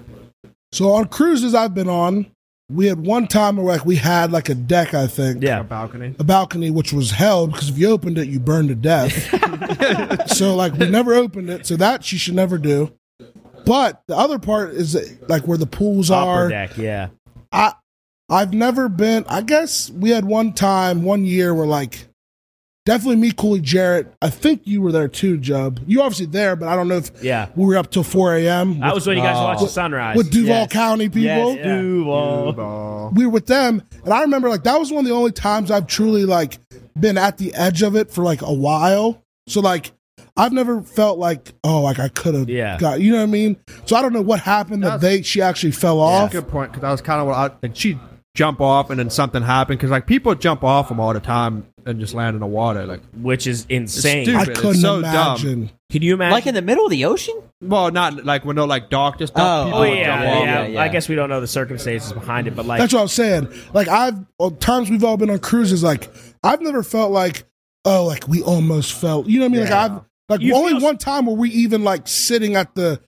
Speaker 5: so on cruises I've been on, we had one time where like we had like a deck, I think,
Speaker 1: Yeah,
Speaker 9: Balcony.
Speaker 5: a balcony which was held because if you opened it, you burned to death. so like we never opened it, so that she should never do. But the other part is like where the pools
Speaker 1: upper
Speaker 5: are.
Speaker 1: deck. Yeah,
Speaker 5: I I've never been. I guess we had one time, one year where like definitely me, Cooley, Jarrett. I think you were there too, Jub. You were obviously there, but I don't know if
Speaker 1: yeah.
Speaker 5: we were up till four a.m.
Speaker 1: That
Speaker 5: with-
Speaker 1: was when you guys watched the
Speaker 5: With-
Speaker 1: sunrise.
Speaker 5: with Duval
Speaker 3: Yes.
Speaker 5: County people.
Speaker 3: Yes,
Speaker 9: oh.
Speaker 3: Duval.
Speaker 5: We were with them, and I remember like that was one of the only times I've truly like been at the edge of it for like a while. So like I've never felt like, oh, like I could have
Speaker 9: Yeah.
Speaker 5: got, you know what I mean? So I don't know what happened that they she actually fell off.
Speaker 9: Good point, because that was kind of what I like. She jump off, and then something happened because like people jump off them all the time and just land in the water, like
Speaker 1: which is insane.
Speaker 9: It's stupid.
Speaker 1: I
Speaker 9: It's
Speaker 1: couldn't
Speaker 9: so
Speaker 1: imagine.
Speaker 9: Dumb.
Speaker 1: Can you imagine?
Speaker 3: Like in the middle of the ocean?
Speaker 9: Well, not like when they're like dark, just
Speaker 1: Oh,
Speaker 9: dumb people
Speaker 1: oh,
Speaker 9: would
Speaker 1: yeah,
Speaker 9: jump
Speaker 1: yeah,
Speaker 9: off.
Speaker 1: I guess we don't know the circumstances behind it, but like
Speaker 5: That's what I'm saying. Like I've uh, times we've all been on cruises. Like I've never felt like, oh, like we almost felt. You know what I mean?
Speaker 1: Yeah.
Speaker 5: Like I've like only one time were we even like sitting at the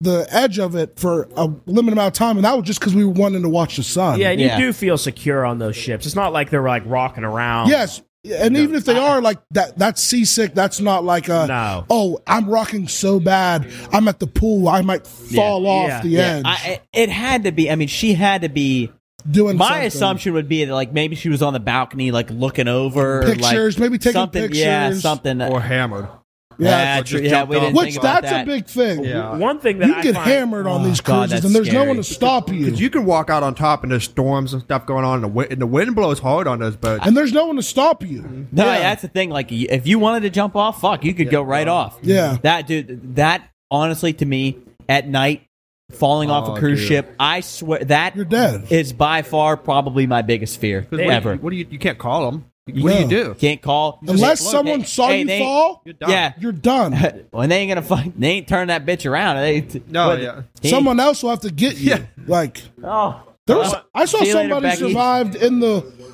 Speaker 5: the edge of it for a limited amount of time, and that was just because we were wanting to watch the sun.
Speaker 1: yeah, and you do feel secure on those ships. It's not like they're like rocking around.
Speaker 5: Yes. And even if they are like that, that's seasick. That's not like a
Speaker 1: No.
Speaker 5: oh, I'm rocking so bad. I'm at the pool. I might fall off the
Speaker 3: yeah.
Speaker 5: edge.
Speaker 3: I, it it had to be. I mean, she had to be
Speaker 5: doing.
Speaker 3: My
Speaker 5: something.
Speaker 3: assumption would be that like maybe she was on the balcony, like looking over like,
Speaker 5: Pictures, maybe taking
Speaker 3: something, Yeah,
Speaker 5: pictures.
Speaker 3: something. Or
Speaker 9: hammered.
Speaker 3: Yeah, true. Yeah, we didn't
Speaker 5: Which
Speaker 3: think about
Speaker 5: that's
Speaker 3: that. Oh,
Speaker 5: a big thing.
Speaker 9: Yeah.
Speaker 1: One thing
Speaker 5: you can get hammered on these cruises, and there's no one to stop you.
Speaker 9: Because you can walk out on top, and there's storms and stuff going on, and the wind, and the wind blows hard on those boats.
Speaker 5: And there's no one to stop you.
Speaker 3: No, that's the thing. Like, y- if you wanted to jump off, fuck, you could go right off.
Speaker 5: Yeah.
Speaker 3: that dude. That honestly, to me, at night, falling off
Speaker 9: Oh,
Speaker 3: a cruise
Speaker 9: dude.
Speaker 3: ship, I swear that you're dead is by far probably my biggest fear
Speaker 9: 'Cause what
Speaker 3: ever.
Speaker 9: Do you, what do you? You can't call them. What do you do?
Speaker 3: Can't call
Speaker 5: Unless someone saw you
Speaker 3: they-
Speaker 5: fall, You're done.
Speaker 3: Yeah,
Speaker 5: you're done.
Speaker 3: well, they ain't gonna fuck. They ain't turn that bitch around. They
Speaker 9: no,
Speaker 5: yeah. Someone else will have to get you. Like
Speaker 3: oh,
Speaker 5: there was,
Speaker 3: Uh,
Speaker 5: I saw
Speaker 3: see you later,
Speaker 5: somebody
Speaker 3: Becky.
Speaker 5: survived in the.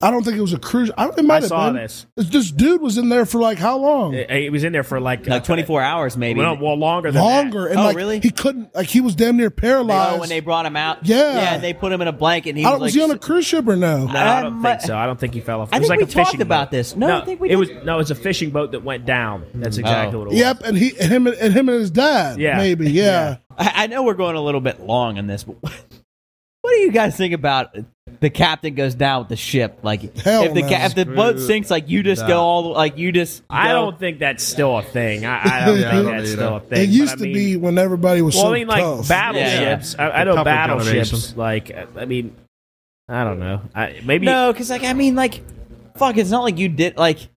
Speaker 5: I don't think it was a cruise. I, it might
Speaker 1: I
Speaker 5: have
Speaker 1: saw
Speaker 5: been.
Speaker 1: this.
Speaker 5: It's- This dude was in there for like how long?
Speaker 1: It, it was in there for like uh,
Speaker 3: like twenty four hours maybe.
Speaker 1: Well, well, longer than
Speaker 5: Longer
Speaker 1: That.
Speaker 5: and like he couldn't. Like he was damn near paralyzed.
Speaker 3: oh, when Oh, they brought him out.
Speaker 5: Yeah.
Speaker 3: yeah, and they put him in a blanket. And he
Speaker 5: I
Speaker 3: was
Speaker 5: don't-
Speaker 3: like,
Speaker 5: was he on a cruise ship or no?
Speaker 1: No, I don't think so. I don't think he fell off.
Speaker 3: I
Speaker 1: it was
Speaker 3: think
Speaker 1: like
Speaker 3: we
Speaker 1: a fishing
Speaker 3: talked about
Speaker 1: boat.
Speaker 3: this. No, I think we Oh.
Speaker 1: it was no. It's a fishing boat that went down. That's exactly what it was.
Speaker 5: Yep, and he, and him, and him and his dad.
Speaker 1: Yeah.
Speaker 5: maybe. Yeah.
Speaker 3: I, I know we're going a little bit long on this, but what, what do you guys think about the captain goes down with the ship? Like,
Speaker 5: Hell
Speaker 3: if the
Speaker 5: no.
Speaker 3: ca- if the boat
Speaker 5: Screw
Speaker 3: sinks, like you just
Speaker 1: that.
Speaker 3: go all the- like you just.
Speaker 1: I
Speaker 3: go-
Speaker 1: don't think that's still a thing. I, I don't
Speaker 5: Yeah, I
Speaker 1: think
Speaker 5: don't
Speaker 1: that's
Speaker 5: either.
Speaker 1: still a thing.
Speaker 5: It
Speaker 1: but
Speaker 5: used
Speaker 1: I
Speaker 5: to
Speaker 1: mean-
Speaker 5: be when everybody was
Speaker 1: well,
Speaker 5: so
Speaker 1: I mean, like
Speaker 5: tough.
Speaker 1: battleships. I, I know
Speaker 3: Tougher
Speaker 1: battleships.
Speaker 3: generations.
Speaker 1: Like, I mean, I don't know. I, maybe
Speaker 3: no, because like I mean, like, fuck, it's not like you did like.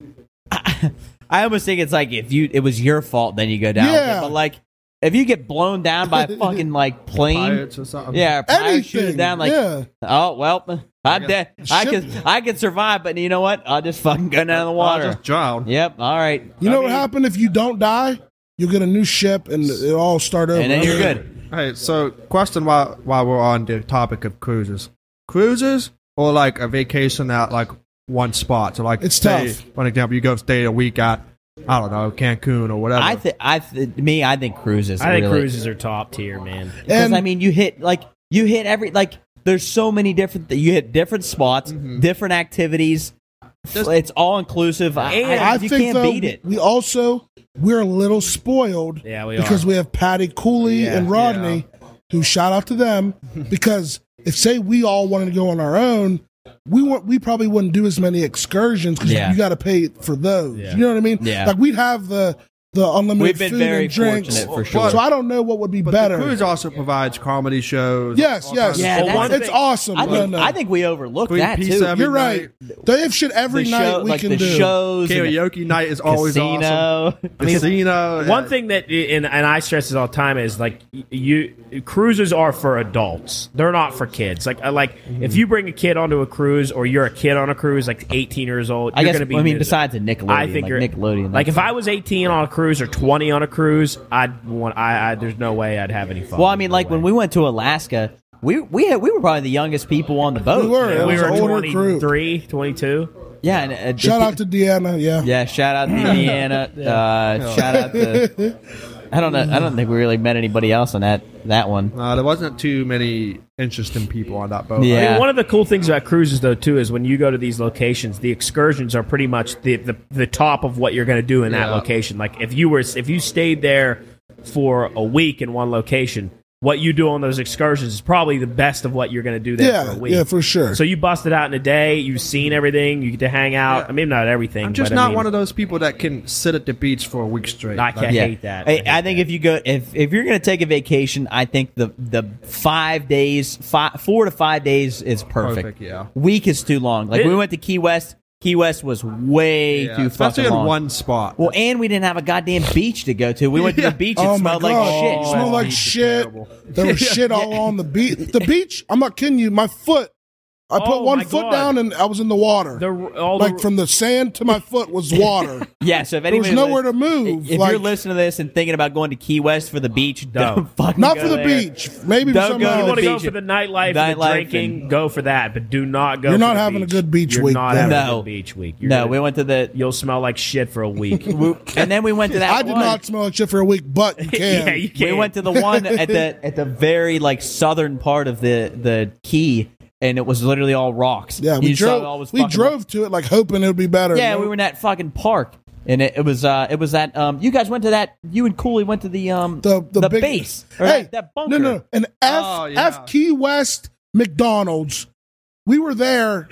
Speaker 3: I, almost think it's like if you it was your fault, then you go down. with it,
Speaker 5: Yeah.
Speaker 3: but like. If you get blown down by a fucking like plane,
Speaker 9: Pirates or something.
Speaker 3: yeah, or pirates shoot
Speaker 5: Anything,
Speaker 3: down like,
Speaker 5: yeah.
Speaker 3: oh well, I'm dead. I can I can survive, but you know what? I'll just fucking go down in the water.
Speaker 9: Oh, just drown.
Speaker 3: Yep. All right.
Speaker 5: You know what happened if you don't die? You'll get a new ship and it all start over.
Speaker 3: And then you're good.
Speaker 9: Hey, so question while while we're on the topic of cruises, cruises or like a vacation at like one spot. So like,
Speaker 5: It's
Speaker 9: stay,
Speaker 5: tough.
Speaker 9: For example, you go stay a week at I don't know Cancun or whatever.
Speaker 3: I think I th- me I think cruises.
Speaker 1: I think
Speaker 3: really-
Speaker 1: cruises are top tier, man.
Speaker 3: because
Speaker 5: And-
Speaker 3: I mean you hit like you hit every like there's so many different th- you hit different spots, different activities. it's all inclusive. I, I,
Speaker 5: I
Speaker 3: you
Speaker 5: think
Speaker 3: can't
Speaker 5: though,
Speaker 3: beat it.
Speaker 5: we also we're a little spoiled
Speaker 1: Yeah, we
Speaker 5: because
Speaker 1: are.
Speaker 5: we have Patty Cooley and Rodney, who shout out to them because if say we all wanted to go on our own, we want we probably wouldn't do as many excursions because
Speaker 3: Yeah.
Speaker 5: you got to pay for those. You know what I mean?
Speaker 3: Yeah.
Speaker 5: Like we'd have the the unlimited
Speaker 3: We've been
Speaker 5: food
Speaker 3: very
Speaker 5: and drinks.
Speaker 3: fortunate for sure.
Speaker 5: So I don't know what would be
Speaker 9: but
Speaker 5: better.
Speaker 9: the cruise also provides comedy shows.
Speaker 5: Yes,
Speaker 9: all
Speaker 5: yes.
Speaker 9: kinds of-
Speaker 3: Yeah, Well, that's- one
Speaker 5: it's
Speaker 3: thing-
Speaker 5: awesome.
Speaker 3: I think,
Speaker 5: no, no.
Speaker 3: I think we overlooked
Speaker 9: Three
Speaker 3: that
Speaker 9: piece
Speaker 3: too.
Speaker 9: every
Speaker 5: You're right. They have shit every
Speaker 3: The
Speaker 5: night
Speaker 3: show-
Speaker 5: we
Speaker 3: like
Speaker 5: can
Speaker 3: the
Speaker 5: do.
Speaker 3: shows, and the
Speaker 9: Karaoke night is always
Speaker 3: casino.
Speaker 9: awesome. Casino.
Speaker 1: One thing that and, and I stress this all the time is like you cruises are for adults. They're not for kids. Like I like
Speaker 3: Mm-hmm.
Speaker 1: if you bring a kid onto a cruise or you're a kid on a cruise like 18 years old,
Speaker 3: I
Speaker 1: you're
Speaker 3: guess.
Speaker 1: going to be
Speaker 3: I mean,
Speaker 1: miserable.
Speaker 3: besides the Nickelodeon,
Speaker 1: I think
Speaker 3: like
Speaker 1: you're
Speaker 3: Nickelodeon.
Speaker 1: Like
Speaker 3: that's-
Speaker 1: if I was 18 on a cruise or 20 on a cruise, I'd want. I, I there's no way I'd have any fun.
Speaker 3: well, I mean, like when we went to Alaska, we we had, we were probably the youngest people on the boat.
Speaker 5: We were.
Speaker 1: Yeah,
Speaker 5: it
Speaker 1: we
Speaker 5: was
Speaker 1: were
Speaker 5: an older group.
Speaker 1: 23, 22.
Speaker 3: Yeah, and, uh,
Speaker 5: Shout out to Deanna. Yeah.
Speaker 3: Yeah, shout out to Indiana. Uh, shout out to. I don't know. I don't think we really met anybody else on that that one.
Speaker 9: Uh, there wasn't too many interesting people on that boat.
Speaker 3: Yeah.
Speaker 1: I mean, one of the cool things about cruises, though, too, is when you go to these locations, the excursions are pretty much the the, the top of what you're going to do in that
Speaker 9: Yeah.
Speaker 1: location. Like if you were if you stayed there for a week in one location, what you do on those excursions is probably the best of what you're going to do there for
Speaker 5: Yeah.
Speaker 1: a week.
Speaker 5: Yeah, for sure.
Speaker 1: So you busted out in a day. You've seen everything. You get to hang out. I mean, not everything.
Speaker 9: I'm just
Speaker 1: but
Speaker 9: not
Speaker 1: I mean,
Speaker 9: one of those people that can sit at the beach for a week straight.
Speaker 1: I can't
Speaker 3: Yeah.
Speaker 1: hate that.
Speaker 3: I, I think if you go if if you're gonna take a vacation, I think the the five days, five, four to five days is perfect.
Speaker 9: Perfect, yeah.
Speaker 3: week is too long. Like
Speaker 1: It-
Speaker 3: we went to Key West. Key West was way
Speaker 2: Yeah,
Speaker 3: too
Speaker 2: especially
Speaker 3: fucking
Speaker 2: in
Speaker 3: long.
Speaker 2: one spot.
Speaker 3: Well, and we didn't have a goddamn beach to go to. We went to the beach. It
Speaker 5: Oh my
Speaker 3: smelled like
Speaker 5: God.
Speaker 3: shit.
Speaker 5: It smelled like shit. There was shit all on the beach. The beach. I'm not kidding you. My foot. I put
Speaker 11: Oh,
Speaker 5: one
Speaker 11: my
Speaker 5: foot
Speaker 11: God.
Speaker 5: down and I was in the water.
Speaker 11: all the-
Speaker 5: like from the sand to my foot was water.
Speaker 3: Yeah, so if
Speaker 5: There was
Speaker 3: anybody
Speaker 5: nowhere
Speaker 3: lis-
Speaker 5: to move,
Speaker 3: If you're
Speaker 5: like- Oh,
Speaker 3: listening to this and thinking about going to Key West for the beach, don't fucking
Speaker 5: Not
Speaker 3: go
Speaker 5: for the
Speaker 3: there.
Speaker 5: beach. Maybe for
Speaker 3: don't
Speaker 5: something
Speaker 3: go
Speaker 5: else.
Speaker 3: to
Speaker 5: You
Speaker 3: the
Speaker 5: wanna
Speaker 3: beach.
Speaker 5: go
Speaker 1: for the nightlife, and the
Speaker 3: Nightlife
Speaker 1: drinking,
Speaker 3: and-
Speaker 1: go for that, but do not go.
Speaker 5: You're
Speaker 1: for
Speaker 5: not
Speaker 1: the
Speaker 5: having a good beach
Speaker 1: You're
Speaker 5: week
Speaker 1: Not
Speaker 5: then.
Speaker 1: having a
Speaker 3: No.
Speaker 1: good beach week. You're
Speaker 3: no,
Speaker 1: gonna-
Speaker 3: we went to the.
Speaker 1: You'll smell like shit for a week.
Speaker 3: we- and then we went to that.
Speaker 5: I did
Speaker 3: one.
Speaker 5: not smell like shit for a week, but you can.
Speaker 1: yeah, you
Speaker 3: We
Speaker 1: can't.
Speaker 3: went to the one at the at the very like southern part of the the key, and it was literally all rocks.
Speaker 5: Yeah, we
Speaker 3: You saw it all
Speaker 5: drove.
Speaker 3: was
Speaker 5: We
Speaker 3: fucking-
Speaker 5: drove to it like hoping it would be better.
Speaker 3: Yeah,
Speaker 5: No-
Speaker 3: we were in that fucking park, and it, it was uh it was that um you guys went to that you and Cooley went to the um
Speaker 5: the the, big,
Speaker 3: base or
Speaker 5: hey,
Speaker 3: that, that
Speaker 5: No,
Speaker 3: bunker.
Speaker 5: no, an F
Speaker 2: Oh, yeah.
Speaker 5: F Key West McDonald's. We were there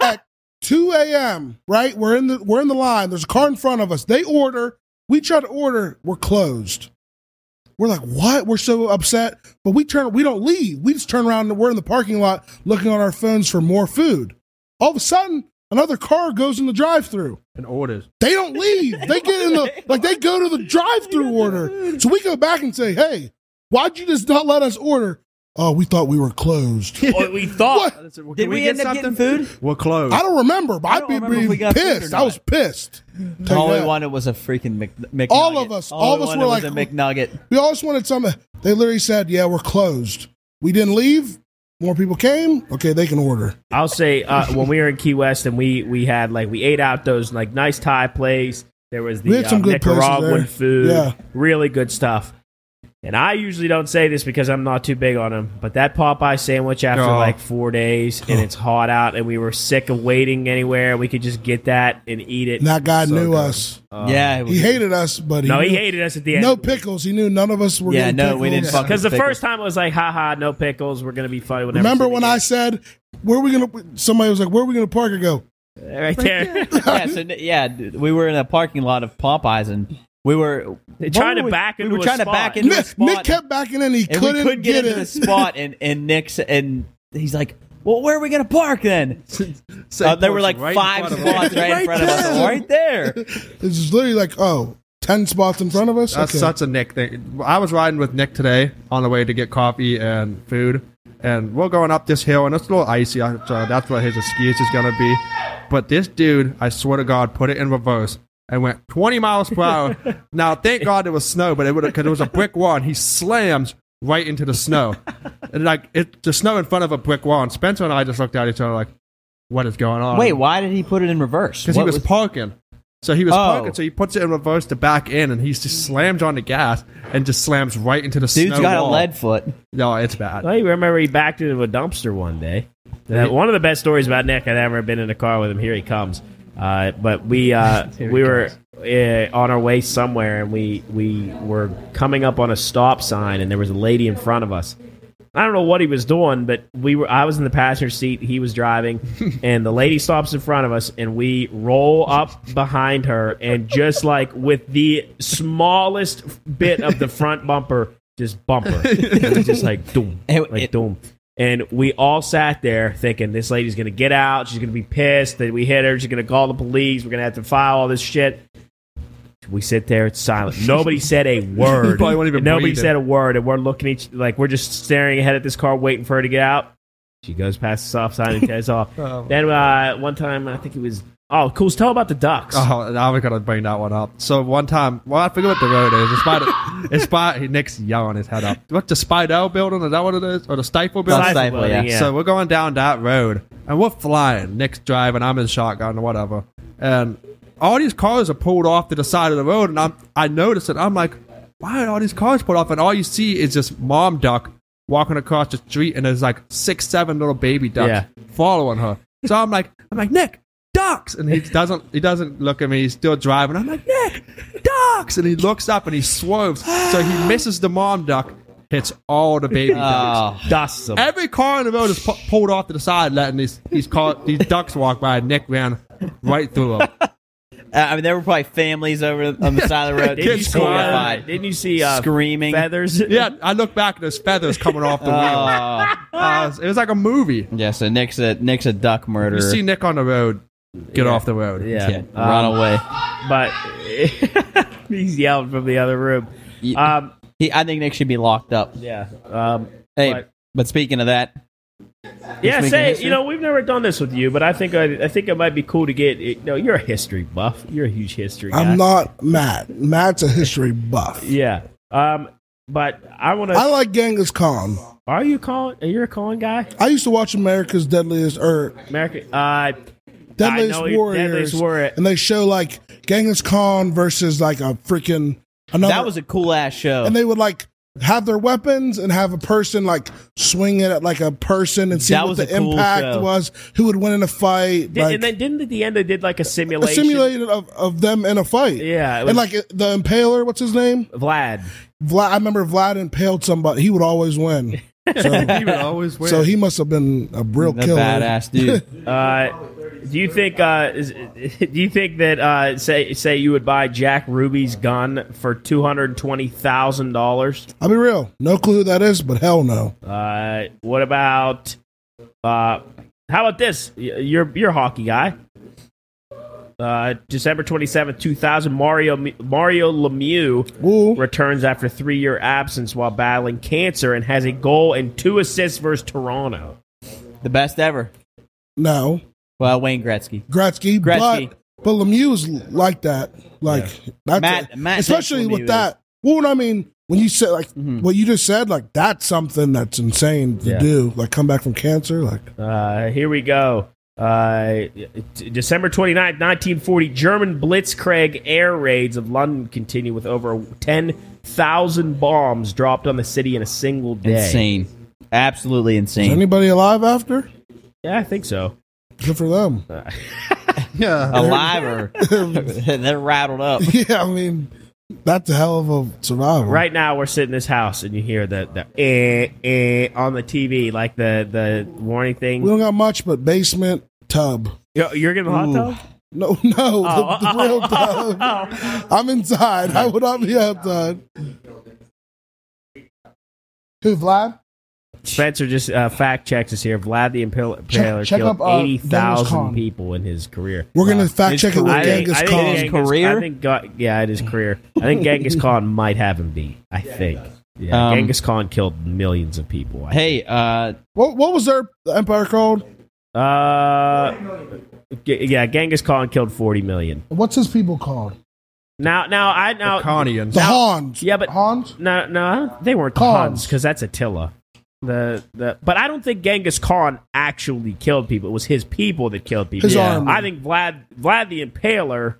Speaker 5: at two a.m. Right, we're in the we're in the line. There's a car in front of us. They order. We try to order. We're closed. We're like, what? We're so upset, but we turn. We don't leave. We just turn around and we're in the parking lot looking on our phones for more food. All of a sudden, another car goes in the drive-through.
Speaker 2: And orders.
Speaker 5: They don't leave. They get in the like they go to the drive-through order. So we go back and say, "Hey, why'd you just not let us order?" Oh, we thought we were closed.
Speaker 1: What we thought.
Speaker 5: What?
Speaker 2: Did
Speaker 3: Did we, end up getting food?
Speaker 2: We're closed.
Speaker 5: I don't remember, but
Speaker 3: I
Speaker 5: I'd
Speaker 3: don't
Speaker 5: be
Speaker 3: remember if we
Speaker 5: really
Speaker 3: got food or
Speaker 5: pissed. I
Speaker 3: not.
Speaker 5: was pissed. Tell you
Speaker 3: All we
Speaker 5: that.
Speaker 3: wanted was a freaking Mc, McNugget.
Speaker 5: All of us- all of
Speaker 3: we
Speaker 5: us
Speaker 3: wanted
Speaker 5: were
Speaker 3: was
Speaker 5: like-
Speaker 3: a McNugget.
Speaker 5: We always wanted something. They literally said, "Yeah, we're closed." We didn't leave. More people came. Okay, they can order.
Speaker 1: I'll say uh, when we were in Key West and we we had like we ate out those like nice Thai place. There was the
Speaker 5: We had some
Speaker 1: uh,
Speaker 5: good places
Speaker 1: Nicaraguan
Speaker 5: there.
Speaker 1: food,
Speaker 5: Yeah.
Speaker 1: really good stuff. And I usually don't say this because I'm not too big on them, but that Popeye sandwich after
Speaker 2: Oh.
Speaker 1: like four days and it's hot out and we were sick of waiting anywhere, we could just get that and eat it.
Speaker 5: And that guy
Speaker 2: So
Speaker 5: knew
Speaker 2: good.
Speaker 5: us.
Speaker 1: Oh.
Speaker 3: yeah, it
Speaker 5: He
Speaker 3: was-
Speaker 5: hated us, but he
Speaker 1: no, he
Speaker 5: knew-
Speaker 1: hated us at the end.
Speaker 5: no pickles. He knew none of us were.
Speaker 3: Yeah,
Speaker 5: getting
Speaker 3: no, we didn't
Speaker 5: pickles.
Speaker 3: fucking
Speaker 1: because the
Speaker 3: pickles.
Speaker 1: first time it was like, haha, no pickles, we're gonna be funny. Whenever
Speaker 5: Remember when I said, "Where are we gonna?" Somebody was like, "Where are we gonna park?" I go,
Speaker 1: right there
Speaker 3: yeah, so, n- yeah, d- we were in a parking lot of Popeyes, and we were
Speaker 1: They're trying
Speaker 3: what
Speaker 1: to
Speaker 3: were we-
Speaker 1: back
Speaker 3: We
Speaker 1: into
Speaker 3: were
Speaker 1: a
Speaker 3: trying to
Speaker 1: spot.
Speaker 3: back into a
Speaker 5: Nick,
Speaker 3: spot.
Speaker 5: Nick kept backing in. He
Speaker 3: and
Speaker 5: couldn't,
Speaker 3: we couldn't get, into
Speaker 5: in.
Speaker 3: the spot, and and Nick's and he's like, "Well, where are we gonna park then?" Uh, there were like five spots right in front of us,
Speaker 5: there.
Speaker 3: right there.
Speaker 5: It's just literally like, oh, 10 spots in front of us?
Speaker 2: That's
Speaker 5: Okay.
Speaker 2: such a Nick thing. I was riding with Nick today on the way to get coffee and food, and we're going up this hill, and it's a little icy, uh, so that's what his excuse is going to be. But this dude, I swear to God, put it in reverse and went 20 miles per hour. now, thank God it was snow, but it would because it was a brick wall, and he slams right into the snow, and like it, the snow in front of a brick wall. And Spencer and I just looked at each other like, "What is going on?"
Speaker 3: Wait, why did he put it in reverse?
Speaker 2: because he
Speaker 3: What
Speaker 2: was, parking. So he was
Speaker 3: Oh.
Speaker 2: parking. So he puts it in reverse to back in, and he just slams on the gas and just slams right into the
Speaker 3: dude's
Speaker 2: snow
Speaker 3: got
Speaker 2: wall.
Speaker 3: a lead foot.
Speaker 2: No, it's bad.
Speaker 1: Well, you remember he backed into a dumpster one day. That- one of the best stories about Nick I've ever been in a car with him. Here he comes. Uh, but we uh, we were uh, on our way somewhere, and we we were coming up on a stop sign, and there was a lady in front of us. I don't know what he was doing, but we were. I was in the passenger seat, he was driving, and the lady stops in front of us, and we roll up behind her, and just like with the smallest bit of the front bumper, just bumper, and it's just like doom,
Speaker 3: And
Speaker 1: like
Speaker 3: it-
Speaker 1: doom. And we all sat there thinking this lady's gonna get out. She's gonna be pissed that we hit her. She's gonna call the police. We're gonna have to file all this shit. We sit there, it's silent. Nobody said a word.
Speaker 2: probably weren't even
Speaker 1: And Nobody
Speaker 2: breathing.
Speaker 1: said a word, and we're looking at each like we're just staring ahead at this car, waiting for her to get out. She goes past the stop sign and tears off.
Speaker 2: Oh,
Speaker 1: Then uh, one time, I think it was oh, cool. so Tell about the ducks.
Speaker 9: Uh-huh.
Speaker 2: Oh, and I was gonna bring that one up. So one time, well, I forget what the road is. It's by the, it's by Nick's yelling his head up. What the Spidel building? Is that what it is? Or the Stifle building?
Speaker 3: Stifle,
Speaker 1: Stifle,
Speaker 3: yeah.
Speaker 2: So we're going down that road, and we're flying. Nick's driving, I'm in shotgun or whatever, and all these cars are pulled off to the side of the road, and I'm I notice it. I'm like, why are all these cars pulled off? And all you see is this mom duck walking across the street, and there's like six, seven little baby ducks
Speaker 1: Yeah.
Speaker 2: following her. So I'm like, I'm like Nick. Ducks, and he doesn't. He doesn't look at me. He's still driving. I'm like Nick, ducks, and he looks up and he swerves. So he misses the mom duck, hits all the baby ducks.
Speaker 3: Oh,
Speaker 1: Dusts them.
Speaker 2: Every car on the road is pu- pulled off to the side, letting these these, car, these ducks walk by. and Nick ran right through them.
Speaker 3: I mean, Uh, there were probably families over on the side of the road.
Speaker 1: Didn't you
Speaker 3: Kids
Speaker 1: see? Uh,
Speaker 3: horrified,
Speaker 1: didn't you see uh,
Speaker 3: screaming.
Speaker 1: feathers?
Speaker 2: Yeah, I look back and there's feathers coming off the wheel.
Speaker 3: Oh.
Speaker 2: Uh, it was like a movie.
Speaker 3: yeah, so Nick's a Nick's a duck
Speaker 2: You
Speaker 3: murderer.
Speaker 2: see Nick on the road,
Speaker 9: Get off the road.
Speaker 1: Yeah.
Speaker 3: run
Speaker 1: Um,
Speaker 3: away.
Speaker 1: Uh, But he's yelling from the other room. Um,
Speaker 3: he, I think Nick should be locked up.
Speaker 1: Yeah. Um,
Speaker 3: hey,
Speaker 1: but-
Speaker 3: but, speaking of that,
Speaker 1: yeah,
Speaker 3: making
Speaker 1: say
Speaker 3: history?
Speaker 1: you know we've never done this with you, but I think I, I think it might be cool to get. You know, you're a history buff. You're a huge history. guy.
Speaker 5: I'm not Matt. Matt's a history buff.
Speaker 1: Yeah. Um, but I want to.
Speaker 5: I like Genghis Khan.
Speaker 1: Are you calling? You're a Khan guy.
Speaker 5: I used to watch America's Deadliest or
Speaker 1: America. Uh,
Speaker 5: Deadliest
Speaker 1: I know you-
Speaker 5: Warriors,
Speaker 1: Deadliest Warrior.
Speaker 5: and they show like Genghis Khan versus like a freaking another.
Speaker 3: that was a cool ass show.
Speaker 5: and they would like have their weapons and have a person like swing it at like a person and see
Speaker 3: That
Speaker 5: what
Speaker 3: was
Speaker 5: the
Speaker 3: a cool
Speaker 5: impact
Speaker 3: show.
Speaker 5: was, who would win in a fight.
Speaker 1: Did,
Speaker 5: like,
Speaker 1: and then didn't at the end they did like a
Speaker 5: a
Speaker 1: simulation?
Speaker 5: simulated of, of them in a fight.
Speaker 1: Yeah, it was-
Speaker 5: and like the Impaler, what's his name?
Speaker 1: Vlad.
Speaker 5: Vlad. I remember Vlad impaled somebody. He would always win.
Speaker 9: he would always win.
Speaker 5: So he must have been a real
Speaker 3: That
Speaker 5: killer.
Speaker 3: badass dude.
Speaker 1: Uh, do you think? Uh, is, do you think that uh, say say you would buy Jack Ruby's gun for two hundred twenty thousand dollars?
Speaker 5: I'll be real. No clue who that is, but hell no.
Speaker 1: Uh, what about? Uh, how about this? Y- You're you're a hockey guy. Uh, December twenty seventh, two thousand. Mario Mario Lemieux
Speaker 5: Woo.
Speaker 1: returns after three year absence while battling cancer and has a goal and two assists versus Toronto.
Speaker 3: the best ever.
Speaker 5: No.
Speaker 3: Well, Wayne Gretzky.
Speaker 5: Gretzky.
Speaker 3: Gretzky.
Speaker 5: But, but Lemieux is like that. Like, that's
Speaker 3: Matt-
Speaker 5: a-
Speaker 3: Matt thinks Lemieux
Speaker 5: especially
Speaker 3: Mm-hmm.
Speaker 5: with that. Well, I mean, when you said, like, what you just said, like, that's something that's insane to
Speaker 1: Yeah.
Speaker 5: do. Like, come back from cancer. Like,
Speaker 1: Uh, here we go. Uh, t- December 29th, 1940, German blitzkrieg air raids of London continue with over 10,000 bombs dropped on the city in a single day.
Speaker 3: Insane. Absolutely
Speaker 5: is
Speaker 3: insane.
Speaker 5: anybody alive after?
Speaker 1: Yeah, I think so.
Speaker 5: Good for them.
Speaker 9: Yeah.
Speaker 3: Alive or they're rattled up.
Speaker 5: yeah, I mean, that's a hell of a survival.
Speaker 1: Right now, we're sitting in this house and you hear the, the eh, eh, on the TV, like the, the warning
Speaker 5: We
Speaker 1: thing.
Speaker 5: don't got much, but basement, tub.
Speaker 1: Yo, You're getting a hot tub?
Speaker 5: No, no,
Speaker 3: Oh.
Speaker 5: the, the real tub. I'm inside. I would not be outside. Who, Vlad?
Speaker 1: Spencer just uh, fact checks us here. Vlad the Impaler
Speaker 5: Check- check
Speaker 1: killed
Speaker 5: up, uh, Genghis
Speaker 1: 80,000
Speaker 5: Khan.
Speaker 1: people in his career.
Speaker 5: We're gonna fact check it
Speaker 1: I
Speaker 5: with
Speaker 1: think,
Speaker 5: Genghis
Speaker 1: I
Speaker 5: Khan.
Speaker 1: think Genghis-
Speaker 3: career?
Speaker 1: I think Ga- yeah, it is career. I think Genghis Khan might have him beat. I think. Yeah,
Speaker 3: Um,
Speaker 1: Genghis Khan killed millions of people. I-
Speaker 3: Hey, uh,
Speaker 5: What what was their empire called?
Speaker 1: Uh, g- yeah, Genghis Khan killed forty million.
Speaker 5: What's his people called?
Speaker 1: Now, now I
Speaker 9: The
Speaker 1: now
Speaker 9: Connians.
Speaker 5: The Hans.
Speaker 1: yeah, but-
Speaker 5: Hans.
Speaker 1: no no they weren't the
Speaker 5: Khans.
Speaker 1: Huns because that's Attila. The the but I don't think Genghis Khan actually killed people. It was his people that killed people.
Speaker 5: His
Speaker 3: Yeah.
Speaker 5: army.
Speaker 1: I think Vlad Vlad the Impaler.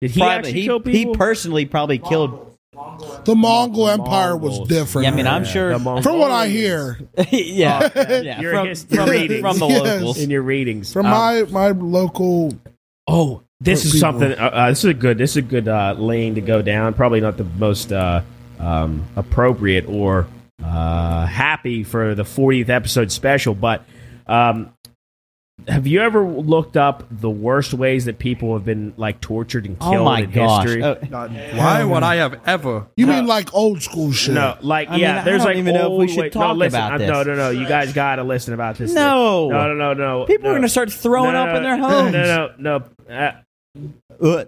Speaker 1: Did he
Speaker 3: probably-
Speaker 1: actually
Speaker 3: he,
Speaker 1: kill people?
Speaker 3: he personally probably killed.
Speaker 5: the Mongol Empire was
Speaker 1: Mongols.
Speaker 5: different.
Speaker 3: Yeah, I mean, I'm
Speaker 1: The
Speaker 3: sure.
Speaker 5: from what I
Speaker 1: Mongolians.
Speaker 5: hear,
Speaker 3: yeah, yeah,
Speaker 1: Oh, You're
Speaker 3: from,
Speaker 1: history
Speaker 3: from,
Speaker 1: reading.
Speaker 3: from the
Speaker 5: Yes.
Speaker 3: locals.
Speaker 1: in your readings
Speaker 5: from
Speaker 1: Um,
Speaker 5: my my local,
Speaker 1: Oh, this
Speaker 5: Put
Speaker 1: is
Speaker 5: people-
Speaker 1: something. Uh, uh, this is a good. This is a good uh, lane to go down. Probably not the most uh, um, appropriate or uh, happy for the 40th episode special. But um, have you ever looked up the worst ways that people have been like tortured and killed
Speaker 3: Oh my
Speaker 1: in
Speaker 3: gosh!
Speaker 1: history?
Speaker 3: Oh,
Speaker 9: Not- Why would I have ever?
Speaker 5: you mean like old school shit?
Speaker 1: No, like
Speaker 3: I
Speaker 1: yeah,
Speaker 3: mean, I
Speaker 1: there's
Speaker 3: don't
Speaker 1: like
Speaker 3: even know if
Speaker 1: old
Speaker 3: we should
Speaker 1: way- no,
Speaker 3: talk
Speaker 1: listen,
Speaker 3: about
Speaker 1: I'm-
Speaker 3: this.
Speaker 1: No, no, no. You guys got to listen about this.
Speaker 3: No.
Speaker 1: no, no, no, no.
Speaker 3: people
Speaker 1: no.
Speaker 3: are going to start throwing
Speaker 1: no,
Speaker 3: up
Speaker 1: no,
Speaker 3: in their
Speaker 1: no,
Speaker 3: homes.
Speaker 1: No, no, no. Uh,
Speaker 3: Uh,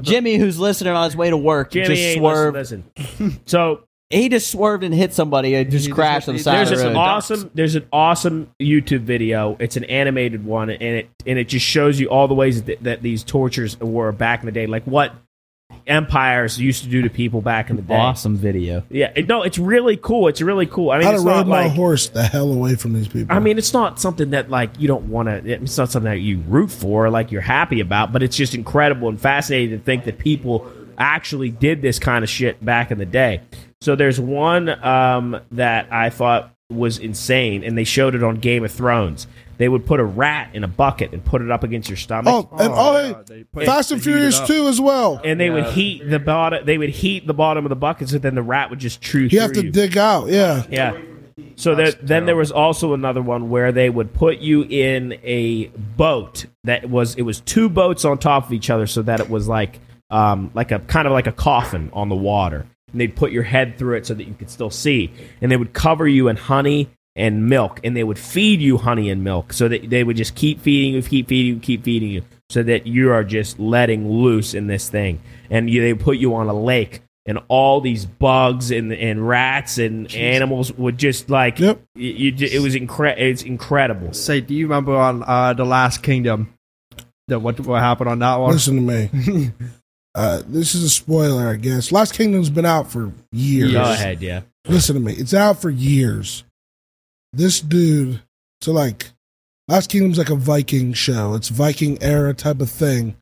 Speaker 3: Jimmy, who's listening on his way to work,
Speaker 1: Jimmy
Speaker 3: just
Speaker 1: ain't
Speaker 3: swerved.
Speaker 1: Listen, listen. so
Speaker 3: He just swerved and hit somebody. and just
Speaker 9: just
Speaker 3: crashed on the
Speaker 9: hit-
Speaker 3: side
Speaker 1: there's
Speaker 3: of the
Speaker 1: an
Speaker 3: road.
Speaker 1: awesome there's an awesome YouTube video. It's an animated one, and it and it just shows you all the ways that, that these tortures were back in the day, like what empires used to do to people back in the day.
Speaker 3: awesome video.
Speaker 1: Yeah, it- no, it's really cool. It's really cool. I mean,
Speaker 5: I'd
Speaker 1: it's
Speaker 5: have
Speaker 1: not
Speaker 5: rode my
Speaker 1: like
Speaker 5: horse the hell away from these people.
Speaker 1: I mean, it's not something that like you don't want to. It's not something that you root for, or, like you're happy about. But it's just incredible and fascinating to think that people actually did this kind of shit back in the day. So there's one um, that I thought was insane, and they showed it on Game of Thrones. They would put a rat in a bucket and put it up against your stomach.
Speaker 5: oh, and oh, hey, Fast and Furious two as well.
Speaker 1: And they would heat the bottom. They would heat the bottom of the bucket, so then the rat would just chew
Speaker 5: You
Speaker 1: through
Speaker 5: have to
Speaker 1: you.
Speaker 5: dig out. Yeah,
Speaker 1: Yeah. So there, then there was also another one where they would put you in a boat that was it was two boats on top of each other so that it was like um, like a kind of like a coffin on the water and they'd put your head through it so that you could still see and they would cover you in honey and milk and they would feed you honey and milk so that they would just keep feeding you keep feeding you keep feeding you so that you are just letting loose in this thing. And you, they put you on a lake, and all these bugs and and rats and animals would just like y- you, ju- it was incre- It's incredible.
Speaker 9: Say, do you remember on uh, the Last Kingdom? That what what happened on that one?
Speaker 5: Listen to me. uh, this is a spoiler, I guess. Last Kingdom's been out for years.
Speaker 1: Go ahead, yeah.
Speaker 5: Listen to me. It's out for years. This dude, so like, Last Kingdom's like a Viking show. It's Viking era type of thing.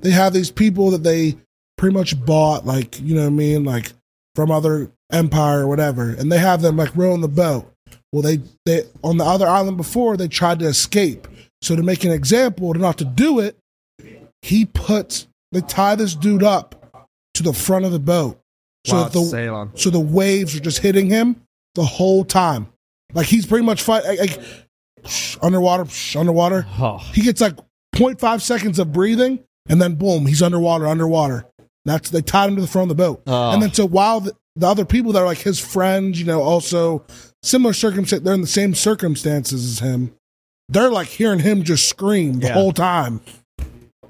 Speaker 5: They have these people that they pretty much bought, like, you know what I mean? Like, from other empire or whatever. And they have them like rowing the boat. Well, they, they, on the other island before, they tried to escape. So to make an example, to not to do it, he puts they tie this dude up to the front of the boat. So
Speaker 9: Wow,
Speaker 5: that the
Speaker 9: Ceylon.
Speaker 5: so the waves are just hitting him the whole time. Like he's pretty much fight like, like, psh, underwater, psh, underwater. He gets like 0.5 seconds of breathing, and then boom, he's underwater, underwater. That's they tied him to the front of the boat,
Speaker 9: Oh.
Speaker 5: and then so while the, the other people that are like his friends, you know, also similar circumstance, they're in the same circumstances as him. They're like hearing him just scream the
Speaker 1: Yeah.
Speaker 5: whole time.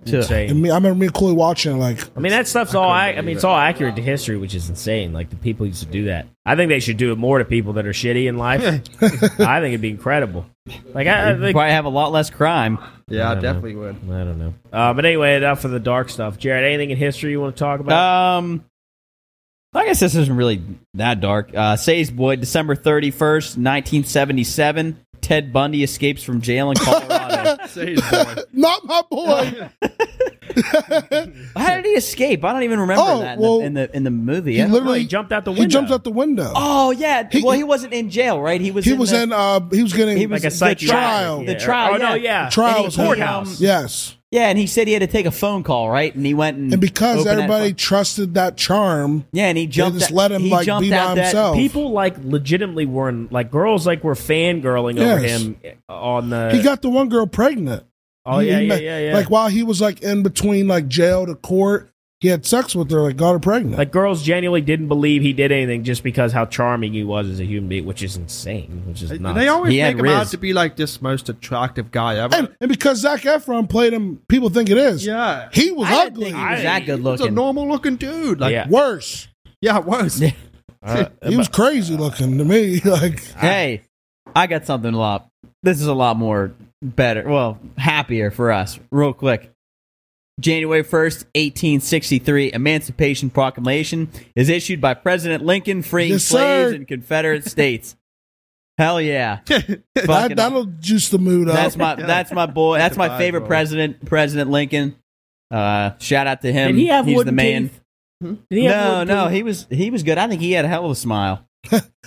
Speaker 1: Insane.
Speaker 5: And me, I remember me and Chloe watching it, like,
Speaker 1: I mean that stuff's all. I, I mean it's all accurate to history, which is insane. Like the people used to do that. I think they should do it more to people that are shitty in life. I think it'd be incredible. Like I, I
Speaker 3: You'd
Speaker 1: think,
Speaker 3: probably have a lot less crime.
Speaker 9: Yeah, I
Speaker 1: don't know.
Speaker 9: definitely would.
Speaker 1: I don't know. Uh, but anyway, enough for the dark stuff. Jared, anything in history you want to talk about?
Speaker 3: Um, I guess this isn't really that dark. Uh, Say's Boyd, December 31st, 1977. Ted Bundy escapes from jail in Colorado.
Speaker 5: not my boy.
Speaker 3: How did he escape? I don't even remember
Speaker 5: Oh,
Speaker 3: that in,
Speaker 5: well,
Speaker 3: the, in the in the movie.
Speaker 5: he
Speaker 3: I don't
Speaker 5: literally
Speaker 3: really-
Speaker 1: jumped out the
Speaker 5: He jumps out the window.
Speaker 3: Oh yeah.
Speaker 5: He-
Speaker 3: well, he wasn't in jail, right? He was.
Speaker 5: he
Speaker 3: in
Speaker 5: was
Speaker 3: the,
Speaker 5: in. Uh, he was getting
Speaker 3: He was
Speaker 1: Like a
Speaker 3: the
Speaker 1: psychiatric,
Speaker 3: trial.
Speaker 1: yeah.
Speaker 3: The trial.
Speaker 1: Oh, no, yeah.
Speaker 5: trial
Speaker 3: And he-
Speaker 5: was
Speaker 3: he,
Speaker 1: courthouse.
Speaker 3: um,
Speaker 5: yes,
Speaker 3: yeah, and he said he had to take a phone call, right? And he went and
Speaker 1: Hmm.
Speaker 5: and because
Speaker 3: opened that
Speaker 5: everybody
Speaker 3: phone-
Speaker 5: trusted that charm,
Speaker 3: yeah, and he jumped.
Speaker 5: just
Speaker 3: out-
Speaker 5: let him,
Speaker 3: he
Speaker 5: like,
Speaker 3: jumped
Speaker 5: be by
Speaker 3: out that-
Speaker 5: himself.
Speaker 1: People like legitimately were in, like girls like were fangirling over
Speaker 5: Yes.
Speaker 1: him on the.
Speaker 5: he got the one girl pregnant.
Speaker 1: oh
Speaker 5: He-
Speaker 1: yeah,
Speaker 5: he
Speaker 1: yeah,
Speaker 5: ma-
Speaker 1: yeah, yeah.
Speaker 5: Like while he was like in between like jail to court, he had sex with her, like got her pregnant.
Speaker 1: Like girls genuinely didn't believe he did anything just because how charming he was as a human being, which is insane. Which is nuts.
Speaker 9: They always
Speaker 3: He had
Speaker 9: make him out
Speaker 3: Riz.
Speaker 9: to be like this most attractive guy ever.
Speaker 5: and, and because Zach Efron played him, people think it is.
Speaker 9: yeah,
Speaker 5: He was
Speaker 3: I didn't
Speaker 5: ugly.
Speaker 3: think he was that good
Speaker 9: he's a
Speaker 3: looking.
Speaker 9: normal looking dude. Like,
Speaker 1: Yeah.
Speaker 5: Worse.
Speaker 9: yeah, it was.
Speaker 1: Uh,
Speaker 5: He was crazy looking to me. Like
Speaker 3: Hey, I got something a lot. This is a lot more better. Well, happier for us. Real quick. January 1st, 1863, Emancipation Proclamation is issued by President Lincoln freeing
Speaker 5: Yes,
Speaker 3: slaves
Speaker 5: sir.
Speaker 3: in Confederate states. Hell yeah.
Speaker 5: that,
Speaker 3: Fucking-
Speaker 5: that'll juice the mood up.
Speaker 3: that's my that's my boy. That's my
Speaker 9: Goodbye,
Speaker 3: favorite
Speaker 9: bro.
Speaker 3: president, President Lincoln. Uh, shout out to him.
Speaker 1: Did he have
Speaker 3: He's the
Speaker 1: wooden
Speaker 3: man.
Speaker 1: teeth? Hmm? Did he have
Speaker 3: no,
Speaker 1: one
Speaker 3: no,
Speaker 1: tooth?
Speaker 3: he was he was good. I think he had a hell of a smile.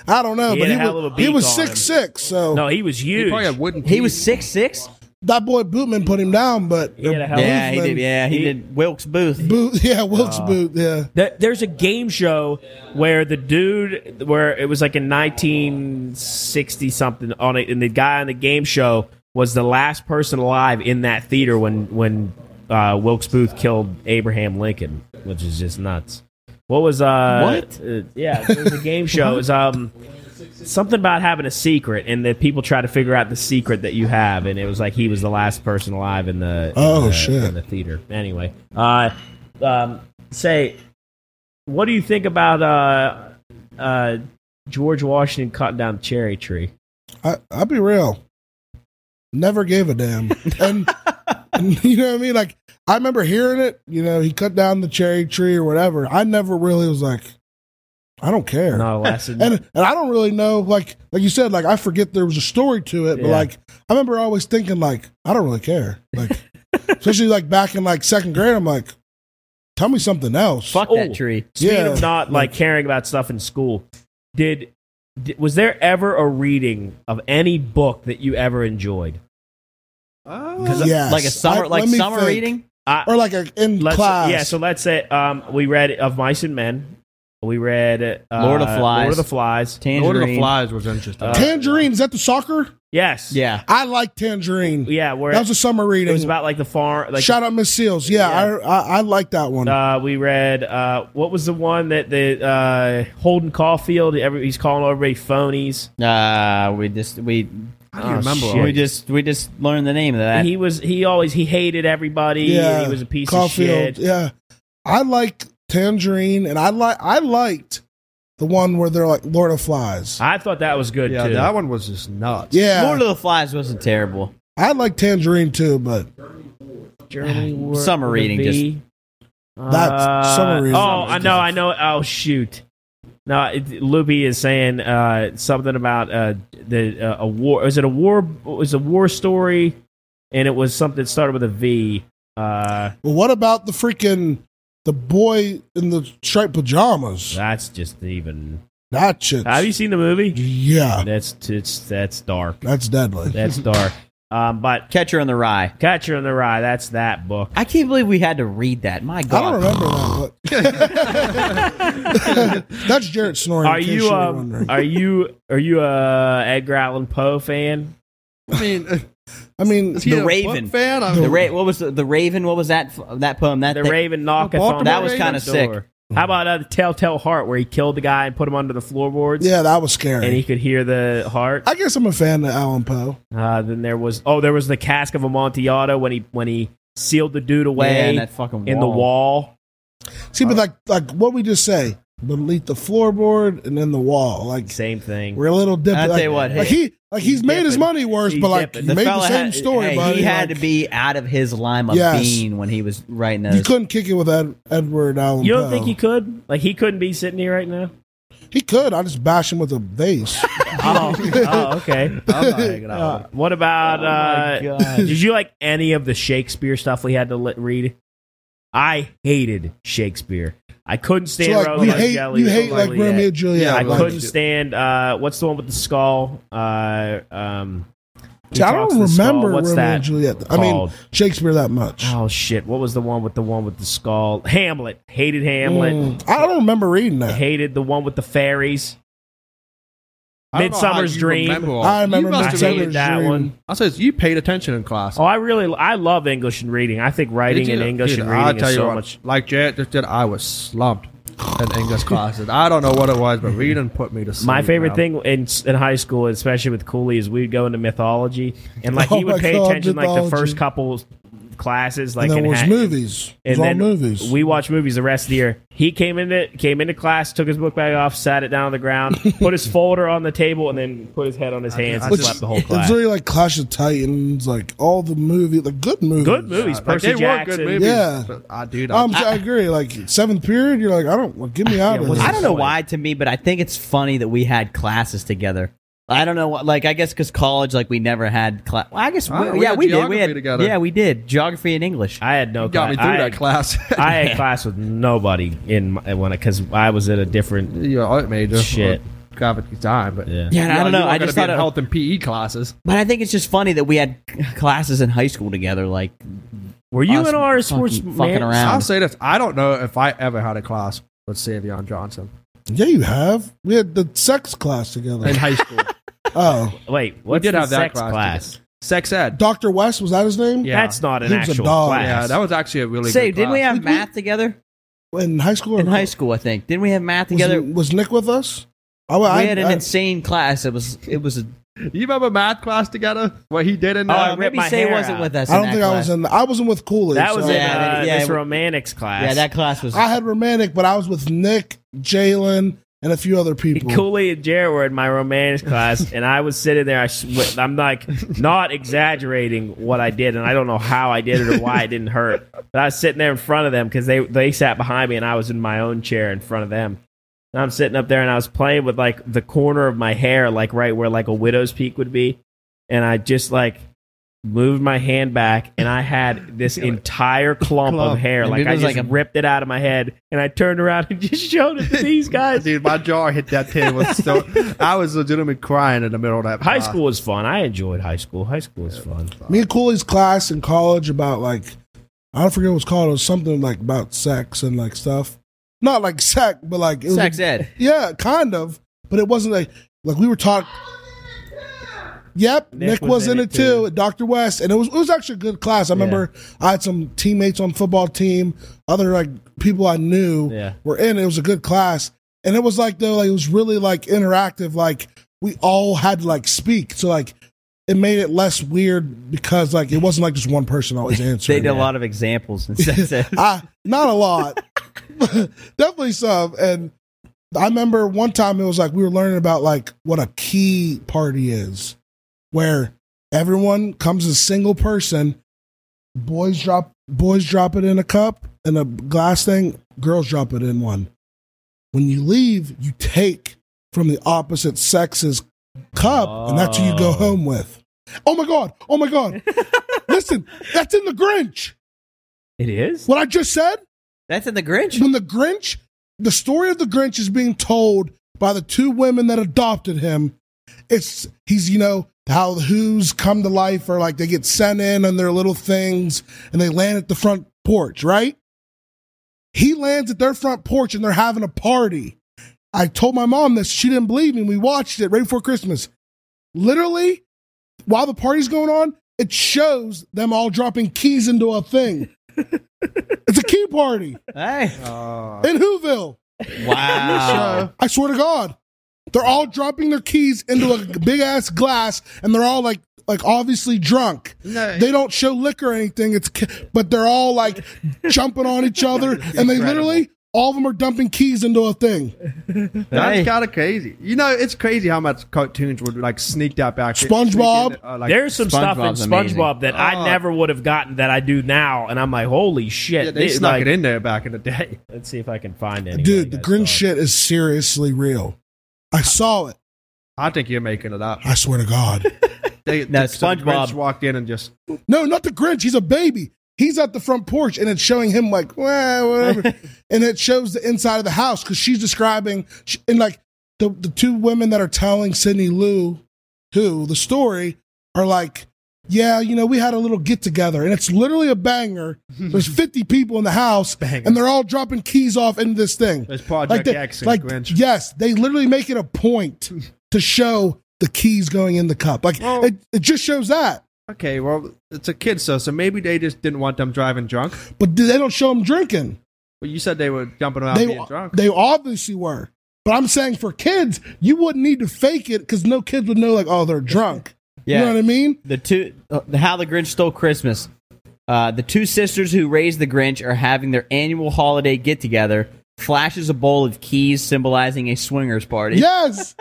Speaker 5: I don't know,
Speaker 1: He
Speaker 5: but
Speaker 1: had
Speaker 5: he
Speaker 1: a hell of
Speaker 5: was,
Speaker 1: a
Speaker 5: he
Speaker 1: beak
Speaker 5: was
Speaker 1: on him.
Speaker 5: six six. So
Speaker 1: no, he was
Speaker 9: He
Speaker 1: huge.
Speaker 9: probably had wooden
Speaker 3: He
Speaker 9: teeth.
Speaker 3: was six six.
Speaker 5: that boy Bootman put him down, but
Speaker 1: He had a hell of a-
Speaker 3: Yeah, he
Speaker 5: Bootman-
Speaker 3: did. Yeah, he,
Speaker 1: He-
Speaker 3: did. Wilkes Booth.
Speaker 5: Boot, yeah, Wilkes Boot, yeah.
Speaker 1: Th- There's a game show where the dude, where it was like in 1960 something on it, and the guy on the game show was the last person alive in that theater when when uh, Wilkes Booth killed Abraham Lincoln, which is just nuts. What was uh?
Speaker 3: What?
Speaker 1: uh, yeah, there was a game show. It was um. Something about having a secret, and that people try to figure out the secret that you have, and it was like he was the last person alive in the
Speaker 5: Oh,
Speaker 1: in the,
Speaker 5: shit.
Speaker 1: in the theater. Anyway, uh, um, say what do you think about uh, uh, George Washington cutting down the cherry tree?
Speaker 5: I, I'll be real. Never gave a damn. And, and you know what I mean? Like, I remember hearing it, you know, he cut down the cherry tree or whatever. I never really was like, I don't care.
Speaker 1: Not a lesson.
Speaker 5: And and I don't really know, like like you said, like I forget there was a story to it, but
Speaker 1: Yeah.
Speaker 5: like I remember always thinking like I don't really care, like especially like back in like second grade, I'm like, tell me something else.
Speaker 3: Fuck
Speaker 1: Oh.
Speaker 3: that tree.
Speaker 1: Speaking
Speaker 5: yeah.
Speaker 1: of not like caring about stuff in school, did, did was there ever a reading of any book that you ever enjoyed?
Speaker 3: uh,
Speaker 5: Yes.
Speaker 3: Like a summer,
Speaker 5: I-
Speaker 3: like
Speaker 5: let me
Speaker 3: summer
Speaker 5: think.
Speaker 3: reading.
Speaker 1: I,
Speaker 5: or like a in
Speaker 1: let's,
Speaker 5: class.
Speaker 1: Yeah, so let's say um, we read of Mice and Men. We read uh,
Speaker 3: Lord of the Flies.
Speaker 1: Lord of the Flies.
Speaker 3: Tangerine.
Speaker 9: Lord of the Flies was
Speaker 5: Oh,
Speaker 9: interesting.
Speaker 5: tangerine is that the soccer?
Speaker 1: Yes.
Speaker 3: Yeah.
Speaker 5: I like tangerine.
Speaker 1: Yeah. Where
Speaker 5: that was a summer reading.
Speaker 1: it was about like the farm. Like
Speaker 5: Shout out Miss Seals. Yeah,
Speaker 1: Yeah.
Speaker 5: I, I I like that one.
Speaker 1: Uh, we read uh, what was the one that the uh, Holden Caulfield? Every, he's calling everybody phonies.
Speaker 3: Uh, we just we
Speaker 9: How do you remember? all
Speaker 3: We
Speaker 9: this?
Speaker 3: just we just learned the name of that.
Speaker 1: He was he always he hated everybody. and he was a piece of shit.
Speaker 5: Yeah, I liked Tangerine, and I like I liked the one where they're like Lord of Flies.
Speaker 1: I thought that was good
Speaker 9: yeah,
Speaker 1: too.
Speaker 9: that one was just nuts.
Speaker 5: Yeah,
Speaker 3: Lord of the Flies wasn't terrible.
Speaker 5: I like Tangerine too, but
Speaker 1: Journey War-
Speaker 3: Summer
Speaker 1: with a
Speaker 3: reading, just-
Speaker 1: V.
Speaker 5: That's summer reading.
Speaker 1: Oh, I know, I know. Oh shoot! No, it, Luby is saying uh, something about uh, the uh, a war. Was it a war? It was a war story, and it was something that started with a V. Uh,
Speaker 5: Well, what about the freaking the boy in the striped pajamas?
Speaker 1: that's just even.
Speaker 5: That shit.
Speaker 1: Have you seen the movie?
Speaker 5: Yeah,
Speaker 1: That's it's that's dark.
Speaker 5: that's deadly.
Speaker 1: That's dark. Um, but
Speaker 3: Catcher in the Rye.
Speaker 1: Catcher in the Rye, that's that book.
Speaker 3: I can't believe we had to read that. My
Speaker 5: I don't
Speaker 3: God.
Speaker 5: remember that, but that's Jarrett snoring. in
Speaker 1: Are
Speaker 5: case
Speaker 1: you
Speaker 5: were
Speaker 1: um,
Speaker 5: wondering.
Speaker 1: are you are you a Edgar Allan Poe fan?
Speaker 9: I mean, uh,
Speaker 5: I mean,
Speaker 9: is he
Speaker 3: The
Speaker 9: a book
Speaker 3: Raven.
Speaker 9: fan? I
Speaker 3: The
Speaker 9: mean,
Speaker 3: Ra- what was the, the Raven? What was that f- that poem? That
Speaker 1: The
Speaker 3: thing-
Speaker 1: Raven knocketh
Speaker 9: Baltimore
Speaker 1: on the
Speaker 3: That was kinda
Speaker 1: front
Speaker 3: sick.
Speaker 1: door. How about uh, the Telltale Heart, where he killed the guy and put him under the floorboards,
Speaker 5: yeah, that was
Speaker 1: and he
Speaker 5: scary.
Speaker 1: could hear the heart.
Speaker 5: I guess I'm a fan of Alan Poe.
Speaker 1: Uh, then there was oh, there was the cask of Amontillado when he when he sealed the dude
Speaker 3: Yeah,
Speaker 1: away
Speaker 3: in that fucking
Speaker 1: in the wall.
Speaker 5: See,
Speaker 1: Uh,
Speaker 5: but like, like what we just say, beneath the floorboard and then the wall, like
Speaker 1: Same thing.
Speaker 5: we're a little dipping.
Speaker 3: I'll
Speaker 5: like,
Speaker 3: tell you what,
Speaker 5: like
Speaker 3: hey,
Speaker 5: he, like he's,
Speaker 1: he's
Speaker 5: made his
Speaker 1: dipping.
Speaker 5: money worse,
Speaker 1: He's
Speaker 5: but like
Speaker 1: dipping.
Speaker 5: he
Speaker 1: The
Speaker 5: made the
Speaker 3: fella
Speaker 5: same
Speaker 3: had-
Speaker 5: story.
Speaker 3: hey,
Speaker 5: buddy.
Speaker 3: he had
Speaker 5: Like,
Speaker 3: to be out of his lime of
Speaker 5: Yes.
Speaker 3: bean when he was writing
Speaker 5: You
Speaker 3: those.
Speaker 5: couldn't kick it with Ed, Edward Allan.
Speaker 1: You don't
Speaker 5: Poe.
Speaker 1: think he could? Like he couldn't be sitting here right now?
Speaker 5: He could. I just bash him with a vase.
Speaker 1: Oh, oh okay.
Speaker 9: I'm not
Speaker 5: Uh,
Speaker 9: hanging out with him.
Speaker 1: What
Speaker 5: oh
Speaker 1: about? uh,
Speaker 3: my God.
Speaker 1: did you like any of the Shakespeare stuff we had to let, read? I hated Shakespeare. I couldn't
Speaker 5: so
Speaker 1: stand
Speaker 5: like you
Speaker 1: Romeo and
Speaker 5: hate,
Speaker 1: Jelly-
Speaker 5: you hate like
Speaker 1: Juliet.
Speaker 5: Romeo and Juliet.
Speaker 9: Yeah,
Speaker 1: I
Speaker 9: like-
Speaker 1: couldn't stand. Uh, what's the one with the skull? Uh, um, he
Speaker 5: See, I
Speaker 1: talks
Speaker 5: don't
Speaker 1: to the skull.
Speaker 5: remember
Speaker 1: What's
Speaker 5: Romeo
Speaker 1: that
Speaker 5: and Juliet. I mean
Speaker 1: called?
Speaker 5: Shakespeare that much.
Speaker 1: oh shit! What was the one with the one with the skull? Hamlet. Hated Hamlet.
Speaker 5: Mm, I don't remember reading that.
Speaker 1: Hated the one with the fairies.
Speaker 9: I don't know how
Speaker 1: Midsummer's
Speaker 9: you
Speaker 1: Dream.
Speaker 9: remember all-
Speaker 5: I
Speaker 9: you
Speaker 5: remember
Speaker 9: must
Speaker 1: I
Speaker 9: have
Speaker 5: Midsummer's
Speaker 9: really-
Speaker 1: hated that
Speaker 5: Dream.
Speaker 1: one.
Speaker 9: I says you paid attention in class.
Speaker 1: Oh, I really, I love English and reading. I think writing
Speaker 9: Did
Speaker 1: in
Speaker 9: you-
Speaker 1: English
Speaker 9: dude,
Speaker 1: and
Speaker 9: I'll
Speaker 1: reading
Speaker 9: tell
Speaker 1: is
Speaker 9: you
Speaker 1: so
Speaker 9: what,
Speaker 1: much.
Speaker 9: Like Jared just did, I was slumped in English classes. I don't know what it was, but reading put me to sleep.
Speaker 1: My favorite
Speaker 9: man.
Speaker 1: thing in in high school, especially with Cooley, is we'd go into mythology and like
Speaker 5: Oh
Speaker 1: he would
Speaker 5: my
Speaker 1: pay
Speaker 5: God,
Speaker 1: attention like the
Speaker 5: mythology.
Speaker 1: first couple classes, like
Speaker 5: and
Speaker 1: in
Speaker 5: there was
Speaker 1: ha-
Speaker 5: movies. It
Speaker 1: and
Speaker 5: was all
Speaker 1: then
Speaker 5: movies.
Speaker 1: we watched movies the rest of the year. He came into came into class, took his book bag off, sat it down on the ground, put his folder on the table, and then put his head on his hands and
Speaker 5: Which-
Speaker 1: slept the whole
Speaker 5: It was
Speaker 1: class.
Speaker 5: really like Clash of Titans, like all the movie, like good movies.
Speaker 1: Good movies,
Speaker 9: Like,
Speaker 1: Percy
Speaker 9: they were
Speaker 1: Jackson.
Speaker 9: good movies.
Speaker 5: Yeah.
Speaker 9: but, ah, dude, I,
Speaker 5: Um, I, agree. Like seventh period, you're like, I don't. Well, get me out
Speaker 1: Yeah,
Speaker 5: of
Speaker 1: was-
Speaker 5: this.
Speaker 3: I don't know
Speaker 1: Funny.
Speaker 3: why to me, but I think it's funny that we had classes together. I don't know, why- like I guess because college, like we never had class. Well, I guess,
Speaker 9: Ah,
Speaker 3: we,
Speaker 9: we
Speaker 3: yeah,
Speaker 9: had
Speaker 3: we did. We
Speaker 9: geography
Speaker 3: had,
Speaker 9: together.
Speaker 3: yeah, we did geography and English.
Speaker 1: I had no.
Speaker 9: you got me
Speaker 1: cla-
Speaker 9: through
Speaker 1: I
Speaker 9: that
Speaker 1: had-
Speaker 9: class.
Speaker 1: I had class with nobody in my, when because I was at a different.
Speaker 9: You're an art major.
Speaker 1: Shit.
Speaker 9: Well, Gravity time, but
Speaker 1: Yeah.
Speaker 3: yeah, and I don't
Speaker 9: You
Speaker 3: know.
Speaker 9: weren't
Speaker 3: I
Speaker 9: gonna
Speaker 3: just
Speaker 9: be
Speaker 3: thought,
Speaker 9: in
Speaker 3: it,
Speaker 9: health and PE classes.
Speaker 3: but I think it's just funny that we had classes in high school together. Like
Speaker 1: Were you
Speaker 3: us
Speaker 1: in our
Speaker 3: fucking-
Speaker 1: sports
Speaker 3: fucking
Speaker 1: Um,
Speaker 3: around?
Speaker 9: I'll say this: I don't know if I ever had a class with Savion Johnson
Speaker 5: Yeah, you have. We had the sex class together.
Speaker 9: in high school.
Speaker 5: oh,
Speaker 1: Wait, what's
Speaker 9: did
Speaker 1: the
Speaker 9: have that
Speaker 1: sex
Speaker 9: class,
Speaker 1: class?
Speaker 9: Sex ed.
Speaker 5: Doctor West was that his name?
Speaker 9: Yeah.
Speaker 1: That's not an
Speaker 5: He was a
Speaker 1: actual
Speaker 5: dog.
Speaker 1: class.
Speaker 9: Yeah, that was actually a really.
Speaker 3: Say,
Speaker 9: good
Speaker 3: didn't we
Speaker 9: class.
Speaker 3: have math together
Speaker 5: in high school. Or
Speaker 3: in high school? I think didn't we have math
Speaker 5: was,
Speaker 3: together?
Speaker 5: was Nick with us? Oh, well,
Speaker 3: we
Speaker 5: I,
Speaker 3: had an
Speaker 5: I-
Speaker 3: insane class. It was it was. A,
Speaker 9: You remember math class together? What he did in
Speaker 1: Oh, I
Speaker 9: that?
Speaker 1: ripped
Speaker 3: maybe
Speaker 1: my
Speaker 3: Say
Speaker 1: hair
Speaker 3: wasn't
Speaker 1: out.
Speaker 3: with us.
Speaker 5: I
Speaker 3: in
Speaker 5: don't
Speaker 3: that
Speaker 5: think I was
Speaker 3: class.
Speaker 5: in. I was in with Cooley.
Speaker 1: That was
Speaker 5: so-
Speaker 1: in
Speaker 3: Yeah,
Speaker 1: uh,
Speaker 3: that- yeah,
Speaker 1: Miss
Speaker 3: it-
Speaker 1: Romantics class.
Speaker 3: Yeah, that class was.
Speaker 5: I had romantic, but I was with Nick, Jalen, and a few other people.
Speaker 1: Cooley and Jared were in my romantics class, and I was sitting there. I sw- I'm like, not exaggerating what I did, and I don't know how I did it or why it didn't hurt. But I was sitting there in front of them because they they sat behind me, and I was in my own chair in front of them. And I'm sitting up there, and I was playing with like the corner of my hair, like right where like a widow's peak would be, and I just like moved my hand back, and I had this entire clump, of
Speaker 9: Clump.
Speaker 1: hair.
Speaker 3: And
Speaker 1: Like
Speaker 3: it
Speaker 1: I
Speaker 3: was
Speaker 1: just
Speaker 3: like a-
Speaker 1: ripped it out of my head, and I turned around and just showed it to these guys.
Speaker 9: Dude, my jaw hit that table. So I was legitimately crying in the middle of that.
Speaker 1: High
Speaker 9: class.
Speaker 1: school was fun. I enjoyed high school. High school was fun.
Speaker 5: Me and Cooley's class in college about like I don't forget what it's called. It was something like about sex and like stuff. Not like sex, but like it was
Speaker 3: sex ed.
Speaker 5: Yeah, kind of, but it wasn't like like we were taught. Yep, Nick, was, in, it too, at Dr. West, and it was it was actually a good class. I remember I had some teammates on football team, other like people I knew
Speaker 1: Yeah.
Speaker 5: were in. it. It was a good class, and it was like though like, it was really like interactive. Like we all had to like speak, so like it made it less weird because like it wasn't like just one person always answering.
Speaker 3: They did a lot of examples and stuff.
Speaker 5: I, not a lot, definitely some. And I remember one time it was like we were learning about like what a key party is, where everyone comes as a single person. Boys drop boys drop it in a cup and a glass thing. Girls drop it in one. When you leave, you take from the opposite sex's cup, and that's who you go home with. Oh my god! Oh my god! Listen, that's in the Grinch.
Speaker 3: It is
Speaker 5: what I just said.
Speaker 3: That's in the Grinch.
Speaker 5: When the Grinch, the story of the Grinch is being told by the two women that adopted him. It's he's you know how the Who's come to life, or like they get sent in on their little things, and they land at the front porch, right? He lands at their front porch, and they're having a party. I told my mom this. She didn't believe me. We watched it right before Christmas. Literally, while the party's going on, it shows them all dropping keys into a thing. it's a key party
Speaker 3: Hey.
Speaker 5: in Whoville.
Speaker 3: Wow.
Speaker 5: I swear to God, they're all dropping their keys into a big ass glass, and they're all like, like obviously drunk. They don't show liquor or anything. It's, ki- but they're all like jumping on each other, and they literally all of them are dumping keys into a thing.
Speaker 9: That's kind of crazy. You know, it's crazy how much cartoons would like sneak that back.
Speaker 5: SpongeBob.
Speaker 9: Sneak in, uh, like-
Speaker 1: There's some stuff in
Speaker 3: SpongeBob's amazing.
Speaker 1: SpongeBob that I
Speaker 9: Oh.
Speaker 1: never would have gotten that I do now, and I'm like, holy shit!
Speaker 9: Yeah, they
Speaker 1: this-
Speaker 9: snuck
Speaker 1: like-
Speaker 9: it in there back in the day.
Speaker 1: Let's see if I can find any.
Speaker 5: Dude, the Grinch shit is seriously real. I saw it.
Speaker 9: I think you're making it up.
Speaker 5: I swear to God.
Speaker 9: They,
Speaker 3: No,
Speaker 9: they- some
Speaker 3: SpongeBob-
Speaker 9: Grinch walked in and just
Speaker 5: No, not the Grinch. He's a baby. He's at the front porch and it's showing him like, well, whatever. and it shows the inside of the house because she's describing, she, and like the, the two women that are telling Sidney Lou, who the story, are like, yeah, you know, we had a little get together and it's literally a banger. There's 50 people in the house and they're all dropping keys off into this thing.
Speaker 9: There's Project
Speaker 5: they-
Speaker 9: X and
Speaker 5: like,
Speaker 9: Grinch.
Speaker 5: Yes, they literally make it a point to show the keys going in the cup. Like it, it just shows that.
Speaker 9: okay, well, it's a kid show, so maybe they just didn't want them driving drunk.
Speaker 5: But they don't show them drinking.
Speaker 9: But you said they were jumping around
Speaker 5: They,
Speaker 9: being drunk.
Speaker 5: they obviously were. But I'm saying for kids, you wouldn't need to fake it because no kids would know, like, oh, they're drunk.
Speaker 3: Yeah.
Speaker 5: You know what I mean?
Speaker 3: the two uh, the how the grinch stole christmas uh, the two sisters who raised the grinch are having their annual holiday get together flashes a bowl of keys symbolizing a swingers party
Speaker 5: Yes,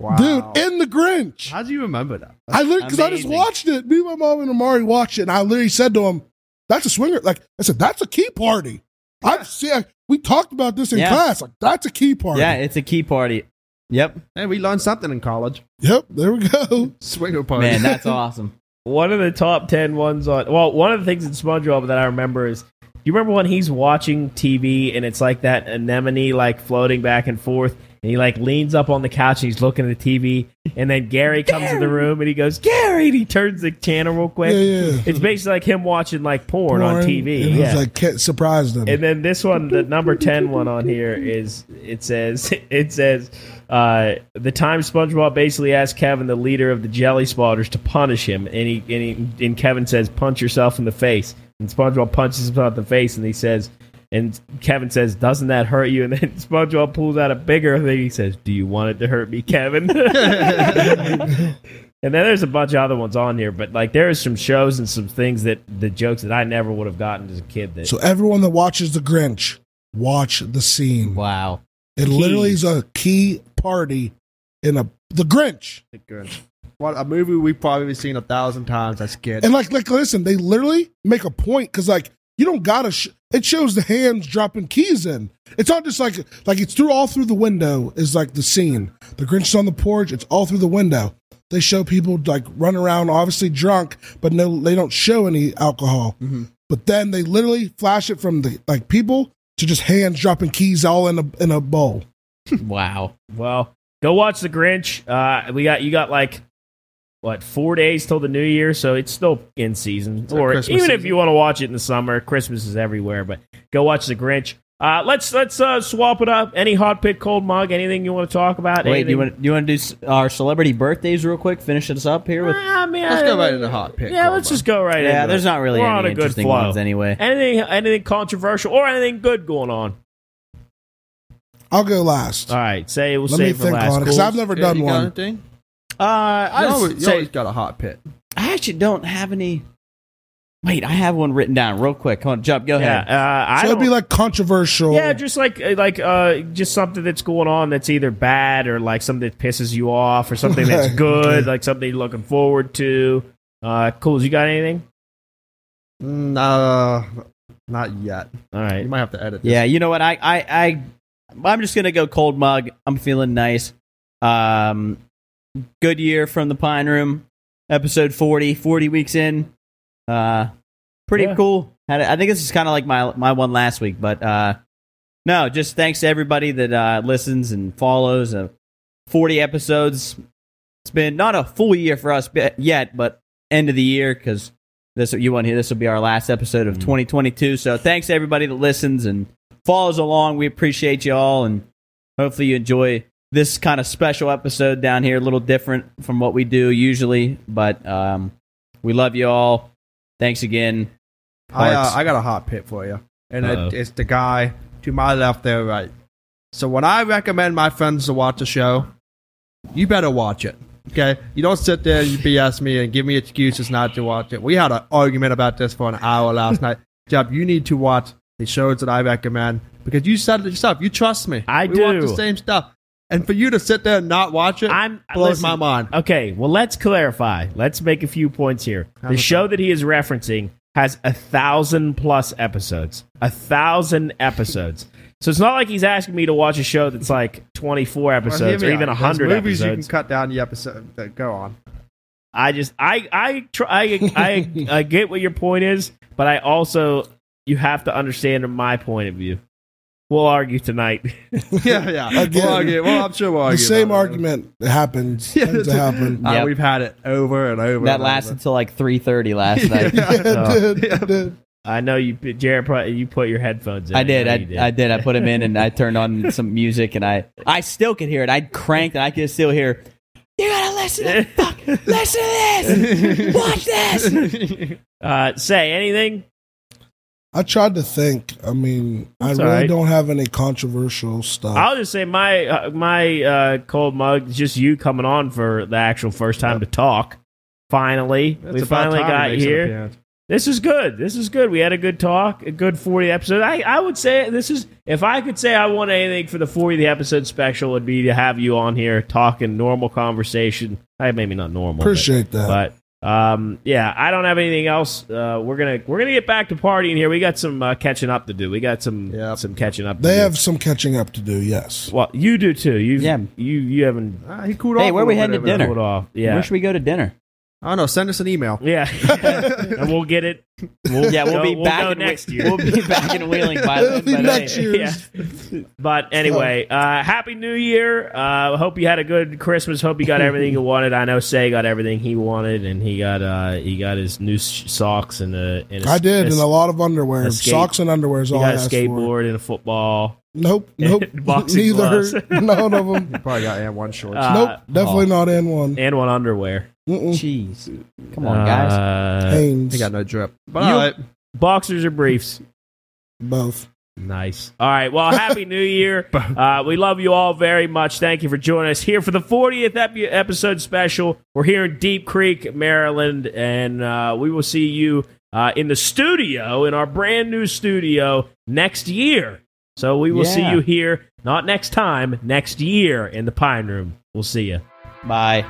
Speaker 9: wow.
Speaker 5: dude, in the Grinch.
Speaker 9: how do you remember that?
Speaker 5: I literally, because I just
Speaker 3: Amazing.
Speaker 5: watched it. Me, my mom, and Amari watched it, and I literally said to him, "That's a swinger." Like I said, that's a key party. I've seen. like, we talked about this in
Speaker 3: Yeah.
Speaker 5: class. Like that's a key party.
Speaker 3: yeah it's a key party yep
Speaker 9: Hey, we learned something in college.
Speaker 5: Yep. There we go.
Speaker 9: Swinger party.
Speaker 3: man that's awesome
Speaker 1: One of the top ten ones on. Well, one of the things in SpongeBob that I remember is. You remember when he's watching TV and it's like that anemone like floating back and forth, and he like leans up on the couch and he's looking at the TV, and then Gary comes in the room and he goes Gary, and he turns the channel real quick.
Speaker 5: Yeah, yeah.
Speaker 1: It's basically like him watching like porn, on
Speaker 5: Lauren,
Speaker 1: TV.
Speaker 5: And
Speaker 1: yeah.
Speaker 5: I was like, can't surprise them.
Speaker 1: And then this one, the number 10 one on here is it says it says uh, the time SpongeBob basically asked Kevin, the leader of the Jelly Spotters, to punish him, and he and, he, and Kevin says, "Punch yourself in the face." And SpongeBob punches himself in the face, and he says, and Kevin says, "Doesn't that hurt you?" And then SpongeBob pulls out a bigger thing. He says, "Do you want it to hurt me, Kevin?" And then there's a bunch of other ones on here, but like there is some shows and some things that the jokes that I never would have gotten as a kid. That
Speaker 5: so everyone that watches the Grinch, watch the scene.
Speaker 3: wow
Speaker 5: It literally is a key party in a the Grinch.
Speaker 9: Good. What a movie we've probably seen a thousand times as kids.
Speaker 5: And like, like, listen, they literally make a point because, like, you don't gotta. Sh- it shows the hands dropping keys in. It's not just like, like it's through all through the window is like the scene. The Grinch is on the porch. It's all through the window. They show people like run around, obviously drunk, but no, they don't show any alcohol. But then they literally flash it from the like people to just hands dropping keys all in a in a bowl.
Speaker 3: wow
Speaker 1: well, go watch the Grinch. Uh, we got you got like what four days till the New Year, so it's still in season.
Speaker 9: like
Speaker 1: or even
Speaker 9: Christmas
Speaker 1: if
Speaker 9: season.
Speaker 1: you want to watch it in the summer, Christmas is everywhere. But go watch the Grinch. Uh, let's let's uh, swap it up. Any hot pit cold mug? Anything you want to talk about?
Speaker 3: wait do
Speaker 1: anything-
Speaker 3: you want you want to do s- our celebrity birthdays real quick finish us up here with
Speaker 1: Ah, I mean,
Speaker 9: Let's
Speaker 1: I-
Speaker 9: go right into hot pick.
Speaker 1: Yeah, let's just go right. into
Speaker 3: yeah
Speaker 1: it.
Speaker 3: there's not really
Speaker 1: We're
Speaker 3: any
Speaker 1: on a good
Speaker 3: interesting
Speaker 1: flow.
Speaker 3: ones anyway
Speaker 1: Anything anything controversial or anything good going on?
Speaker 5: I'll go last.
Speaker 1: All right, say we'll
Speaker 5: Let me
Speaker 1: save for
Speaker 5: think
Speaker 1: last.
Speaker 5: on it because
Speaker 1: Cool.
Speaker 5: I've never done one.
Speaker 9: anything?
Speaker 3: Uh, I
Speaker 9: you
Speaker 3: was
Speaker 9: always, you
Speaker 3: say-
Speaker 9: always got a hot pit.
Speaker 3: I actually don't have any. Wait, I have one written down real quick. Come on, jump. Go
Speaker 1: Yeah,
Speaker 3: ahead.
Speaker 1: uh, I
Speaker 5: So it'd be
Speaker 1: don't-
Speaker 5: like controversial.
Speaker 1: Yeah, just like like uh, just something that's going on that's either bad or like something that pisses you off or something that's
Speaker 5: Right.
Speaker 1: good, like something you're looking forward to. Uh, cool. You got anything?
Speaker 9: No, not yet.
Speaker 1: All
Speaker 9: You
Speaker 1: right.
Speaker 9: might have to edit. This.
Speaker 3: Yeah, you know what? I, I, I, I'm just gonna go cold mug. I'm feeling nice. Um, good year from the Pine Room, episode 40, 40 weeks in. Uh, pretty
Speaker 1: Yeah.
Speaker 3: cool. Had a- I think this is kind of like my my one last week, but uh, no, just thanks to everybody that uh, listens and follows. Uh, 40 episodes. It's been not a full year for us be- yet, but end of the year because this you want to hear this will be our last episode
Speaker 9: Mm.
Speaker 3: of 2022. So thanks to everybody that listens and follows along. We appreciate you all, and hopefully you enjoy this kind of special episode down here. A little different from what we do usually, but um, we love you all. Thanks again.
Speaker 9: I, uh,
Speaker 3: Parts.
Speaker 9: I got a hot pit for you, and
Speaker 12: Uh-oh.
Speaker 9: it, it's the guy to my left, there, right. So when I recommend my friends to watch a show, you better watch it. Okay, you don't sit there and you BS me and give me excuses not to watch it. We had an argument about this for an hour last night. Jeb, you need to watch the shows that I recommend because you said it yourself. You trust me.
Speaker 1: I
Speaker 9: we Watch
Speaker 1: do.
Speaker 9: the same stuff, and for you to sit there and not watch it
Speaker 1: I'm-
Speaker 9: blows
Speaker 1: listen,
Speaker 9: my mind.
Speaker 1: Okay, well, let's clarify. Let's make a few points here. The
Speaker 9: about
Speaker 1: show that he is referencing has a thousand plus episodes. A thousand episodes. So it's not like he's asking me to watch a show that's like 24 episodes or
Speaker 9: Well, here we
Speaker 1: even
Speaker 9: are.
Speaker 1: 100
Speaker 9: There's movies you
Speaker 1: episodes.
Speaker 9: can cut down the episode. but Go on.
Speaker 1: I just, I, I, tr- I, I, I get what your point is, but I also, you have to understand my point of view. We'll argue tonight.
Speaker 9: yeah, yeah.
Speaker 5: Again.
Speaker 9: We'll argue. Well, I'm sure we'll
Speaker 5: the
Speaker 9: argue.
Speaker 5: same
Speaker 9: about it.
Speaker 5: argument happens.
Speaker 9: Yeah,
Speaker 5: tends to
Speaker 9: that's-
Speaker 5: happen.
Speaker 9: Uh,
Speaker 3: Yep.
Speaker 9: We've had it over and over.
Speaker 3: That
Speaker 9: and
Speaker 3: lasted
Speaker 9: over.
Speaker 3: until like 3:30 last night.
Speaker 9: Yeah.
Speaker 5: It did, it did.
Speaker 1: I know you, Jared, probably, you put your headphones in.
Speaker 3: I did.
Speaker 1: know
Speaker 3: I,
Speaker 1: you
Speaker 3: I did. I put him in and I turned on some music and I I still could hear it. I cranked and I could still hear. You gotta listen. To, fuck, listen to this. Watch this.
Speaker 1: Uh, say anything?
Speaker 5: I tried to think. I mean,
Speaker 1: That's
Speaker 5: I
Speaker 1: all
Speaker 5: really
Speaker 1: right.
Speaker 5: don't have any controversial stuff.
Speaker 1: I'll just say my uh, my uh, cold mug is just you coming on for the actual first time to talk. Finally,
Speaker 9: It's
Speaker 1: we
Speaker 9: about
Speaker 1: finally
Speaker 9: time it
Speaker 1: got
Speaker 9: makes an
Speaker 1: here.
Speaker 9: appearance.
Speaker 1: This is good. This is good. We had a good talk, a good 40 episode. I, I would say this is if I could say I want anything for the 40 episode special would be to have you on here talking normal conversation. I maybe not normal. but-
Speaker 5: Appreciate that.
Speaker 1: But um, yeah, I don't have anything else. Uh, we're gonna we're gonna get back to partying here. We got some uh, catching up to do. We got some
Speaker 9: Yep.
Speaker 1: some catching up. to
Speaker 5: they
Speaker 1: do.
Speaker 5: have some catching up to do. Yes.
Speaker 1: Well, you do too. You've,
Speaker 3: Yeah.
Speaker 1: You you haven't
Speaker 9: Uh, he cooled
Speaker 3: Hey,
Speaker 9: off
Speaker 3: where
Speaker 9: a
Speaker 3: we
Speaker 9: little
Speaker 3: headed
Speaker 9: bit
Speaker 3: to
Speaker 9: over
Speaker 3: dinner?
Speaker 1: pulled off. Yeah.
Speaker 3: Where should we go to dinner?
Speaker 9: there. I don't know. Send us an email.
Speaker 1: yeah. and we'll get it. We'll
Speaker 3: Yeah, we'll
Speaker 1: go-
Speaker 3: be
Speaker 1: we'll
Speaker 3: back
Speaker 1: go
Speaker 3: in Whe-
Speaker 1: next year.
Speaker 3: We'll be back in Wheeling by
Speaker 5: It'll
Speaker 3: then.
Speaker 5: be
Speaker 3: But,
Speaker 5: next year.
Speaker 1: Yeah. But anyway, uh, happy New Year. Uh, hope you had a good Christmas. Hope you got everything you wanted. I know Say got everything he wanted, and he got uh, he got his new s- socks and a. And a
Speaker 5: I did,
Speaker 1: a,
Speaker 5: and a lot of underwear,
Speaker 1: a skate-
Speaker 5: socks and underwear is
Speaker 1: He
Speaker 5: all
Speaker 1: got
Speaker 5: I
Speaker 1: a
Speaker 5: asked for.
Speaker 1: skateboard and a football.
Speaker 5: Nope, nope,
Speaker 1: Boxing gloves.
Speaker 5: neither, none of them.
Speaker 9: Probably got and one short.
Speaker 1: Uh,
Speaker 5: nope, definitely not in one.
Speaker 1: and one underwear.
Speaker 5: Mm-mm.
Speaker 3: Jeez, come on, guys.
Speaker 1: Uh,
Speaker 5: Hanes,
Speaker 9: he got no drip. But
Speaker 1: you-
Speaker 9: all right.
Speaker 1: boxers or briefs.
Speaker 5: both.
Speaker 1: Nice. All right. Well, happy new year. Uh, we love you all very much. Thank you for joining us here for the 40th ep- episode special. We're here in Deep Creek, Maryland, and uh, we will see you uh, in the studio, in our brand new studio next year. So we will see
Speaker 3: Yeah.
Speaker 1: you here, not next time, next year in the Pine Room. We'll see you.
Speaker 3: Bye.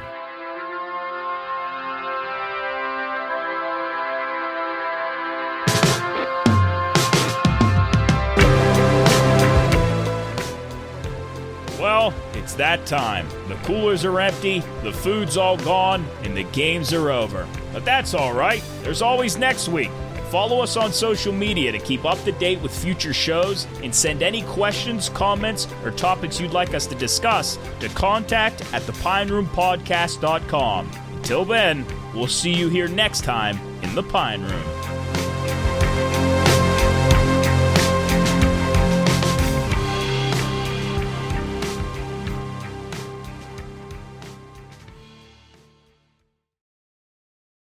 Speaker 12: Well, it's that time. The coolers are empty, the food's all gone, and the games are over. But that's all right. There's always next week. Follow us on social media to keep up to date with future shows and send any questions, comments, or topics you'd like us to discuss to contact at thepineroompodcast.com. Until then, we'll see you here next time in the Pine Room.